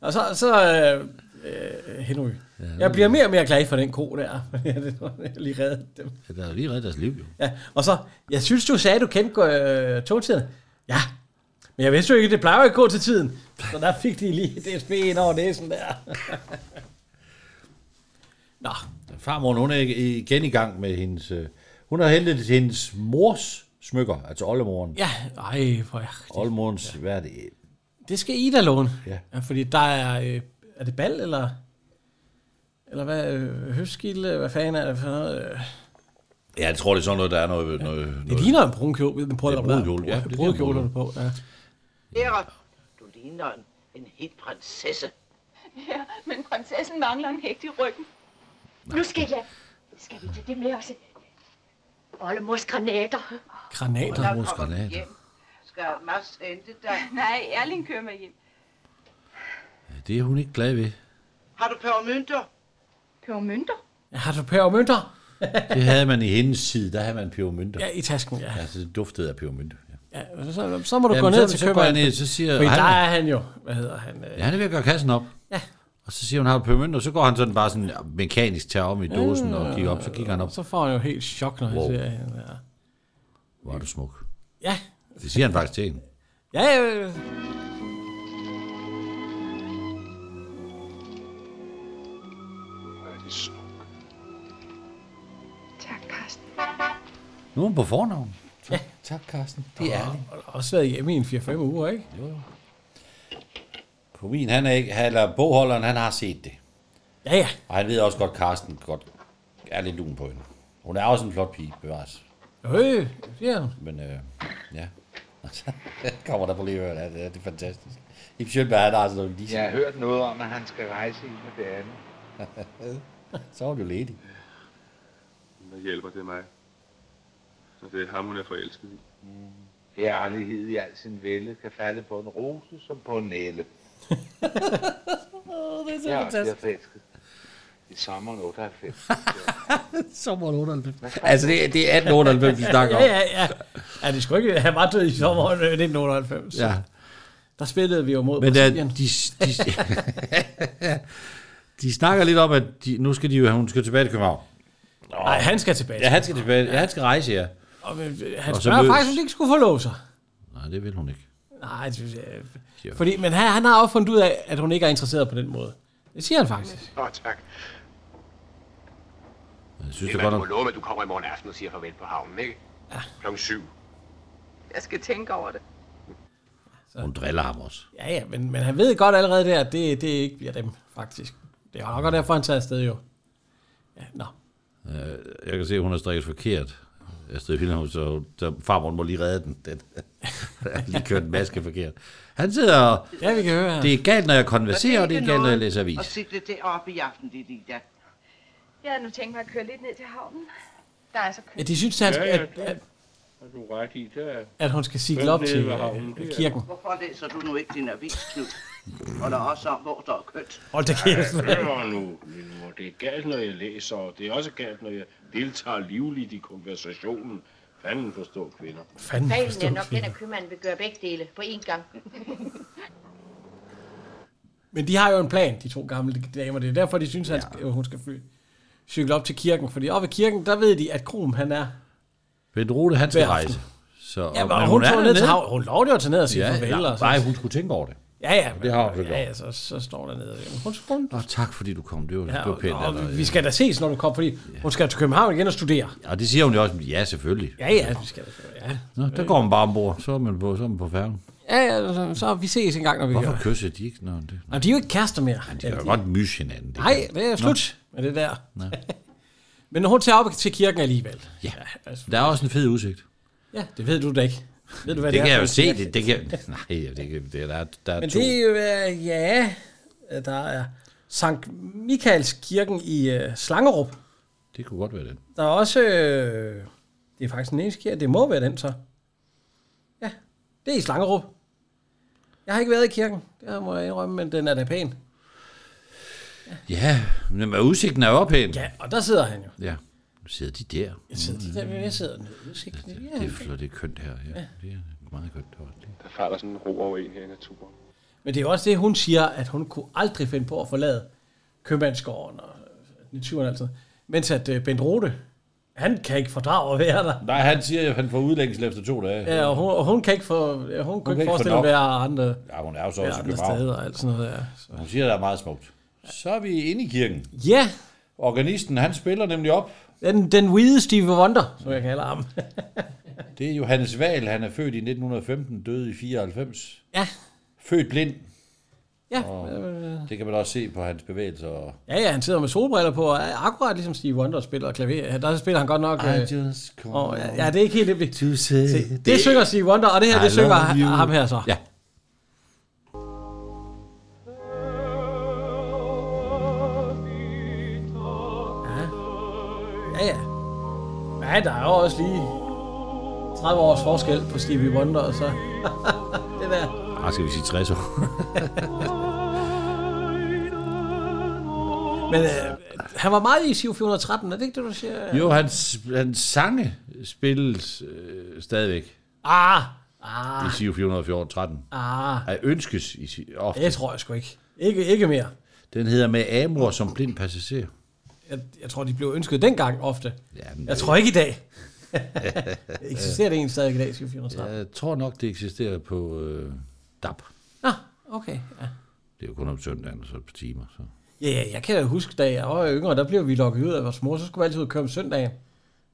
B: og så, så øh, øh, Henry. Ja, jeg bliver mere og mere glad for den ko der. Ja, det var- jeg har lige reddet dem.
C: Ja, der er jo lige reddet deres liv, jo.
B: Ja, og så, jeg synes, du sagde, du kendte øh, togtiden. Ja, men jeg vidste jo ikke, det plejer jo ikke at gå til tiden. Så der fik de lige DSB ind over næsen der. Nå.
C: Farmor, hun er igen i gang med hendes... øh, Hun har hentet hendes mors smykker, altså oldemoren.
B: Ja, ej, hvor jeg...
C: Oldemorens, hvad er det?
B: Det skal Ida låne.
C: Ja.
B: ja fordi der er... Øh, er det bal, eller... Eller hvad? Øh, høstskilde? Hvad fanden er det for noget? Øh,
C: Ja, jeg tror, det er sådan noget, der er noget... noget, noget
B: Det ligner en brun kjole. En brun,
C: Ja, brudekjole, ja, det ligner en
B: brudkjole,
C: brudekjole.
B: der er på. Ja.
G: Ære, du ligner en, en helt prinsesse.
I: Ja, men prinsessen mangler en hægt i ryggen.
F: Nu skal jeg. Skal vi tage det med os? Oldemors granater.
B: Granater.
C: Oldemors granater.
G: Skal Mads hente dig?
I: Nej, Erling kører mig hjem.
C: Ja, det er hun ikke glad ved.
G: Har du pebermynter?
I: Pebermynter?
B: Har du pebermynter?
C: Det havde man i hendes tid, der havde man pebermynter.
B: Ja, i tasken, ja.
C: Altså, det duftede af pebermynter. Ja.
B: ja så, så må du
C: Jamen,
B: gå ned
C: så-
B: til
C: så går
B: købmanden.
C: jeg ned, så siger-
B: Fordi
C: han-
B: der er han jo. Hvad hedder han? Øh,
C: ja, han er ved at gøre kassen op.
B: Ja.
C: Og så siger hun, har du pebermynter? Så går han sådan bare sådan ja, mekanisk tager om i dåsen og kigger op. Så kigger han op.
B: Så får han jo helt chok, når
C: Wow.
B: han ser hende der.
C: Hvor er du smuk.
B: Ja.
C: Det siger han faktisk til hende.
B: Ja, øh,
I: Tak, Karsten.
C: Nu er hun på fornavn.
B: ja.
C: Tak, Carsten.
B: Det er det. Og også været hjemme i en 4-5 uger, ikke?
C: Jo, jo. Komin, han er ikke, eller bogholderen, han har set det.
B: Ja, ja.
C: Og han ved også godt, Carsten godt er lidt lun på hende. Hun er også en flot pige, bevares.
B: Øh, ja.
C: Men øh, ja, kommer der på lige at høre, det, er- det er fantastisk. I Sjølberg, han har altså nogle lige...
M: Jeg har hørt noget om, at han skal rejse i med det andet.
C: Så var du ledig.
O: Hvad hjælper det mig? Så det er ham, hun er forelsket i. Mm.
M: Herlighed i al sin vælde kan falde på en rose som på en næle.
C: det er så
M: jeg er også blevet
C: fantastisk.
M: forelsket. I sommeren 98.
C: Sommeren 98. Altså, det, er- det er 1898, vi snakker om.
B: Ja, ja, ja. Ja, det skulle ikke. Han var død i sommeren øh, 1998.
C: Ja.
B: Der spillede vi jo mod
C: Men der,
B: Brasilien.
C: de, de, de snakker lidt om, at de, nu skal de jo, hun skal tilbage til København.
B: Nej, han skal tilbage til
C: Ja, han skal tilbage. Ja, han skal rejse, ja.
B: Og, øh, han
C: Og så
B: spørger
C: mødes-
B: faktisk, om de ikke skulle forlove sig.
C: Nej, det vil hun ikke.
B: Nej, det synes jeg... øh,
C: Siger
B: Fordi, men han, han har også fundet ud af, at hun ikke er interesseret på den måde. Det siger han faktisk.
E: Nå, tak.
C: Jeg
E: synes, det er godt. Du må love, at du kommer i morgen aften og siger farvel på havnen, ikke? Ja. Klokken syv.
I: Jeg skal tænke over det.
C: Hun driller ham også.
B: Ja, ja, men, men han ved godt allerede der, at det, det ikke bliver dem, faktisk. Det er nok også derfor, han tager afsted jo. Ja, nå.
C: Øh, Jeg kan se, at hun har strikket forkert. Astrid Vilhelm, så, så farmor må lige redde den. den. Jeg har lige kørt en maske forkert. Han sidder og...
B: Ja, vi kan høre.
C: Det er galt, når jeg konverserer, og det
G: ikke
C: er galt, når jeg
G: noget
C: læser
G: At
C: avis.
G: sikle deroppe i aften, det er Ida.
I: Jeg havde nu tænkt mig at køre lidt ned til havnen. Der er så kønt.
B: Ja, de synes, han-
J: ja,
B: at-
J: det
B: at-
J: har du ret i. Der er
B: At hun skal sikle
J: hvem
B: op
J: nede
B: til,
J: ved
B: øh,
J: havnen, det er-
B: kirken.
G: Hvorfor læser du nu ikke din avis, Knud? Og der er også om, hvor der er kønt.
B: Hold da
J: kæft. Hør nu, lille mor. Det er galt, når jeg læser, og det er også galt, når jeg deltager livligt i konversationen. Fanden forstår kvinder.
B: Fanden
F: Reglen er nok den, at købmanden vil gøre begge dele på én gang.
B: Men de har jo en plan, de to gamle damer. Det er derfor, de synes, han skal, hun skal fly, cykle op til kirken. Fordi oppe i kirken, der ved de, at Krom, han er...
C: Bent Rode, han skal
B: Hver
C: rejse.
B: aften.
C: Så,
B: Ja,
C: men
B: men hun, tog ned til
C: dernede.
B: hav, hun lovede jo at tage ned og sige
C: ja,
B: farvel.
C: nej,
B: og så-
C: Nej, hun skulle tænke over det.
B: Ja, ja.
C: Og det har hun vel
B: ja,
C: gjort.
B: ja, så, så står der nede. og siger, Hun, hun,
C: Nå, tak fordi du kom. Det var, ja,
B: ja,
C: det var pænt.
B: og,
C: af
B: og,
C: dig.
B: vi skal da ses, når du kommer, fordi hun skal til København igen og studere.
C: Og det siger hun jo også. Ja, selvfølgelig.
B: Ja, ja, vi skal da. Ja,
C: Nå, der går man bare ombord. Så er man på, så er man på færgen.
B: ja, ja så, så, vi ses en gang, når vi
C: Hvorfor
B: hører.
C: kysser de ikke? Nå, det,
B: Jamen, de er jo ikke kærester mere.
C: de kan jo godt myse hinanden. Det
B: Nej,
C: kan-
B: det er slut med det der.
C: Nå.
B: Men når hun tager op til kirken alligevel.
C: Ja, der er også en fed udsigt.
B: Ja, det ved du da ikke. Ved du, hvad
C: det,
B: er
C: kan
B: for
C: jeg jo
B: en
C: se.
B: kirke?
C: Det, det kan, nej, det kan, det, er- der, er- der er
B: Men
C: to.
B: det er jo, øh, ja, øh, der er Sankt Michaels kirken i øh, Slangerup.
C: Det kunne godt være det.
B: Der er også, øh, det er faktisk den eneste kirke, det må være den så. Ja, det er i Slangerup. Jeg har ikke været i kirken, det må jeg indrømme, men den er da pæn.
C: Ja, men men udsigten er jo også pæn.
B: Ja, og der sidder han jo.
C: Ja. Nu sidder de der. Mm.
B: Jeg sidder, de der, jeg sidder nede i udsigten.
C: Det er flot, det er kønt her. Ja. Det er meget kønt. Det er også det.
O: Der falder sådan en ro over en her i naturen.
B: Men det er også det, hun siger, at hun kunne aldrig finde på at forlade købmandsgården og øh, naturen altid. Mens at øh, Bent Rode, han kan ikke fordrage at være der.
C: Nej, han siger, at han får udlængsel efter to dage.
B: Ja, og hun, og hun kan ikke, for, ja, hun
C: kan
B: kan ikke
C: ikke
B: forestille
C: få
B: at
C: nok.
B: være andre,
C: Ja, hun er jo så
B: være
C: også i
B: andre
C: København.
B: steder og alt sådan noget. Ja. Så.
C: Hun siger, at der er meget smukt. Så er vi inde i kirken.
B: Ja.
C: Organisten, han spiller nemlig op.
B: Den, den hvide Steve Wonder, som jeg kalder ham.
C: Det er Johannes Wahl. Han er født i 1915, døde i 94.
B: Ja.
C: Født blind.
B: Ja.
C: Og det kan man også se på hans bevægelser. og-
B: ja, ja, han sidder med solbriller på, og er akkurat ligesom Steve Wonder spiller klaver. Ja, Der spiller han godt nok... øh,
C: I just come
B: og, ja, ja, det er ikke helt det.
C: To say
B: Se, det synger Steve Wonder, og det her, det
C: I
B: synger
C: love
B: ha-
C: you.
B: ham her så.
C: Ja.
B: Ja, ja. Ja, der er jo også lige 30 års forskel på Stevie Wonder, og så det der.
C: Ah, skal vi sige 60 år?
B: Men øh, han var meget i Sio 413, er det ikke det, du siger?
C: jo, hans, hans sange spilles øh, stadigvæk.
B: Ah,
C: I
B: ah,
C: SIO 414 13.
B: ah.
C: Er ønskes i si- ofte.
B: Det tror jeg sgu ikke. Ikke, ikke mere.
C: Den hedder med Amor som blind passager.
B: Jeg, jeg tror, de blev ønsket dengang ofte.
C: Jamen,
B: jeg
C: det-
B: tror ikke i dag. Eksisterer det en stadig i dag, Sio 413?
C: Jeg tror nok, det eksisterer på øh, DAP.
B: Okay, ja.
C: Det er jo kun om søndagen, og så på timer. Så.
B: Ja, ja, jeg kan da huske, da jeg var yngre, der blev vi lukket ud af vores mor, så skulle vi altid ud og køre om søndagen.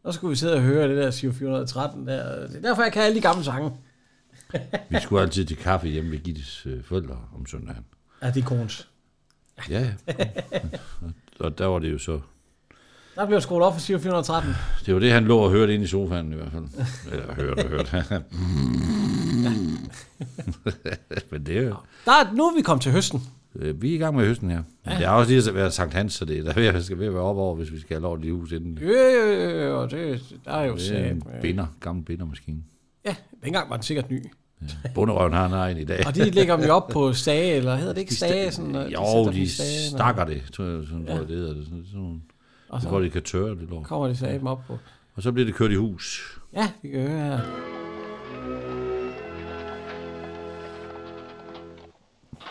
B: Og så skulle vi sidde og høre det der Sio 413 der. Det er derfor, jeg kan alle de gamle sange.
C: Vi skulle altid til kaffe hjemme ved Gittes øh, forældre om søndagen.
B: Ja, det er kones.
C: Ja, ja. Og- og der var det jo så...
B: Der blev skruet op for Sio 413.
C: Det var det, han lå og hørte inde i sofaen i hvert fald. Eller hørte og hørte. Men det er jo...
B: Der er, nu er vi kommet til høsten.
C: Øh, Vi er i gang med høsten her. Ja. Det er også lige at være Sankt Hans, så det er der ved at- skal ved at være op over, hvis vi skal have lov til hus inden.
B: Jo, jo, jo, jo, øh, det, der er jo
C: Det er en
B: sat med-
C: binder, gammel bindermaskine.
B: Ja, dengang var den sikkert ny.
C: Bunderøven har en egen i dag.
B: Og de lægger dem jo op på stage, eller hedder det ikke
C: De sta-
B: stage? Sådan, og sætter
C: Jo,
B: dem i
C: de
B: stagen, og-
C: stakker det, tror jeg, sådan,
B: Ja.
C: ja. det hedder. Det, sådan, sådan,
B: Og
C: og
B: så
C: så, hvor de kan tørre det lort.
B: kommer de så af dem op på.
C: Og så bliver det kørt i hus.
B: Ja, vi kan høre her.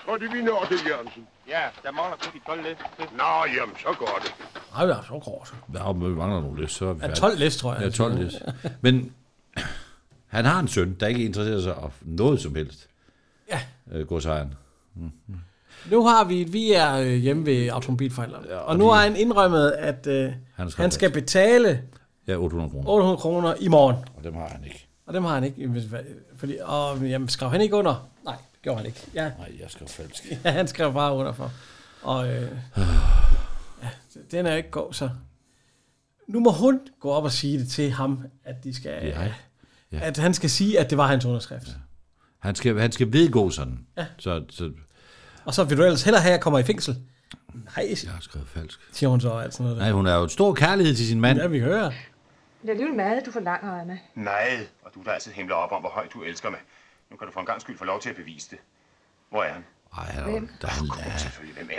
L: Tror de, vi når det, Jørgensen?
K: Ja, der mangler kun de 12 lidt.
L: Nå, jamen, så går det.
B: Ej, det er så kort.
C: Der er- vi mangler nogle list, så er vi
B: Ja,
C: færdige.
B: 12 list, tror jeg,
C: Ja,
B: han
C: 12
B: siger.
C: list. Men han har en søn, der ikke interesserer sig for noget som helst.
B: Ja.
C: Øh, godsejeren. Mm-hmm.
B: Nu har vi, vi er øh, hjemme ved automobilforhandleren. Ja, og, nu har han indrømmet, at øh, han,
C: skal
B: han skal betale Mm.
C: Ja, 800 kroner.
B: 800 kroner i morgen.
C: Og dem har han ikke.
B: Og dem har han ikke. Jamen, hvad- Fordi, og, jamen, skrev han ikke under? Nej, det gjorde han ikke. Ja.
C: Nej, jeg skrev falsk.
B: Ja, han skrev bare under for. Og øh, ja, den er ikke god, så. Nu må hun gå op og sige det til ham, at de skal...
C: Ja.
B: Ja. At han skal sige, at det var hans underskrift. Ja.
C: Han skal, han skal vedgå sådan. Ja. Så, så,
B: Og så vil du ellers hellere have, at Mm. jeg kommer i fængsel. Nej.
C: Jeg har skrevet falsk.
B: Siger hun så altså. alt sådan noget.
C: Nej, hun er jo en stor kærlighed til sin mand.
B: Ja, vi hører.
P: Det er alligevel meget, du forlanger, Anna.
E: Nej, og du der altid himler op om, hvor højt du elsker mig. Nu kan du for en gang skyld få lov til at bevise det. Hvor er han?
C: Ej, han er,
P: Hvem?
C: der, er, han,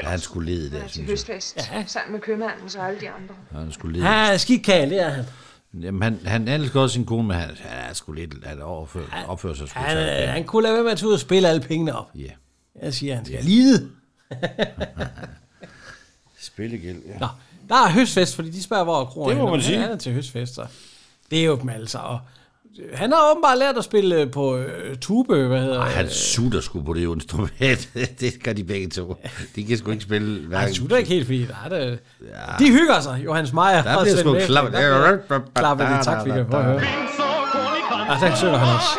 C: ja, han skulle lede
P: Han
C: der,
P: er til
C: synes jeg.
P: høstfest, ja. sammen med købmanden og alle de andre.
C: Han skulle lede.
B: Ja, skidkagel, det er han.
C: Jamen, han, han elsker også sin kone, men han, han er sgu lidt, han overfører, opfører sig sgu
B: Han,
C: sådan.
B: øh, han kunne lade være med at tage ud og spille alle pengene op.
C: Ja.
B: Jeg siger, han skal lide.
C: Spillegæld, ja.
B: Nå, der er høstfest, fordi de spørger, hvor er kroer
C: Det må
B: henne,
C: man
B: men
C: sige.
B: Han er til høstfester. Det er jo dem alle sig. Og øh, han har åbenbart lært at spille øh, på øh, tube, hvad hedder
C: Ej, han sutter sgu på det instrument. det gør de begge to. De kan sgu ikke spille
B: Nej,
C: hverken.
B: han sutter ikke helt, fordi der er det. Ja. De hygger sig, Johannes Meyer.
C: Der
B: og
C: bliver
B: Svend
C: sgu
B: Methling.
C: klappet.
B: Der bliver Klappet i taktfikker. Prøv at høre. Altså, han synger han også.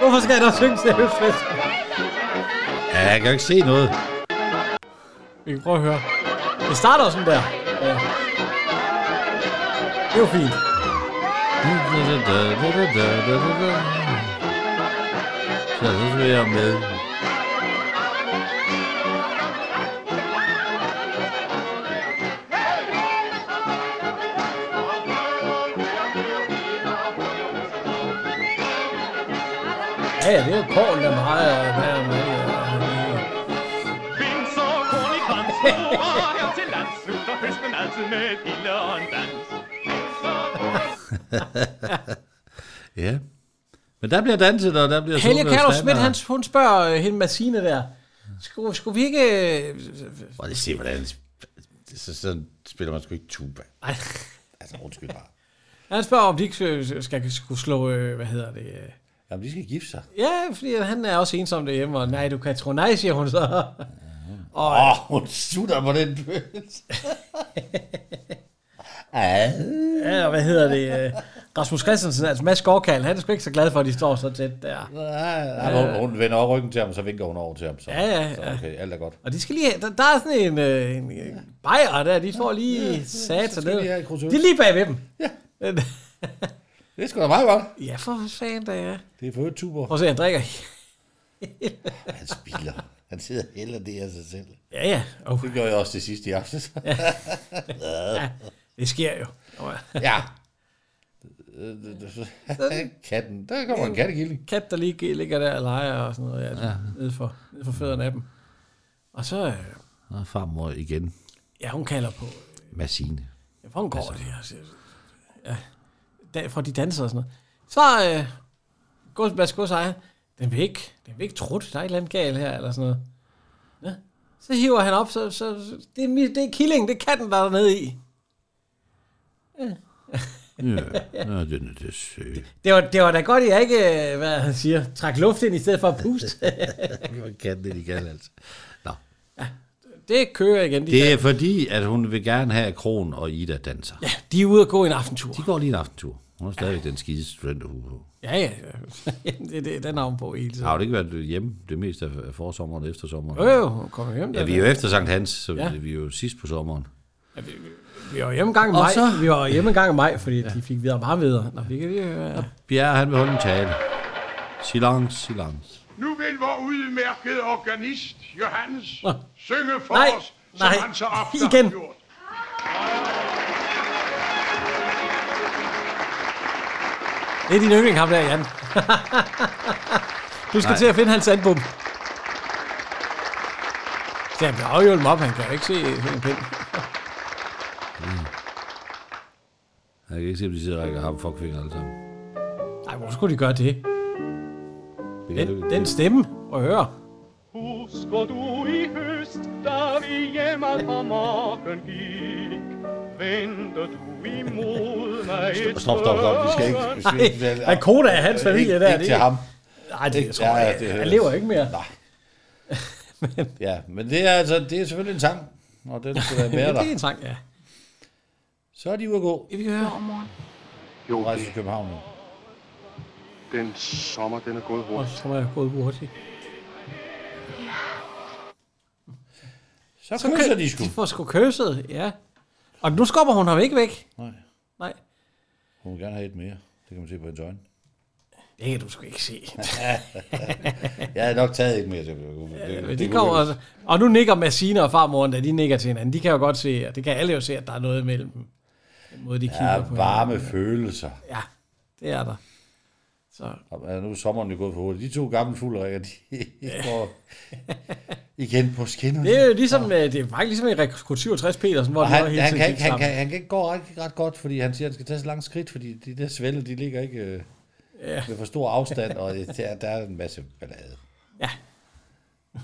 B: Hvorfor skal jeg da synge til høstfest?
C: Ja, jeg kan jo ikke se noget.
B: Vi kan prøve at høre. Det starter sådan der. Ja. Det er jo fint.
C: Så så vil jeg med.
B: Ja, ja, det er jo Kåren, der meget er med. med, med.
C: ja. Men der bliver danset, og der bliver
B: Helge
C: sunget og
B: Kærlov
C: stander.
B: Schmidt, han, hun spørger øh, hende Massine der. Skulle, skulle vi ikke... øh,
C: Prøv lige at se, hvordan han sp- det- så, så spiller man sgu ikke tuba.
B: Ej.
C: Altså, undskyld bare.
B: Han spørger, om de ikke øh, skal, skulle slå... øh, Hvad hedder det? øh.
C: Jamen, de skal gifte sig.
B: Ja, fordi han er også ensom derhjemme, og nej, du kan tro nej, siger hun så. Åh,
C: Åh, hun sutter på den pølse.
B: ja, og hvad hedder det? øh, Rasmus Christensen, altså Mads Gårdkald, han er sgu ikke så glad for, at de står så tæt der.
C: Ja, Ah, hun, hun vender over ryggen til ham, og så vinker hun over til ham. Så,
B: Ja, ja,
C: så
B: ja.
C: okay, alt er godt.
B: Og de skal lige, have- der, der er sådan en, øh, en øh, bajer der, de får lige sat sig ned.
C: de have et krusøl.
B: De er lige bagved dem.
C: Ja.
B: det
C: er sgu da meget godt.
B: Ja, for fanden da, ja.
C: Det er for øvrigt tuber.
B: Prøv at se, han drikker.
C: Han spiller. Han sidder og hælder det af sig selv.
B: Ja, ja. Oh.
C: Det gjorde jeg også det sidste i aften.
B: ja, det sker jo. Nå,
C: ja. Katten. Der kommer en kattegilling.
B: Kat, der lige ligger der og leger og sådan noget. Ja,
C: Ja.
B: ja. Nede, for, nede for fødderne af dem. Og så, øh,
C: Og farmor igen.
B: ja, hun kalder på,
C: Massine.
B: ja, hvor hun går
C: Altså.
B: det her. siger- Ja, da, for de danser og sådan noget. Så, øh, gods, Mads Gods ejer, den vil ikke, den vil ikke trutte, der er et eller andet galt her, eller sådan noget. Ja. Så hiver han op, så, så, så det, er, mi- det er killing, det er katten, der er dernede i.
C: Ja, ja den er det søge.
B: Det var, det var da godt, jeg ikke, øh, hvad han siger, trak luft ind i stedet for at puste.
C: Det var katten, det de kan altså.
B: det kører igen. De,
C: Det
B: det...
C: er fordi, at hun vil gerne have, at Kron og Ida danser.
B: ja, de er ude at gå en aftentur.
C: De går lige en aftentur. Hun har stadigvæk den skide studenterhue på.
B: Ja, ja. Jamen, det, det, den har hun på hele tiden.
C: Har det ikke været hjemme det meste af forsommeren og eftersommeren?
B: Jo, jo, hun kommer hjem.
C: Ja,
B: der.
C: vi er jo efter Sankt Hans, så
B: Ja.
C: ja. vi er jo sidst på sommeren.
B: Ja, vi, vi- vi var hjemme en gang i
C: Og
B: maj.
C: så-
B: Vi var hjemme en gang i maj, fordi ja. de fik videre varme videre. Nå, vi kan lige øh, høre. Ja.
C: Bjerre, han vil holde en tale. Silence, silence.
L: Nu vil vores udmærkede organist, Johannes,
C: Nå.
L: synge for
B: Nej,
L: os,
B: nej,
L: som han så ofte
B: igen.
L: har gjort.
B: Det er din yndling, ham der, Jan. du skal
C: Nej.
B: Nej. til at finde hans album. Så han bliver afhjulpet op, han kan jo ikke se se en pind.
C: Mm. Jeg kan ikke se, om de sidder og rækker ham fuckfinger alle sammen.
B: Nej, hvor skulle de gøre det?
C: Det kan du
B: Den,
C: ikke.
B: den stemme, og høre.
Q: Husker du i høst, da vi hjemme fra marken gik, vendte du imod mig
C: Stop, stop, stop, stop. Vi skal ikke... Vi skal ikke
B: Nej, nej, Koda er hans familie
C: ikke,
B: der, det
C: Ikke
B: er-
C: til ham.
B: Nej, det, jeg tror,
C: Ja,
B: ja,
C: det
B: det, han
C: høres.
B: lever ikke mere.
C: Nej. Ja, men det er, altså, det er selvfølgelig en sang, og den skal være med
B: det
C: dig.
B: er en sang, ja.
C: Så er de ude at gå.
B: Vi hører om
C: Jo, Rejse til København nu.
D: Den sommer, den er gået
B: Og
D: hurtigt.
B: så var jeg gået hurtigt.
C: Så, kysser
B: kø-
C: de sgu.
B: De får sgu kysset, ja. Og nu skubber hun ham ikke væk.
C: Nej.
B: Nej.
C: Hun vil gerne have et mere. Det kan man se på hendes øjne.
B: Det kan du sgu ikke se.
C: Jeg havde nok taget et mere til. Det,
B: Men
C: det
B: de
C: kunne
B: kommer
C: jeg-
B: også, og nu nikker Massine og farmoren, da de nikker til hinanden. De kan jo godt se, og det kan alle jo se, at der er noget imellem dem. Den måde, de
C: Ja,
B: kigger på
C: varme
B: hinanden.
C: følelser.
B: Ja, det er der. Så.
C: Og nu er sommeren jo gået for hurtigt. De to gamle fulderikker, de går igen på skinnerne.
B: Det er jo ligesom, øh, det er faktisk ligesom i rekrut 67 Petersen, hvor
C: Og
B: de han,
C: han,
B: hele
C: han,
B: tiden
C: kan
B: gik
C: ikke, han,
B: sammen.
C: kan, han kan ikke gå ret, ret godt, fordi han siger, at han skal tage så langt skridt, fordi de der svælle, de ligger ikke øh,
B: Ja.
C: med for stor afstand, og det- der, der er en masse ballade.
B: Ja.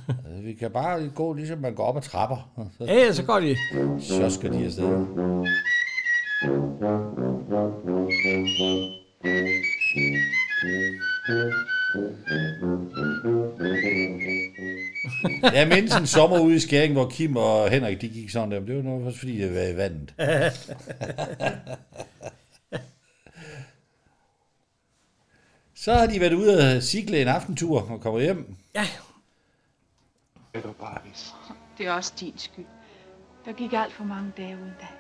C: Altså, vi kan bare gå, ligesom man går op ad trapper.
B: Ja, ja, så går de.
C: Så skal de afsted. Jeg mindes en sommer ude i Skæring, hvor Kim og Henrik, de gik sådan der. Men Det var nok også, fordi det var i vandet. Så har de været ude og cikle en aftentur og kommer hjem.
L: Det var bare vist.
I: Det er også din skyld. Der gik alt for mange dage uden dig.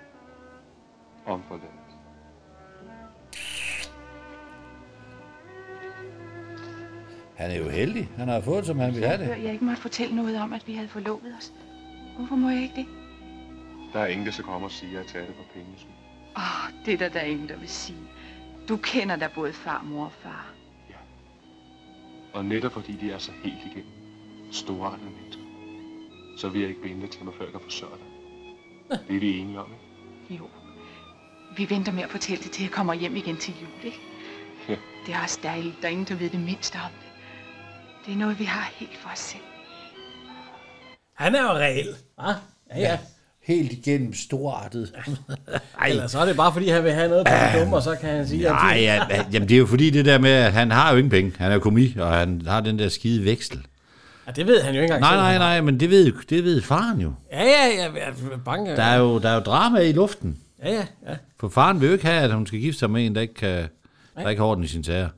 O: Om for lidt.
C: Han er jo heldig. Han har fået, som han ville have
I: Hør,
C: det.
I: jeg ikke måtte fortælle noget om, at vi havde forlovet os. Hvorfor må jeg ikke det?
O: Der er ingen, der skal komme og sige, at jeg tager det for penge. skyld.
I: Åh, oh, det er der, der er ingen, der vil sige. Du kender da både far, mor og far.
O: Og netop fordi de er så helt igennem storartede mennesker, så vil jeg ikke binde dig til mig, før jeg kan forsørge dig. Det er vi enige om, ikke?
I: Jo. Vi venter med at fortælle det, til jeg kommer hjem igen til jul, ikke?
O: Ja.
I: Det er også dejligt. Der er ingen, der ved det mindste om det. Det er noget, vi har helt for os selv.
B: Han er jo real. Ja, ja. ja.
C: Helt igennem storartet.
B: Ej. Eller så er det bare, fordi han vil have noget på det dumme, og så kan han sige,
C: Nej, ja, ja, jamen, det er jo fordi det der med, at han har jo ingen penge. Han er jo komi, og han har den der skide veksel.
B: ja, det ved han jo ikke engang.
C: Nej,
B: selv,
C: nej,
B: han har.
C: nej, men det ved, det ved faren jo.
B: Ja, ja, ja, ja, banke.
C: Der er jo, der er jo drama i luften.
B: Ja, ja, ja.
C: For faren vil jo ikke have, at hun skal gifte sig med en, der ikke, kan, der
B: Nej.
C: ikke har orden i sin sager.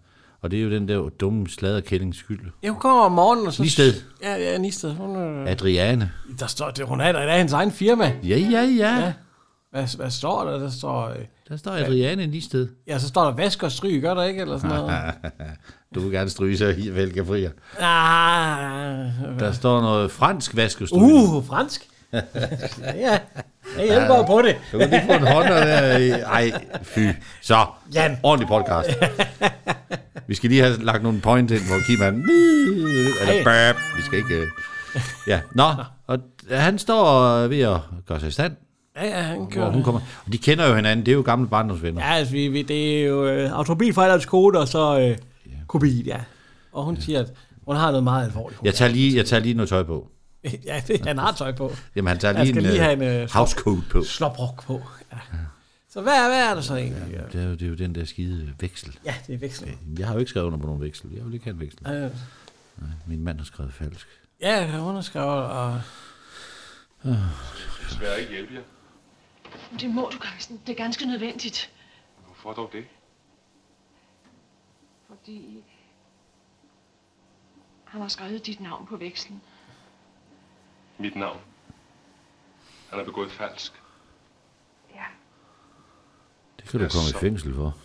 C: Og det er jo den der dumme sladderkællings skyld.
B: Ja, hun kommer om morgenen, og så...
C: Nisted.
B: Ja, ja, Nisted. Hun, øh,
C: Adriane.
B: der står, det, hun er der, der er hendes egen firma.
C: Ja, ja, ja.
B: Hvad, hvad står der? Der står... Øh,
C: der står Adriane Nisted.
B: Ja, så står der vask og stryg, gør der ikke? Eller sådan noget.
C: du vil gerne stryge sig i Velke Frier.
B: Ah,
C: Der står noget fransk vaskestue.
B: uh, fransk. Ja, ja. Jeg hjælper jo på det.
C: Du kan lige få en hånd der. i- Ej, fy. Så,
B: Jan.
C: ordentlig podcast. Vi skal lige have lagt nogle point ind, hvor Kim han... Eller bæb. Vi skal ikke... øh. Ja, nå. Og øh, han står ved at gøre sig i stand.
B: Ja, ja, han
C: Hvor
B: kører.
C: hun kommer. Og de kender jo hinanden. Det er jo gamle barndomsvenner.
B: Ja, altså, vi, vi, det er jo øh, automobilfejlerens kode, og så øh, kobi, ja. Og hun siger, at hun har noget meget alvorligt.
C: Jeg tager lige, jeg tager lige noget tøj på.
B: ja, det, han har tøj på.
C: Jamen, han tager
B: Han
C: lige
B: skal
C: en,
B: lige
C: øh,
B: have en øh,
C: housecoat på.
B: sloprok på. Ja. Så hvad, er- hvad er der så egentlig?
C: Ja, Det er, jo, det er jo den der skide veksel. Øh,
B: Ja, det er veksel.
C: Jeg har jo ikke skrevet under på nogen veksel. Jeg vil ikke have en veksel.
B: Øh.
C: Nej, min mand har skrevet falsk.
B: Ja, hun underskrev, og...
O: Desværre ikke hjælpe jer.
R: Det må du, Carsten. Det er ganske nødvendigt.
O: Hvorfor dog det?
R: Fordi han har skrevet dit navn på vekslen.
O: Mit navn. Han har begået falsk.
C: Det kan du
O: Ja,
C: komme
O: så.
C: i fængsel for.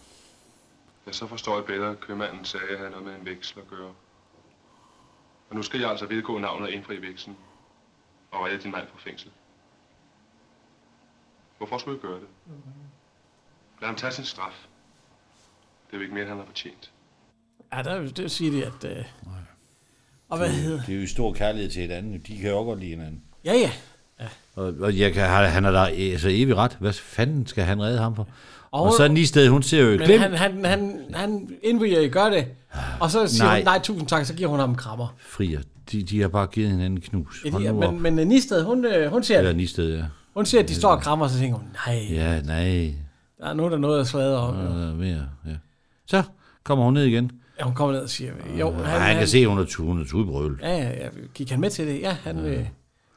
O: Ja, så forstår jeg bedre, at købmanden sagde, at han havde med en veksel at gøre. Og nu skal jeg altså vedgå navnet og indfri vekslen. Og redde din mand fra fængsel. Hvorfor skulle jeg gøre det? Lad ham tage sin straf. Det er jo ikke mere, han har fortjent.
B: Ja, der, det vil sige det, at... Øh, og hvad hedder...
C: Det er jo stor kærlighed til hinanden. De kan jo også godt lide hinanden.
B: Ja, ja.
C: Og, og jeg kan, han han er der e- altså evig ret. Hvad fanden skal han redde ham for? Og,
B: Og-
C: og så lige sted, hun ser jo
B: Men
C: glem.
B: han, han, han, han indviger, I gør det. Og så siger nej.
C: Nej.
B: hun, nej, tusind tak, så giver hun ham en krammer.
C: Frier. De, de har bare givet hinanden en knus.
B: Ja,
C: Hold
B: de,
C: nu op.
B: men, men øh, Nisted, hun, øh, hun ser
C: Eller
B: det.
C: Nisted, ja.
B: Hun ser, at de står og krammer, og så tænker hun, nej,
C: Ja, nej.
B: der er nu der er noget at sladre om.
C: Der er noget mere, ja. Så kommer hun ned igen.
B: Ja, hun kommer ned og siger, jo,
C: Han, han, han kan se, at hun er, tu- hun er tudbrøl.
B: Ja, ja, ja, gik han med til det? Ja, han, ja. Øh,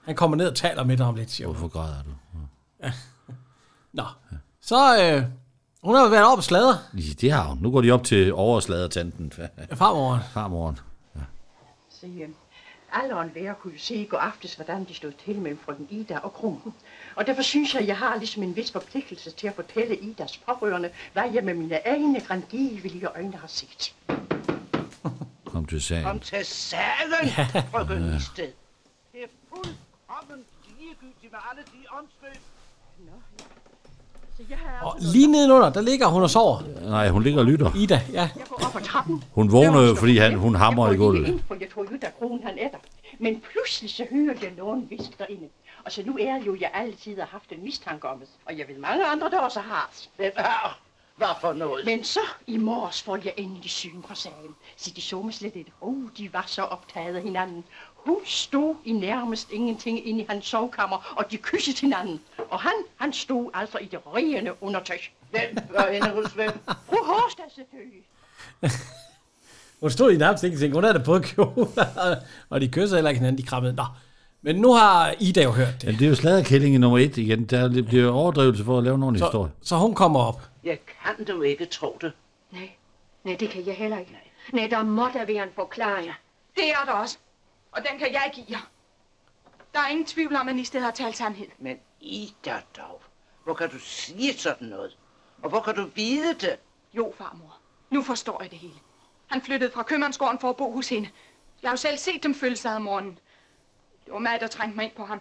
B: han kommer ned og taler med dig om lidt, siger hun.
C: Hvorfor græder du?
B: Nå, så øh, hun har jo været op og sladre
C: Ja, Det har hun. Nu går de op til oversladertanten.
B: Farmoren.
C: Farmoren.
S: Se, øh, alle og enhver kunne jo se i går aftes, hvordan det stod til mellem frøken Ida og Krumpen. Og derfor synes jeg, jeg har ligesom en vis forpligtelse til at fortælle Idas pårørende, hvad jeg med mine egne grandivelige øjne har set.
C: Kom til sagen.
G: Kom til sagen, frøken Isted. Det er fuldkommen ligegyldigt med alle de omstød.
T: Nå, ja. Så jeg har
B: Og lige nedenunder, der ligger hun og sover.
C: Øh, Nej, hun ligger og lytter.
B: Ida, ja.
H: går op ad trappen.
C: Hun vågner jo, fordi han, hun hamrer i
H: Jeg
C: gulvet.
H: ind, for jeg troede jo, der kronen han er der. Men pludselig så hører jeg nogen viske derinde. Og så nu er jo, jeg altid har haft en mistanke om det. Og jeg ved mange andre, der også har. Men, ah, hvad for noget? Men så i morges får jeg endelig syn på sagen. Så de så mig slet ikke. Oh, de var så optaget af hinanden. Hun stod i nærmest ingenting inde i hans sovekammer, og de kyssede hinanden. Og han, han stod altså i det rene undertøj. Hvem var inde hos hvem? Fru Horstad selvfølgelig.
B: Hun stod i nærmest ingenting. Hun havde da på kjole. og de kysser heller ikke hinanden. De krammede. Nå. Men nu har Ida jo hørt det.
C: Men det er jo sladderkællingen nummer et igen. Der bliver overdrivelse for at lave en ordentlig
B: Så-
C: historie.
B: Så hun kommer op.
G: Jeg kan du ikke tro det.
F: Nej, nej, det kan jeg heller ikke. Nej, der må der være en forklaring.
I: Det er der også. Og den kan jeg give jer. Der er ingen tvivl om, at Nisted har talt sandhed.
G: Men Ida dog, hvor kan du sige sådan noget? Og hvor kan du vide det?
I: Jo, farmor. Nu forstår jeg det hele. Han flyttede fra købmandsgården for at bo hos hende. Jeg har jo selv set dem følge sig ad morgenen. Det var mig, der trængte mig ind på ham.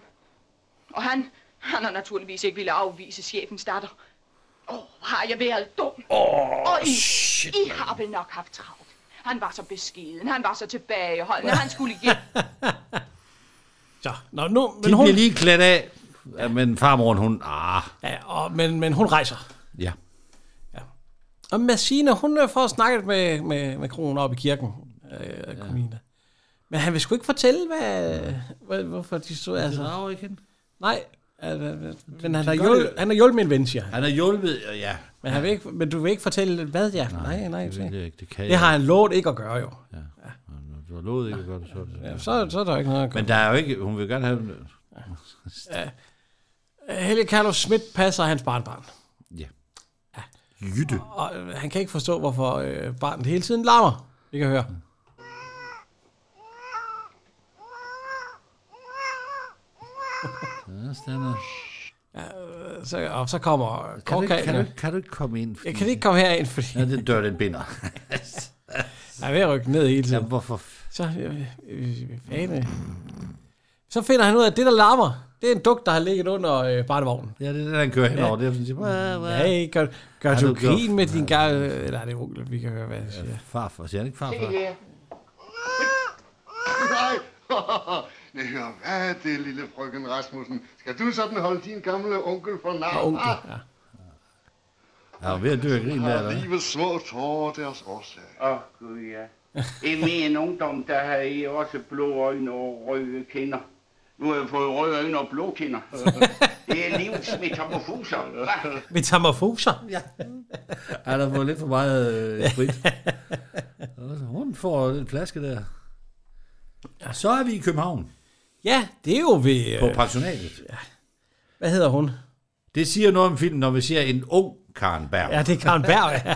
I: Og han, han har naturligvis ikke ville afvise chefens datter. Åh, oh, har jeg været dum.
U: Åh,
I: Og I,
U: shit,
I: I har vel nok haft travlt. Han var så beskeden, han var så tilbageholdende, han skulle hjem.
B: Så, nå, nu, men
C: De
B: hun,
C: bliver lige klædt af. Ja, men farmoren, hun... Ah,
B: ja, og, men, men hun rejser.
C: ja.
B: Og Massina, hun øh, får snakket med, med, med kronen op i kirken. Øh, ja. Men han vil sgu ikke fortælle, hvad, hvad, hvorfor de så... Altså.
C: drager ikke hende?
B: Nej, altså, men han
C: de
B: har,
C: gør
B: hjulpet,
C: det-
B: han har hjulpet en ven, siger han.
C: Han har hjulpet, og ja.
B: Men, han vil ikke, men du vil ikke fortælle, hvad jeg... Nej, nej, nej
C: det vil jeg ikke. Det kan
B: det
C: jeg
B: har
C: ikke.
B: han lovet ikke at gøre, jo.
C: Du har lovet ikke at gøre det, så er det.
B: Ja, så, så er der ikke noget at gøre.
C: Men der er jo ikke... Hun vil gerne have...
B: Ja. Helge Carlos Schmidt passer hans barnbarn.
C: Ja. Jytte.
B: Og øh, han kan ikke forstå, hvorfor øh, barnet hele tiden larmer. Vi kan høre.
C: Ja, Stanner.
B: Øh, Så, og så kommer
C: Kan du, ikke, kan, du,
B: korkalen.
C: ikke- kan du ikke komme ind?
B: Jeg kan ikke komme herind, fordi...
C: Ja, den dør, den binder.
B: Jeg er ved at rykke ned hele tiden.
C: Ja, hvorfor?
B: Så, øh, øh, fane. så finder han ud af, at det, der larmer, det er en duk, der har ligget under øh, barnevognen.
C: Ja, det er den, han kører henover. Det er sådan,
B: Ja.
C: siger, "Wah, wah."
B: Hey, gør, gør
C: Ja,
B: du
C: du gjorde-
B: grin med din gamle... Eller er det onkel, vi kan høre, hvad jeg siger.
C: Farfar, siger han ikke farfar?
D: her. Nej, Nej, hør, hvad er det, lille frøken Rasmussen? Skal du sådan holde din gamle onkel for nar?
C: Ja, onkel,
D: ja.
C: Ja, ved at dø af grin der, eller
D: Har
C: hvad?
D: livets små tårer deres årsag?
E: Åh, oh, gud ja. I min ungdom, der havde I også blå øjne og røde kinder. Nu har jeg fået røde øjne og blå kinder. Det er livets metamorfoser. hva?
B: Metamorfoser?
C: Ja. Han har fået lidt for meget øh, sprit. Og så Hun får en flaske der. Så er vi i København.
B: Ja, det er jo ved... øh,
C: På pensionatet.
B: Hvad hedder hun?
C: Det siger noget om filmen, når vi ser en ung Karen Berg.
B: Ja, det er Karen Berg, ja.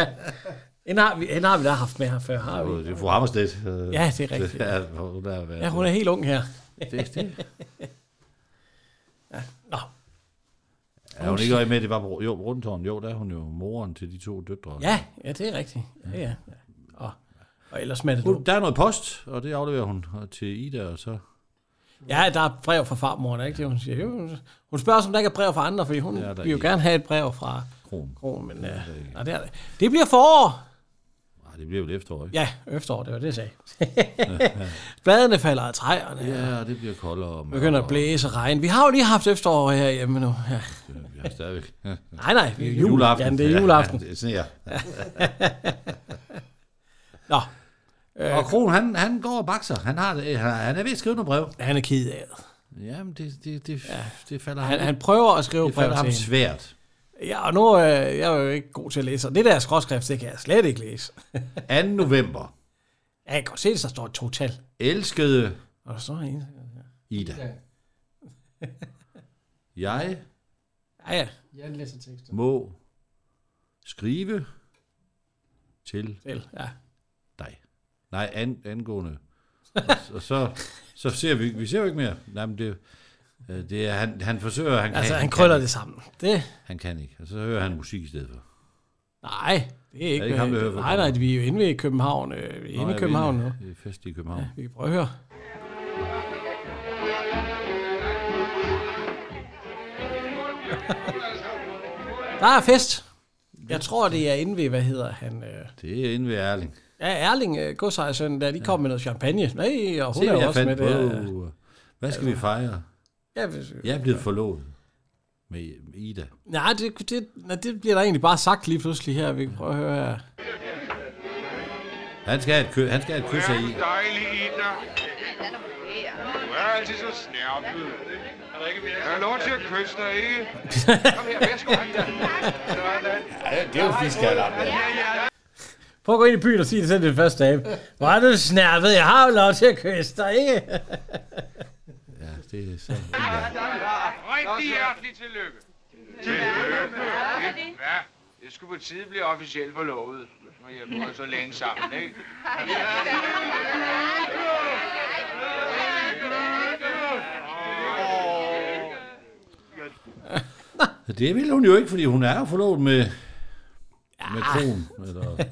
B: ja. Hende har, vi, hende har vi da haft med her før, har vi?
C: Det er fru Hammerstedt. øh,
B: Ja, det er rigtigt.
C: Ja, hun er,
B: Ja, hun er helt ung her.
C: Det, det.
B: Ja. Nå.
C: Er hun ikke øje med, at det var på jo, Rundtårn? Jo, der er hun jo moren til de to døtre.
B: Ja, ja, det er rigtigt. Ja, ja. Og, og ellers med det
C: Hun, der er noget post, og det afleverer hun til Ida, og så...
B: Ja, der er brev fra farmoren, er ikke det, hun siger? Jo, hun- hun spørger, os, om der ikke er brev fra andre, fordi hun
C: Det er
B: ja,
C: der
B: vil jo
C: ikke.
B: gerne have et brev fra
C: Kron.
B: Kron, men ja,
C: der ikke.
B: nej, det, er, det. det bliver forår.
C: Nej, det bliver jo et efterår, ikke?
B: Ja, efterår, det var det, jeg sagde. Bladene falder af træerne.
C: Ja, og det bliver koldere. og
B: Det begynder at blæse og regne. Vi har jo lige haft efterår her hjemme nu. Ja.
C: Ja, stadigvæk.
B: Nej, nej, det er jul.
C: Juleaften.
B: Ja, det er juleaften.
C: Ja, det sneer.
B: Nå. Øh,
C: og Kron, han, han går og bakser. Han, har det, han, han er ved at skrive noget brev.
B: Han er ked af det.
C: Jamen, det, det, det, ja. det falder
B: Han,
C: ham-
B: han prøver at skrive
C: det falder
B: brev til
C: ham
B: hende.
C: svært.
B: Ja, og nu øh, jeg er jo ikke god til at læse, og det der skråskrift, det kan jeg slet ikke læse.
C: 2. november.
B: Ja, jeg kan godt se, at der står et total.
C: Elskede
B: Og der står en.
C: Ida. Jeg
B: Ja, ja.
V: Jeg læser tekster.
C: må skrive til
B: Til, ja.
C: dig. Nej, an, angående. og, og så, så ser vi, vi ser jo ikke mere. Nej, men det, øh, det er, han, han forsøger, han
B: Altså,
C: kan,
B: han krøller
C: kan
B: det
C: ikke.
B: sammen. Det-
C: Han kan ikke, og så hører han musik i stedet for.
B: Nej. Det er ikke, øh,
C: Er det ikke ham, vi hører fra?
B: nej, nej, vi er jo inde ved København. Øh, inde i
C: ja,
B: København nu.
C: Det er fest i København.
B: Ja, vi kan prøve at høre. Der er fest. Jeg tror, det er inde ved, hvad hedder han? Øh,
C: Det er inde ved Erling.
B: ja, Erling øh, Godsejersøn, der de kom med noget champagne. Nej, og hun
C: Se,
B: er
C: hvad
B: jo
C: jeg
B: også med
C: fandt på.
B: det.
C: Det, Hvad skal vi fejre?
B: Ja, hvis-
C: Jeg er blevet forlovet med Ida.
B: Nej, det, det, nej, det bliver der egentlig bare sagt lige pludselig her. Vi kan prøve at høre her.
C: Han skal have et, kø- han skal have et kys af
J: Du er en
C: Ida.
J: dejlig Ida. Du er altid så snærpet. Jeg har lov til at kysse dig, ikke? Kom her, værsgo, Ida. Sådan.
C: Ja, det er jo fiskalderen.
B: Prøv at gå ind i byen og sige det selv det første af. Hvor er du snærpet? Jeg har jo lov til at kysse dig, ikke?
C: Ja, det er så.
J: Rigtig hjertelig tillykke. Tillykke. Ja, det skulle på tide blive officielt forlovet. Når jeg bor så længe sammen, ikke?
C: Det vil hun jo ikke, fordi hun er jo forlovet med, med Kron. Eller,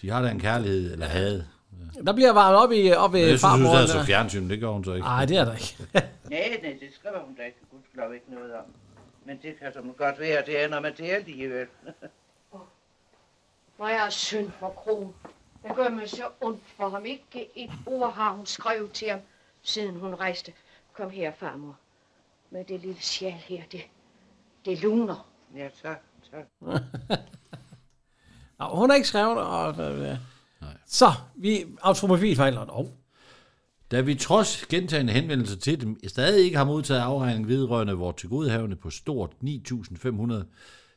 C: de har da en kærlighed, eller had.
B: Der bliver varmet op i op
C: Jeg
B: ved
C: synes, hun
B: farmoren.
C: havde så
B: der.
C: fjernsyn, det gør hun så ikke.
B: Nej, det er der ikke.
G: Nej, nej, det skriver hun da ikke. Gudskelov ikke noget om. Men det kan som godt være, det er, når man det er alligevel.
F: Hvor jeg er synd for Kron. Det gør mig så ondt for ham. Ikke et ord har hun skrevet til ham, siden hun rejste. Kom her, farmor. Med det lille sjal her, det, det luner.
G: Ja, tak, tak.
B: Nå, hun har ikke skrevet. Og, øh, Nej. Så, vi automobilfejleren. Oh.
C: Da vi trods gentagende henvendelser til dem stadig ikke har modtaget afregning vedrørende vores tilgodehavende på stort 9.500,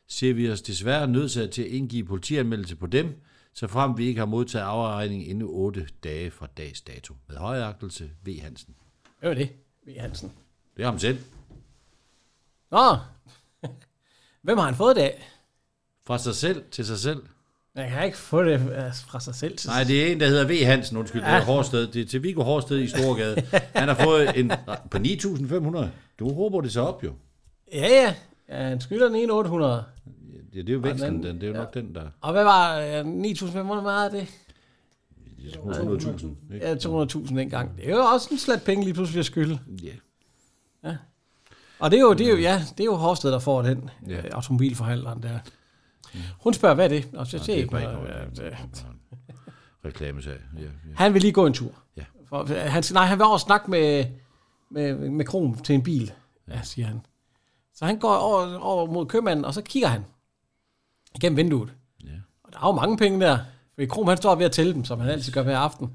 C: ser vi os desværre nødsaget til at indgive politianmeldelse på dem, så frem vi ikke har modtaget afregning inden 8 dage fra dags dato. Med højagtelse, V. Hansen.
B: Det var det, V. Hansen.
C: Det er ham selv.
B: Nå, hvem har han fået det af?
C: Fra sig selv til sig selv.
B: Jeg kan ikke få det altså, fra sig selv.
C: Nej, det er en, der hedder V. Hansen, undskyld, ja. det
B: Ja.
C: er Horsted. Det er til Viggo Horsted i Storgade. Han har fået en på 9.500. Du håber det så op, jo.
B: Ja, ja. ja han skylder den ene 800.
C: Ja, det er jo
B: Og
C: væksten,
B: den-
C: den, det er jo
B: ja.
C: nok den, der...
B: Og hvad var øh, 9.500 meget af det?
C: Det er små 100.000. ikke?
B: Ja, 200.000 dengang. Det er jo også en slat penge lige pludselig at skylde.
C: Ja.
B: ja. Og det er jo, det er jo, ja, det er jo Horsted, der får den
C: Mm. Ja.
B: ja. øh, automobilforhandleren der. Hun spørger, hvad er det? Og så
C: Nej,
B: siger
C: det
B: jeg
C: er
B: ikke
C: bare ikke
B: noget.
C: noget.
B: Ja, det-
C: Reklamesag. Ja, ja.
B: Han vil lige gå en tur.
C: Ja.
B: For, øh, han, siger, nej, han vil over og snakke med, med, med Kron til en bil, ja, siger han. Så han går over, over mod købmanden, og så kigger han igennem vinduet.
C: Ja.
B: Og der er jo mange penge der. For Kron, han står ved at tælle dem, som han altid gør hver aften.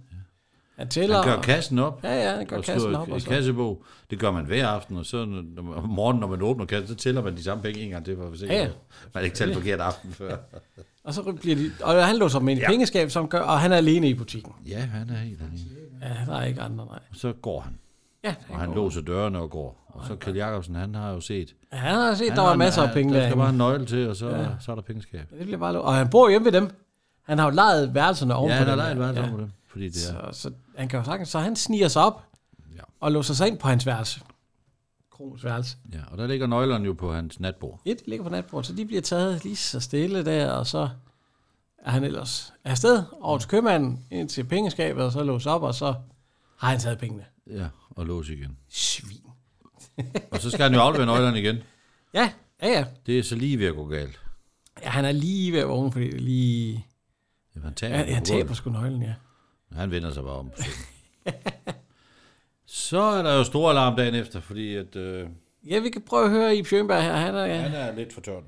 B: Han tæller.
C: Han gør
B: og-
C: kassen op.
B: Ja, ja, han gør
C: og
B: kassen
C: skriver
B: op.
C: Et,
B: Og
C: et
B: så.
C: kassebog. Det gør man hver aften, og så når- når man, om morgenen, når man åbner kassen, så tæller man de samme penge en gang til, for at være sikker
B: Ja, ja.
C: på, at man ikke talte forkert aften før.
B: og så bliver de, og han låser dem ind i ja. pengeskab, som gør, og han er alene i butikken.
C: Ja, han er helt alene.
B: Ja, der er ikke andre, nej.
C: Og så går han.
B: Ja,
C: og han låser dørene og går. Og så Kjell Jacobsen, han har jo set.
B: Ja, han har set,
C: Han
B: der
C: har
B: var
C: en-
B: masser af penge
C: Der skal
B: derinde.
C: bare en nøgle til, og så,
B: Ja.
C: så er der pengeskab.
B: Det bliver bare lov. Og han bor hjemme ved dem. Han har jo lejet værelserne ovenpå
C: Ja, han har
B: dem.
C: lejet værelse ja. dem, fordi det er...
B: Så, så han kan jo sagtens, så han sniger sig op ja. og låser sig ind på hans værelse. Kronos værelse.
C: Ja, og der ligger nøglerne jo på hans natbord.
B: Et ligger på natbordet, så de bliver taget lige så stille der, og så er han ellers afsted over til købmanden, ind til pengeskabet, og så låser op, og så har han taget pengene.
C: Ja, og lås igen.
B: Svin.
C: og så skal han jo aflevere nøglerne igen.
B: Ja, ja, ja.
C: Det er så lige ved at gå galt.
B: ja han er lige ved at vågne, fordi det er lige...
C: Jamen, han taber,
B: Han, han
C: på gulvet.
B: taber sgu nøglen, ja.
C: Han vender sig bare om. på sengen. så er der jo stor alarm dagen efter, fordi at, øh,
B: Ja, vi kan prøve at høre i Bjørnberg her. Han er,
C: han er lidt fortørnet.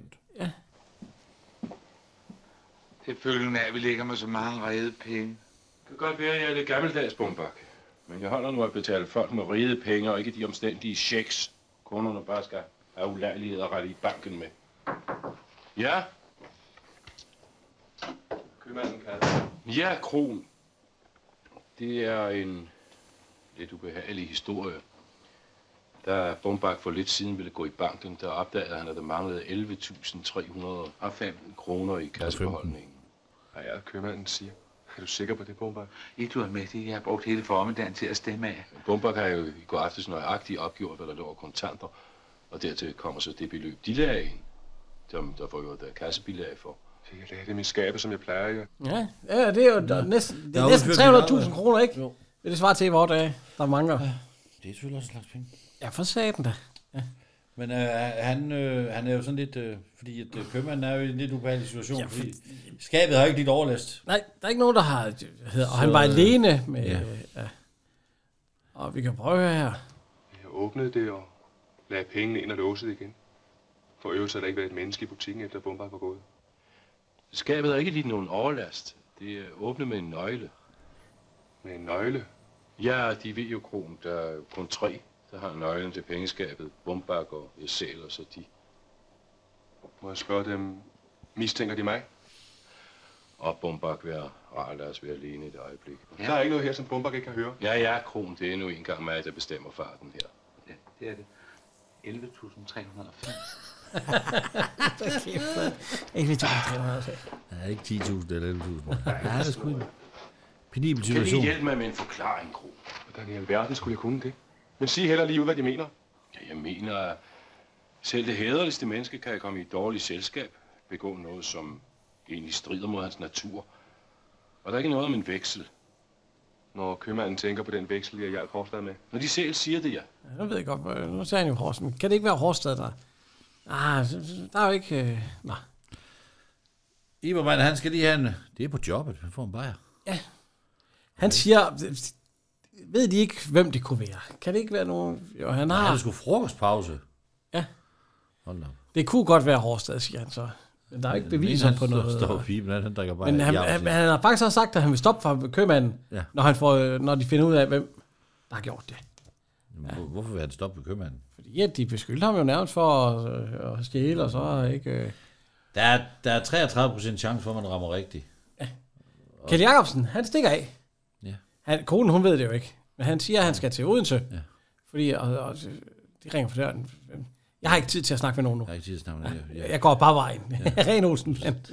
J: Det er følgen af, at vi ligger med så mange rede penge.
O: Det kan godt være, at jeg er lidt gammeldags, Bumbak. Men jeg holder nu at betale folk med rede penge, og ikke de omstændige checks, kunderne bare skal have ulejligheder rette i banken med. Ja? Købmanden kan. altså- Ja, Kron. Det er en lidt ubehagelig historie. Da Bumbak for lidt siden ville gå i banken, der opdagede han, at der manglede 11.315 kroner i kassebeholdningen.
J: Og jeg købmanden siger. Er du sikker på det, Bombak? I du er med det. Jeg har brugt hele formiddagen til at stemme af.
O: Bumbak har jo i går aftes nøjagtigt opgjort, hvad der lå af kontanter, og dertil kommer så det beløb, de lagde ind, som der for øvrigt er kassebilag for.
J: Jeg lagde det i min skabe, som jeg plejer. Jeg.
B: Ja, ja det er jo ja. næsten, det
J: Der
B: er
J: er
B: næsten
J: overført lidt
B: 300.000 kroner, ikke? Jo. Det er det svar til i vores dage, der mangler. Ja.
C: Det er selvfølgelig også en slags penge.
B: Ja, for satan da.
C: Men øh, han, øh, han er jo sådan lidt, øh, fordi at, øh, købmanden er jo i en lidt ubehagelig situation, ja, fordi skabet har ikke dit overlast.
B: Nej, der er ikke nogen, der har... hedder- Og han
C: Så,
B: var
C: øh,
B: alene med...
C: ja.
B: Ja. ja. Og vi kan prøve her.
J: Jeg åbnede det og lagde pengene ind og låste det igen. For øvrigt har der ikke været et menneske i butikken, efter Bombay var gået.
O: Skabet er ikke lige nogen overlast. Det er åbnet med en nøgle.
J: Med en nøgle?
O: Ja, de ved jo, Kron, der er kun tre, der har nøglen til pengeskabet. Bumbak og Esel og så de.
J: Må jeg spørge dem, mistænker de mig?
O: Og Bumbak vil rart lade os være alene et øjeblik.
J: Ja. Der er ikke noget her, som Bombay ikke kan høre.
O: Ja, ja, Kron, det er endnu en gang mig, der bestemmer farten her.
K: Ja, det er det. 11.380.
B: Ikke lidt 300.
C: Ja, ikke 10.000 eller 11.000. Nej, det er sgu en penibel
J: Kan I
C: situation.
J: hjælpe
O: mig med en forklaring, Kron?
J: Hvordan i alverden skulle jeg kunne det? Men sig heller lige ud, hvad de mener.
O: Ja, jeg mener, at selv det hæderligste menneske kan komme i et dårligt selskab, begå noget, som egentlig strider mod hans natur. Og der er ikke noget om en veksel.
J: Når købmanden tænker på den veksel, jeg hjalp forslaget med.
O: Når de selv siger det, ja.
B: Ja, nu ved jeg godt, hvor- nu sagde han jo Horsen. Kan det ikke være Horstad, der... Ah, så- så- der er jo ikke... Øh... Nå.
C: Ibermann, han skal lige have en... Det er på jobbet, han får en bajer.
B: Han siger... Ved de ikke, hvem det kunne være? Kan det ikke være nogen... Jo, han
C: Nej,
B: har...
C: han har sgu frokostpause.
B: Ja.
C: Hold da. op.
B: Det kunne godt være Horstad, siger han så. Men der er jo ikke
C: Den
B: beviser
C: ene, han
B: på
C: står-
B: noget.
C: Står piben, han, han drikker bare
B: Men han, han, han har faktisk også sagt, at han vil stoppe for købmanden,
C: Ja.
B: ja. når, han får, øh, når de finder ud af, hvem der har gjort det.
C: ja. Hvorfor vil han stoppe ved købmanden?
B: Ja, de beskyldte ham jo nærmest for at, øh, at stjæle, og så er ikke... Øh.
C: Der er, der er 33 procent chance for, at man rammer rigtigt.
B: Kjell Jacobsen, han stikker af.
C: Ja.
B: Han, konen, hun ved det jo ikke. Men han siger, at han skal til Odense. Ja. Fordi, og, og, de ringer for døren. Jeg har ikke tid til at snakke med nogen nu. Jeg
C: har ikke tid til at snakke med nogen, ja.
B: Jeg, jeg går bare vejen.
C: Ja.
B: Ja. Ren Olsen. Men,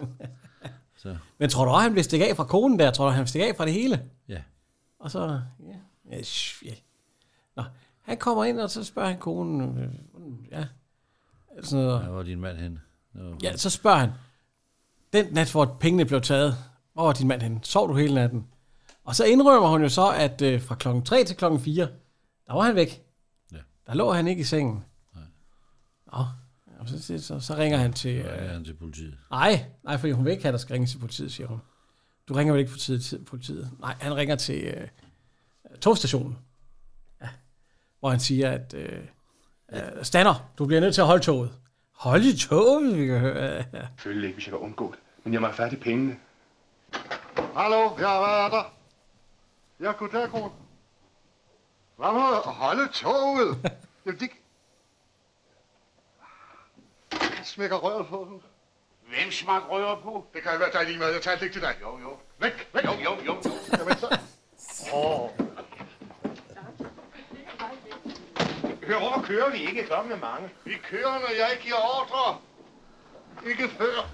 C: Så.
B: men tror du også, han vil stikke af fra konen der? Tror du, han vil stikke af fra det hele?
C: Ja.
B: Og så... Ja. Ja, sh- ja. Nå, han kommer ind, og så spørger han konen... øh, Ja. Sådan noget.
C: Ja, hvor er din mand henne? Nå.
B: Ja, så spørger han, den nat, hvor pengene blev taget, hvor var din mand henne? Sov du hele natten? Og så indrømmer hun jo så, at øh, fra klokken 3 til klokken 4, der var han væk.
C: Ja.
B: Der lå han ikke i sengen. Nej. Nå, jamen, så, så, så, så ringer han til...
C: Ja,
B: Øh,
C: han til politiet.
B: nej, nej, fordi hun vil ikke have, at der skal ringes til politiet, siger hun. Du ringer vel ikke politiet? politiet? Nej, han ringer til øh, togstationen. Ja. Hvor han siger, at... Øh, øh, Stander, du bliver nødt til at holde toget. Hold i toget, vi kan høre. Ja.
J: Selvfølgelig ikke, hvis jeg kan undgå det. Men jeg må have fat i pengene.
D: Hallo, ja, hvad er der? Ja, goddag, kron. Hvad med at holde toget? Jamen, det... Jeg smækker røret på nu.
W: Hvem smak rører på?
D: Det kan være dig lige med. Jeg tager det ikke til dig. Jo, jo. Væk, væk. Jo, jo, jo. jo. Jamen, så... Åh.
E: Hør, hvorfor kører vi ikke? Klokken er mange.
D: Vi kører, når jeg giver ordre. Ikke før.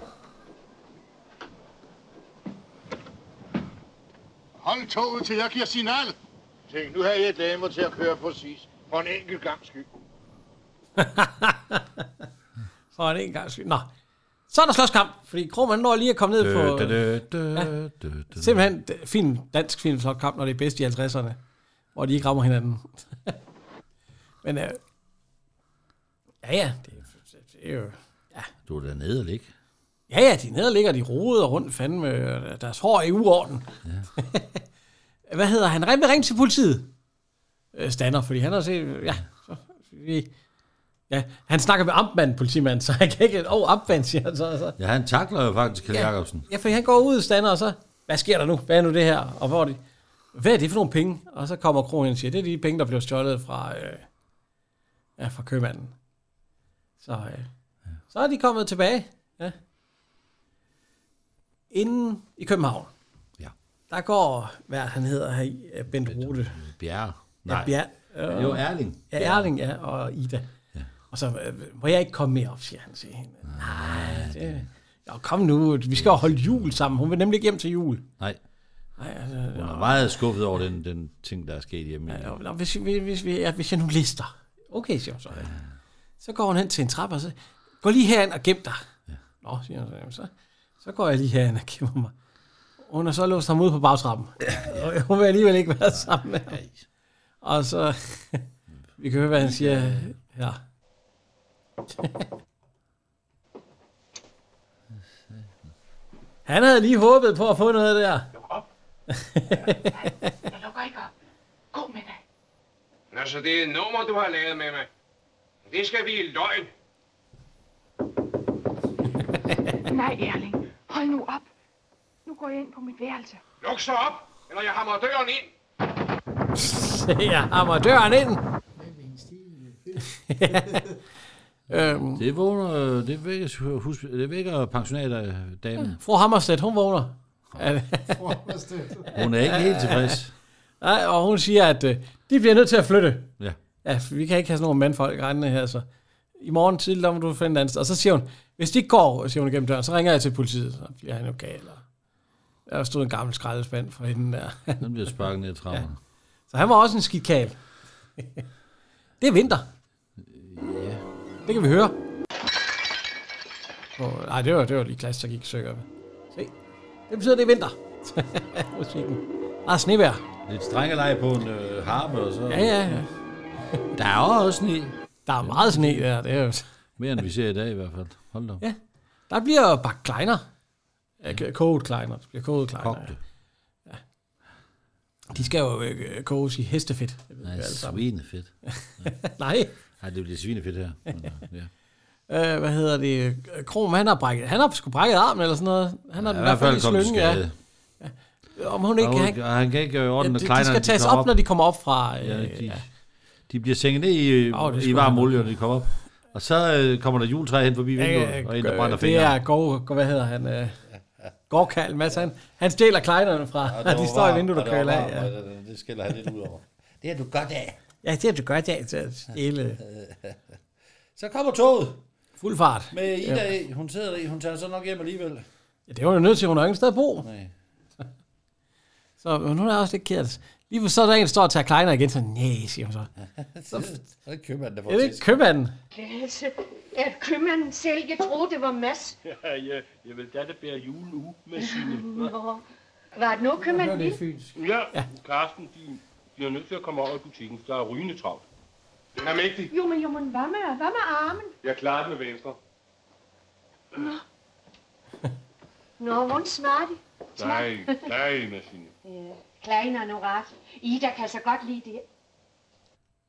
D: Hold toget, til jeg giver signal.
L: Tænk, nu har jeg damer til at køre præcis. For en enkelt gang skyld.
B: For en en gang skyld. Nå. Så er der slåskamp, fordi Krum han når lige at komme ned på...
C: Dø, dø, dø,
B: Ja.
C: dø, dø.
B: Simpelthen d- film, dansk film slåskamp, når det er bedst i 50'erne. Hvor de ikke rammer hinanden. Men øh, ja, ja, det, det, det er jo...
C: Du er dernede, eller ikke?
B: Ja, ja, de er nede og ligger, de roder rundt fandme, og deres hår er i uorden. Ja. Hvad hedder han? Ring, ring til politiet. Øh, Stander, fordi han har set... Ja, så, vi, ja, han snakker med amtmanden, politimanden, så han kan ikke... Åh, oh, amtmanden, siger han så. så.
C: Ja, han takler jo faktisk Kjell
B: Ja.
C: Jacobsen.
B: Ja, for han går ud stander, og så, hvad sker der nu? Hvad er nu det her? Og hvor er det? Hvad er det for nogle penge? Og så kommer Kronen og siger, det er de penge, der blev stjålet fra, øh, ja, fra købmanden. Så, øh, så er de kommet tilbage. Ja. Inden i København.
C: Ja.
B: Der går, hvad han hedder her, i, øh, Bent Rode.
C: Bjerre.
B: Ja,
C: Nej.
B: Bjerg,
C: Øh, jo, Erling.
B: Ja, Erling, ja, og Ida. Ja. Og så, øh, må jeg ikke komme mere op, siger han til hende. Nej, det... Jo, kom nu, vi skal jo holde jul sammen. Hun vil nemlig ikke hjem til jul.
C: Nej.
B: Nej, altså,
C: Hun er
B: nå,
C: meget skuffet over den, den ting, der er sket hjemme. Ja,
B: nå, hvis, hvis, hvis, vi- ja, hvis jeg nu lister. Okay, siger hun så. Ja. Så går hun hen til en trappe og så, gå lige herind og gem dig. Ja. Nå, siger hun så. Jamen, så. Så går jeg lige herind og gemmer mig. Hun har så låst ham ud på bagtrappen. Og Hun vil alligevel ikke være sammen med ham. Og så... Vi kan høre, hvad han siger her. Han havde lige håbet på at få noget der.
I: Jeg lukker ikke op. God med dig.
M: Nå, så det er et nummer, du har lavet med mig. Det skal vi i løgn.
I: Nej, Erling. Hold nu op. Nu går jeg ind på mit værelse.
M: Luk så op, eller jeg hammer døren ind.
B: jeg hammer døren ind. øhm,
C: Det vågner, øh, det vækker, hus, det vækker pensionaterdamen.
B: Fru Hammerstedt, hun vågner. Fru
C: Hun er ikke helt tilfreds.
B: Nej, og hun siger, at øh, de bliver nødt til at flytte.
C: Ja.
B: ja for vi kan ikke have sådan nogle mandfolk rendende her, så i morgen tidligt, der må du finde et andet sted. Og så siger hun, hvis de ikke går, siger hun gennem døren, så ringer jeg til politiet. Så bliver han jo gal. og Der stod en gammel skraldespand for hende der.
C: Den bliver sparket ned ad trappen.
B: Så han var også en skidt kal. det er vinter. Ja. Det kan vi høre. Oh, nej, det var, det var lige klasse, der gik søger. Se, det betyder, det er vinter. Musikken. Der er snevejr.
C: Lidt strækkeleje på en øh, harpe og så...
B: Ja, ja, ja.
C: Der er jo også sne.
B: Der er meget sne der, det er jo...
C: Mere end vi ser i dag i hvert fald. Hold da op.
B: Ja. Der bliver bagt kleiner.
C: Mm.
B: Ja, k- koget kleiner. Det bliver koget kleiner. Kogte. Ja. De skal jo øh, koges i hestefedt. Det ved vi
C: Nej,
B: alle sammen.
C: svinefedt.
B: Nej.
C: Nej, det bliver svinefedt her. Men, øh, ja.
B: Øh, hvad hedder det? Krom, han har brækket. Han har sgu brækket armen eller sådan noget. Han har
C: Ja,
B: den
C: i hvert fald kommet til
B: slynge, ja.
C: skade.
B: Ja. Om hun ikke
C: Og
B: kan...
C: hun- og han kan ikke øh, ordne
B: de,
C: ja,
B: de skal tages op, når de kommer op fra... Øh,
C: Ja, de,
B: ja.
C: de bliver sænket ned i,
B: Åh, det
C: oh,
B: skulle
C: i varm
B: han-
C: olie, når de kommer op. Og så øh, kommer der juletræ hen forbi vinduet,
B: Øh,
C: og en, der
B: øh,
C: brænder
B: Det
C: fingre.
B: er Gård, Gård- hvad hedder han? Øh, Gårdkald, Mads, han, han stjæler kleinerne fra, og de står i vinduet og køler af. Ja.
C: Det, det skiller han lidt ud over. Det er du godt af.
B: ja, det er du godt af til at stjæle.
C: Så kommer toget.
B: Fuld fart.
C: Med Ida
B: Ja.
C: ja. hun sidder i, hun tager så nok hjem alligevel.
B: Ja, det var jo nødt til, hun har jo ikke sted at bo.
C: Nej.
B: Så men hun er også lidt ked af det. Lige så er der en, der står og tager kleiner igen, så nej, siger hun så.
C: Så køber han det
B: Er det ikke købmanden?
F: Altså, at købmanden selv, jeg troede, det var Mads.
N: Ja, ja, jeg vil da det bære julen ud med sine.
F: Nå, var det nu købmanden lige?
N: fynsk. Ja, Karsten, de, de er nødt til at komme over i butikken, for der er rygende travlt. Den er mægtig.
F: Jo, men jo, men hvad med, hvad med armen?
N: Jeg klarer den med venstre.
F: Nå. Nå, hvordan smager de?
N: Nej, nej, Massine.
F: Ja, kleiner nu ret. Ida kan så godt lide det.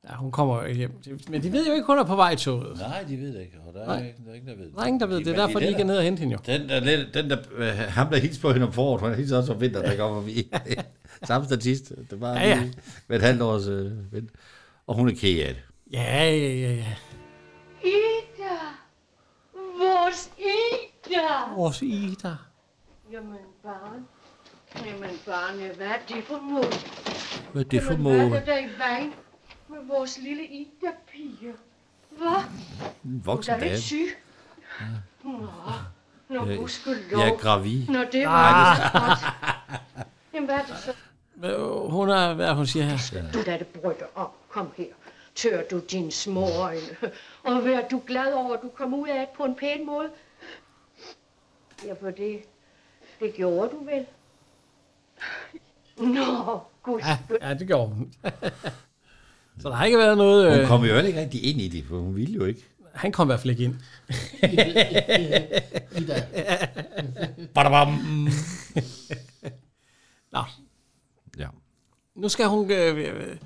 B: Ja, hun kommer jo ikke hjem. Men de ved jo ikke, hun er på vej i toget.
C: Nej, de ved det ikke, og der er,
B: Nej.
C: ikke, der er ingen, der ved det.
B: Der er ingen, der ved det. Det er
C: Men
B: derfor, de ikke er nede og hente hende jo.
C: Den der, lidt- den der øh, ham, der hilser på hende om foråret, han hilser også om vinteren, der kommer vi. Samme statist. Det var
B: Ja, ja.
C: lige med et halvt års øh, vent. Og hun er ked af det.
B: Ja, ja, ja, ja.
F: Ida! Vores Ida!
B: Vores Ida.
F: Jamen, barn. Jamen, barn, ja, hvad er det for noget?
C: Hvad er det for
F: Jamen,
C: måde?
F: Hvad er der i vejen med vores lille Ida-pige? Hvad?
C: En voksen
F: Hun er da
C: dame.
F: lidt syg. Nå,
H: Ah.
F: nå,
C: Jeg-
F: gudskelov.
C: jeg er gravid.
F: Nå, det
C: Nej,
F: var
C: det-
F: ah. godt. Jamen, hvad er det så?
B: Hvad- Hun er, hvad er hun siger her?
F: Du lader det brødte om. Kom her. Tør du din små øjne. Og vær du glad over, at du kom ud af det på en pæn måde. Ja, for det, det gjorde du vel. Nå, gud.
B: Ja, ja, det gjorde hun. så der har ikke været noget... øh,
C: Hun kom jo heller ikke rigtig ind i det, for hun ville jo ikke.
B: Han kom i hvert fald ikke ind.
C: Badabam.
B: Nå.
C: Ja.
B: Nu skal hun... Øh, øh,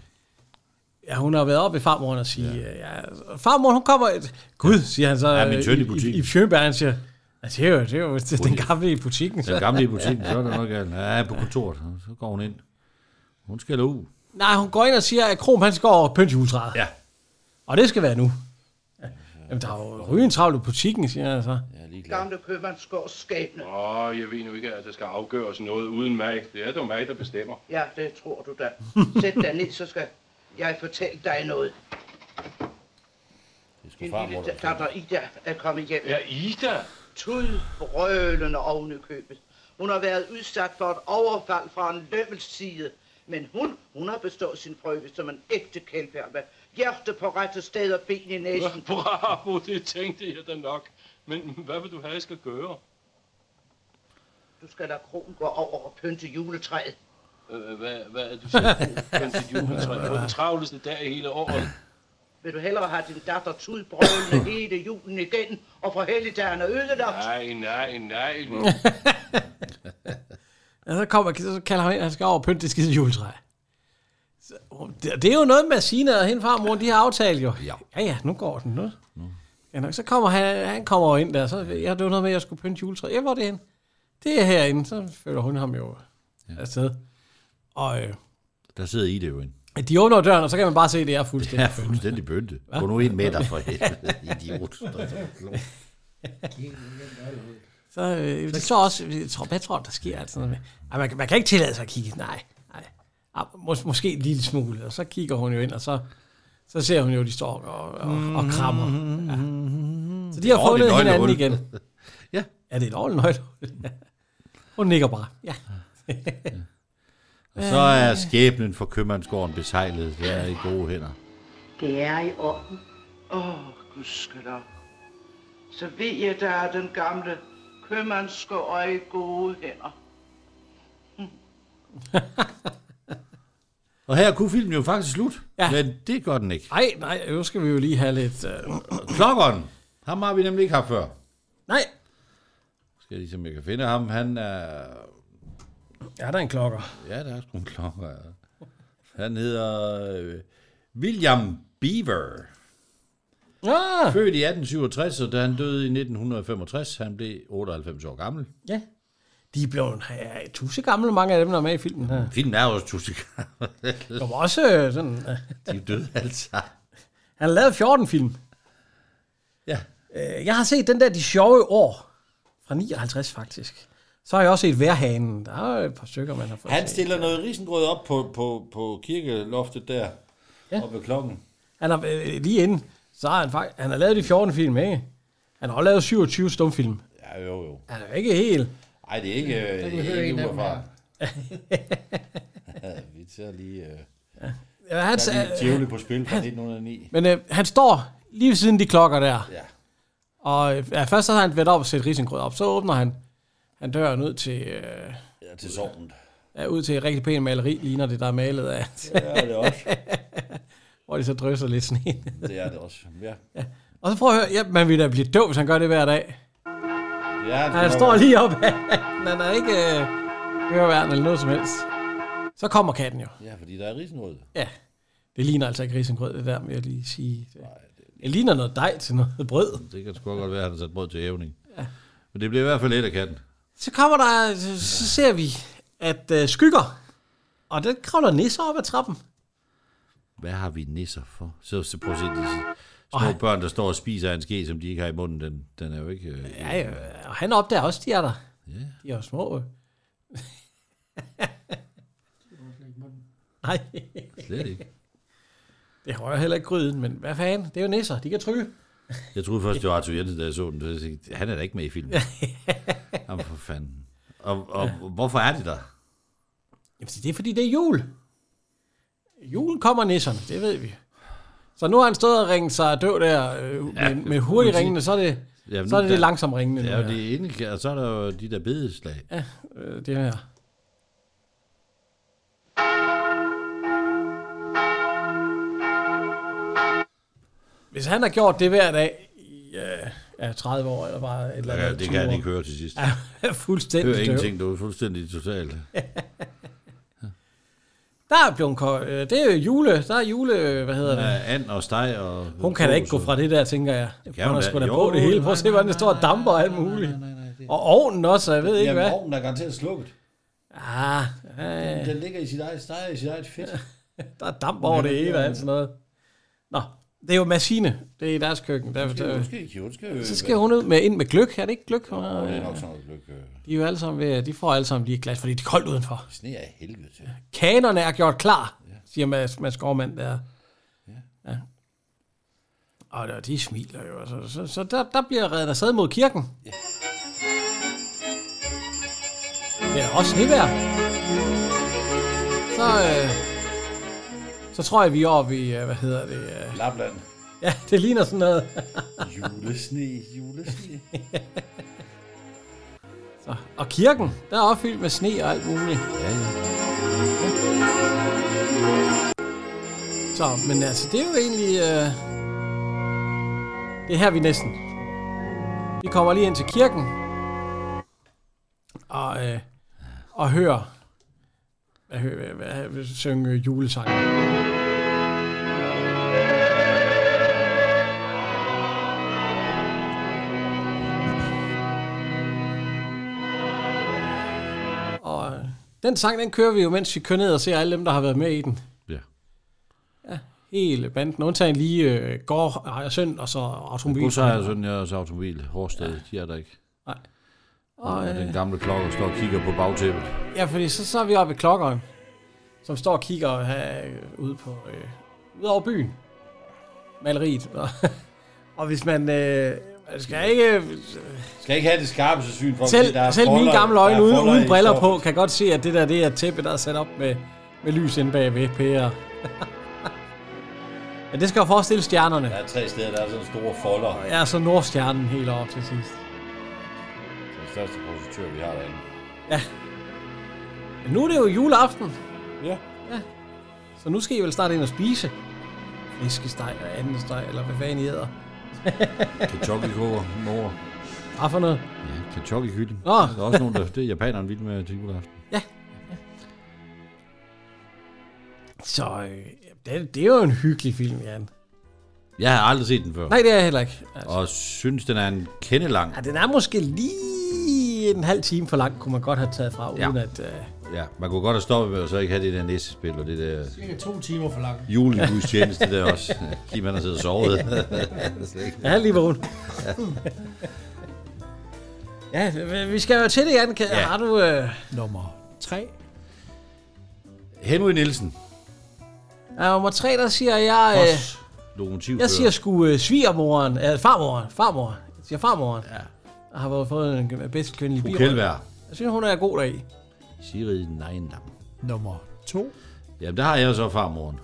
B: ja, hun har været oppe i farmoren og sige... Ja. Øh, ja, farmoren, hun kommer... Et, Gud, siger han så...
C: Ja, min
B: øh,
C: tønde i
B: I,
C: butikken.
B: i Fjønberg, han siger... Ja, det er jo, det er jo det er den gamle i butikken.
C: Den gamle i butikken, så er der nok galt. Ja, på kontoret. Så går hun ind. Hun skal ud.
B: Nej, hun går ind og siger, at Krom han skal over og pynte juletræet.
C: Ja.
B: Og det skal være nu. Jamen, der er jo rygen travlt i butikken, siger han så.
G: Gamle købmandsgårds skæbne.
J: Åh, jeg ved nu ikke, at der skal afgøres noget uden mig. Det er dog mig, der bestemmer.
G: Ja, det tror du da. Sæt dig ned, så skal jeg fortælle dig noget.
C: Det
G: Din lille da- datter Ida er kommet hjem.
J: Ja, Ida?
G: Tud, brølende oven i købet. Hun har været udsat for et overfald fra en lømmels side. Men hun, hun har bestået sin prøve som en ægte kælper med hjerte på rette sted og ben i næsen.
N: Bravo, det tænkte jeg da nok. Men hvad vil du have, jeg skal gøre?
G: du skal lade krogen gå over og pynte juletræet.
O: Øh, hvad, hvad er det, du siger? Pyntet juletræ på den travleste dag i hele året.
G: Vil du hellere have din datter tudbrølende hele julen igen, og for helligdagen er ødelagt?
O: Nej, nej, nej. nu.
B: Ja, så, kommer, så kalder han ind, at han skal over og pynte det skide juletræ. Så, åh, det, det, er jo noget med Sina og hende far og mor, de har aftalt jo. Ja. ja, ja, nu går den nu. Ja, nok, så kommer han, han kommer jo ind der, så ja, det var noget med, at jeg skulle pynte juletræet. Ja, hvor er det henne? Det er herinde, så følger hun ham jo ja. afsted. Og øh,
C: Der sidder I det jo ind.
B: de åbner døren, og så kan man bare se, at det er
C: Det
B: fuldstændig
C: er fuldstændig bønte.
B: Hva?
C: Gå nu ind med dig for helvede, idiot.
H: nou
B: Så øh, det så også, jeg tror, hvad tror du, der sker? Altså, noget med, Ej, man, kan- man kan ikke tillade sig at kigge. Nej, nej. Ah, mås, måske en lille smule. Og så kigger hun jo ind, og så, så ser hun jo, de står og, og, og krammer. Ja. Så de
C: Det er
B: har fundet
C: ordentligt
B: hinanden
C: nøglehul.
B: igen.
C: Ja.
B: Er det et ordentligt nøglehul? hun nikker bare. Ja.
C: Og så er skæbnen for købmandsgården besejlet. Det er i gode hænder.
S: Det er i orden.
G: Åh, gudskelov. Så ved jeg, der er den gamle købmandske og i gode hænder.
C: Og her kunne filmen jo faktisk slut. Ja. Men det gør den ikke.
B: Nej, nej, nu skal vi jo lige have lidt... Øh...
C: Klokkeren. Ham har vi nemlig ikke haft før.
B: Nej.
C: Skal jeg lige se, om jeg kan finde ham. Han er...
B: Er der en klokker?
C: Ja, der er sgu en klokker. ja. Han hedder øh, William Beaver.
B: Ja.
C: Født i 1867, og da han døde i 1965, han blev 98 år gammel.
B: Ja. De er blevet ja, tusse gamle, mange af dem, der er med i filmen her.
C: Filmen er jo tusind
B: Der var også øh, sådan... øh,
C: De er døde alle sammen.
B: Han har lavet 14 film.
C: Ja.
B: Øh, jeg har set den der De sjove år fra 59 faktisk. Så har jeg også set Værhanen. Der er jo et par stykker, man har fået
C: Han
B: set.
C: stiller noget risengrød op på, på, på kirkeloftet der, ja. oppe ved klokken.
B: Han har, øh, lige inden, så har han faktisk... Han har lavet de 14 film, ikke? Han har også lavet 27 stumfilm.
C: Ja, jo, jo.
B: Han er jo ikke helt...
C: Nej, det er ikke
B: Der kunne
C: øh,
B: vi høre
C: helt
B: en af dem
C: uafra. Ja, Vi tager lige... Øh,
B: Ja, han
C: der er lige
B: sagde-
C: Djævle på spil fra 1909.
B: Men øh, han står lige ved siden af de klokker der.
C: Ja.
B: Og øh, ja, først så har han været op og sætte risengrød op. Så åbner han, han døren ud til... Øh,
C: ja, til sovnet.
B: Ja, ud til et rigtig pænt maleri, ligner det, der er malet af.
C: Ja, det er det også.
B: Hvor de så drysser lidt sne.
C: Det er det også, ja.
B: Og så prøv at høre, ja, man vil da blive døv, hvis han gør det hver dag.
C: Ja,
B: Han, han står lige op. han er ikke øh, høreværende eller noget som helst. Så kommer katten jo.
C: Ja, fordi der er risengrød.
B: Ja. Det ligner altså ikke risengrød, det der, vil jeg lige sige. Det, det ligner noget dej til noget brød.
C: Det kan sgu godt være, at han har sat brød til hævning. Ja. Men det bliver i hvert fald lidt af katten.
B: Så kommer der, så ser vi, at øh, skygger. Og den kravler nisser op ad trappen.
C: Hvad har vi nisser for? Så, så prøv at se de små børn, der står og spiser af en ske, som de ikke har i munden. Den, den er jo ikke... Øh,
B: Ja, ja, og han opdager også, de er der.
C: Ja.
B: De er jo små. øh. Nej.
C: Slet ikke.
B: Det rører heller ikke gryden, men hvad fanden? Det er jo nisser, de kan trylle.
C: Jeg troede først, det var Arthur Jensen, da jeg så den. Så jeg tænkte, han er da ikke med i filmen. Jamen for fanden. Og, og ja. hvorfor er det der?
B: Jamen, det er fordi, det er jul. Julen kommer nisserne, det ved vi. Så nu har han stået og ringet sig døv der øh, med, ja, med hurtig ringende, så er det,
C: Jamen,
B: så er det,
C: der-
B: det langsomt ringende. nu
C: Ja,
B: her.
C: det er inden, og så er der jo de der bedeslag.
B: Ja, øh, det her. Hvis han har gjort det hver dag i øh, ja, 30 år, eller bare et eller andet.
C: Ja, det
B: 20
C: kan han
B: år.
C: ikke høre til sidst.
B: Ja, fuldstændig
C: Hører
B: døv.
C: ingenting, du er fuldstændig totalt.
B: Der er blevet ko- øh, det er jo jule, der er jule, øh, hvad hedder det?
C: Ja, and og steg og...
B: Hun kan da ikke gå fra det der, tænker jeg.
C: kan
B: Hun
C: hun
B: har
C: da.
B: sgu da
C: Jo,
B: på det hele. Prøv
C: nej,
B: at se, hvordan det står og damper og alt muligt. Og ovnen også, jeg ved ikke
C: Jamen,
B: hvad.
C: ovnen er garanteret slukket.
B: Ah, ja,
C: Den, den ligger i sit eget steg, i sit eget fedt.
B: Der er damp over
C: Men
B: det
C: det
B: hele altså.
C: er-
B: og alt sådan noget. Nå, det er jo Massine. Det er i deres køkken. Der,
C: Måske,
B: der,
C: måske, måske,
B: så skal hun ud med, ind med gløk. Er det ikke gløk?
C: Nå, det er nok sådan noget gløk. øh.
B: De, er jo alle sammen ved, de får alle sammen lige et glas, fordi det er koldt udenfor.
C: Sne er af helvede til.
B: Kanerne er gjort klar, siger Mads, Mads Gårdmand der. Ja. ja. Og der, de smiler jo. og Så, så, så der, der bliver reddet afsted mod kirken. Ja. Det
O: 哦
B: er også snevejr. Så, øh, så tror jeg, vi er oppe i, øh, hvad hedder det? Øh,
C: Lapland.
B: Ja, det ligner sådan noget.
C: julesne, julesne.
B: Og, og kirken, der er opfyldt med sne og alt muligt. Ja, ja. Så, men altså, det er jo egentlig... Øh, det er her, vi er næsten. Vi kommer lige ind til kirken. Og, øh, og hører... Hvad, hører, hvad, hvad, hvad synge julesang. Og øh, den sang, den kører vi jo, mens vi kører ned og ser alle dem, der har været med i den.
C: Ja.
B: Ja, hele banden. Undtagen lige øh, går, ejer søn, og så automobil.
C: Busser er sådan jeres automobil, Hårsted, ja. de er der ikke.
B: Nej.
C: Og,
B: Og, øh,
C: den gamle klokke står og kigger på bagtæppet.
B: Ja, fordi så, så er vi oppe i klokkeren, som står og kigger øh, ude på øh, ude over byen. Maleriet. Og, og hvis man... Øh, man skal ikke...
J: Skal ikke have det skarpeste syn for,
B: Selv,
J: fordi der er
B: selv mine
J: folder-
B: gamle
J: der
B: øjne
J: er
B: uden,
J: folder
B: uden
J: i
B: briller
J: stoffet.
B: på, kan godt se, at det der, det er tæppe, der er sat op med, med lys inde bagved, Per. Men det skal jo forestille stjernerne.
J: Der er tre steder, der er sådan store folder.
B: Ja, så Nordstjernen helt over til sidst.
J: Den største projektør, vi har derinde.
B: Ja. Men nu er det jo juleaften.
J: Ja.
B: ja. Så nu skal I vel snart ind og spise. Fiskesteg eller anden steg, eller hvad fanden I æder.
C: Kachokikoger, mor.
B: Hvad for noget?
C: Ja, kachokikylling.
B: Nå.
C: Der er også nogen, der, det er japaneren vild med til juleaften.
B: Så øh, det, det er jo en hyggelig film, Jan.
C: Jeg har aldrig set den før.
B: Nej, det er jeg heller ikke. Altså.
C: Og synes, den er en kende lang.
B: Ja, den er måske lige en halv time for lang, kunne man godt have taget fra,
C: Ja.
B: uden at... Øh,
C: Ja, man kunne godt have stoppet med, og så ikke have det der næste spil, og det der
J: Cirka to timer for langt.
C: julegudstjeneste der også. Kim, han har siddet og sovet.
B: Ja, han er lige vågen. ja, vi- vi skal jo til det, Jan. Kan, ja.
C: Ja.
B: Har du øh, nummer 3?
C: Henry Nielsen,
B: Ja, nummer 3, der siger jeg... Øh,
C: Kos, lokomotivfører.
B: jeg siger sgu øh, svigermoren. Øh, farmoren. Farmor. Jeg siger farmoren. Ja. Og har været fået en øh, bedst kvindelige
C: Fru
B: birolle.
C: Kjeldberg.
B: Jeg synes, hun er god deri.
C: Sigrid Neindam.
A: Nummer 2.
C: Jamen, der har jeg jo så farmoren.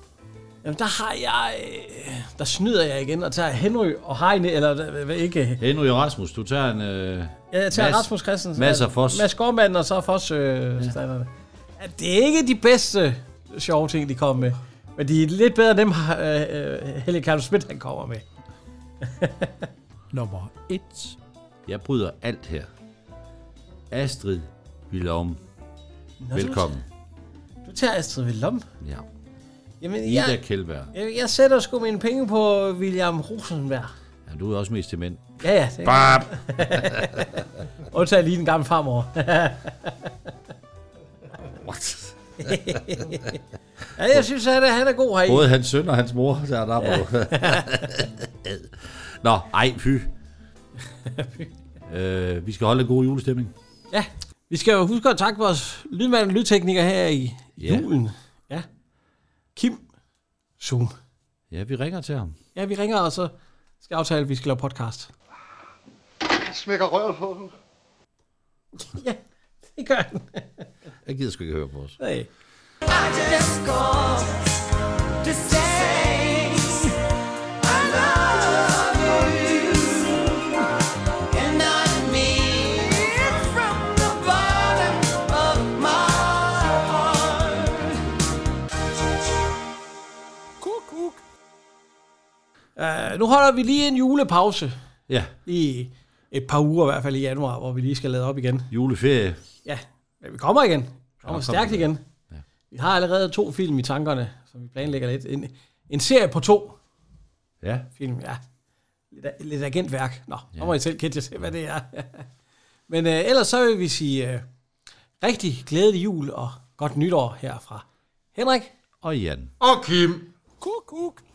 B: Jamen, der har jeg... Øh, der snyder jeg igen og tager Henry og Heine, eller øh, ikke...
C: Henry og Rasmus, du tager en... Øh,
B: Ja, jeg tager
C: Mads-
B: Rasmus Christensen.
C: Mads og Foss.
B: Mads Gormand og så Foss. Øh, ja. ja, det er ikke de bedste øh, sjove ting, de kommer med. Men de er lidt bedre end dem, øh, øh, Helle Karl Schmidt, han kommer med.
A: Nummer 1.
C: Jeg bryder alt her. Astrid Vilom.
B: du-
C: Velkommen.
B: Du tager Astrid Villum.
C: Ja.
B: Jamen,
C: Ida
B: jeg,
C: Kjeldberg.
B: jeg, jeg sætter sgu mine penge på William Rosenberg.
C: Ja, du er også mest til mænd.
B: Ja, ja. Det
C: Bap!
B: Undtagen lige den gamle farmor.
C: What?
B: ja, jeg synes, at han er god herinde.
C: Både hans søn og hans mor, der er der på. Nå, ej, fy. øh, vi skal holde en god julestemning.
B: Ja, vi skal jo huske at takke vores lydmand og lydtekniker her i
C: Ja.
B: julen. Ja. Kim Zoom.
C: Ja, vi ringer til ham.
B: Ja, vi ringer, og så skal jeg aftale, at vi skal lave podcast.
D: Smækker røret på den.
B: Det gør han.
C: Jeg gider sgu ikke høre på os.
B: Nej. Uh, nu holder vi lige en julepause.
C: Ja.
B: I et par uger i hvert fald i januar, hvor vi lige skal lade op igen.
C: Juleferie.
B: Ja, men vi kommer igen. Vi kommer
C: Ja,
B: stærkt
C: kom
B: igen. Ja. Vi har allerede to film i tankerne, som vi planlægger lidt. En, en serie på to
C: Ja.
B: film, ja. Lidt, a- lidt agentværk. Nå, så må I selv kende jer til, hvad det er. Men øh, ellers så vil vi sige øh, rigtig glædelig jul og godt nytår her fra Henrik
C: Og Jan.
B: og Kim. Kuk, kuk.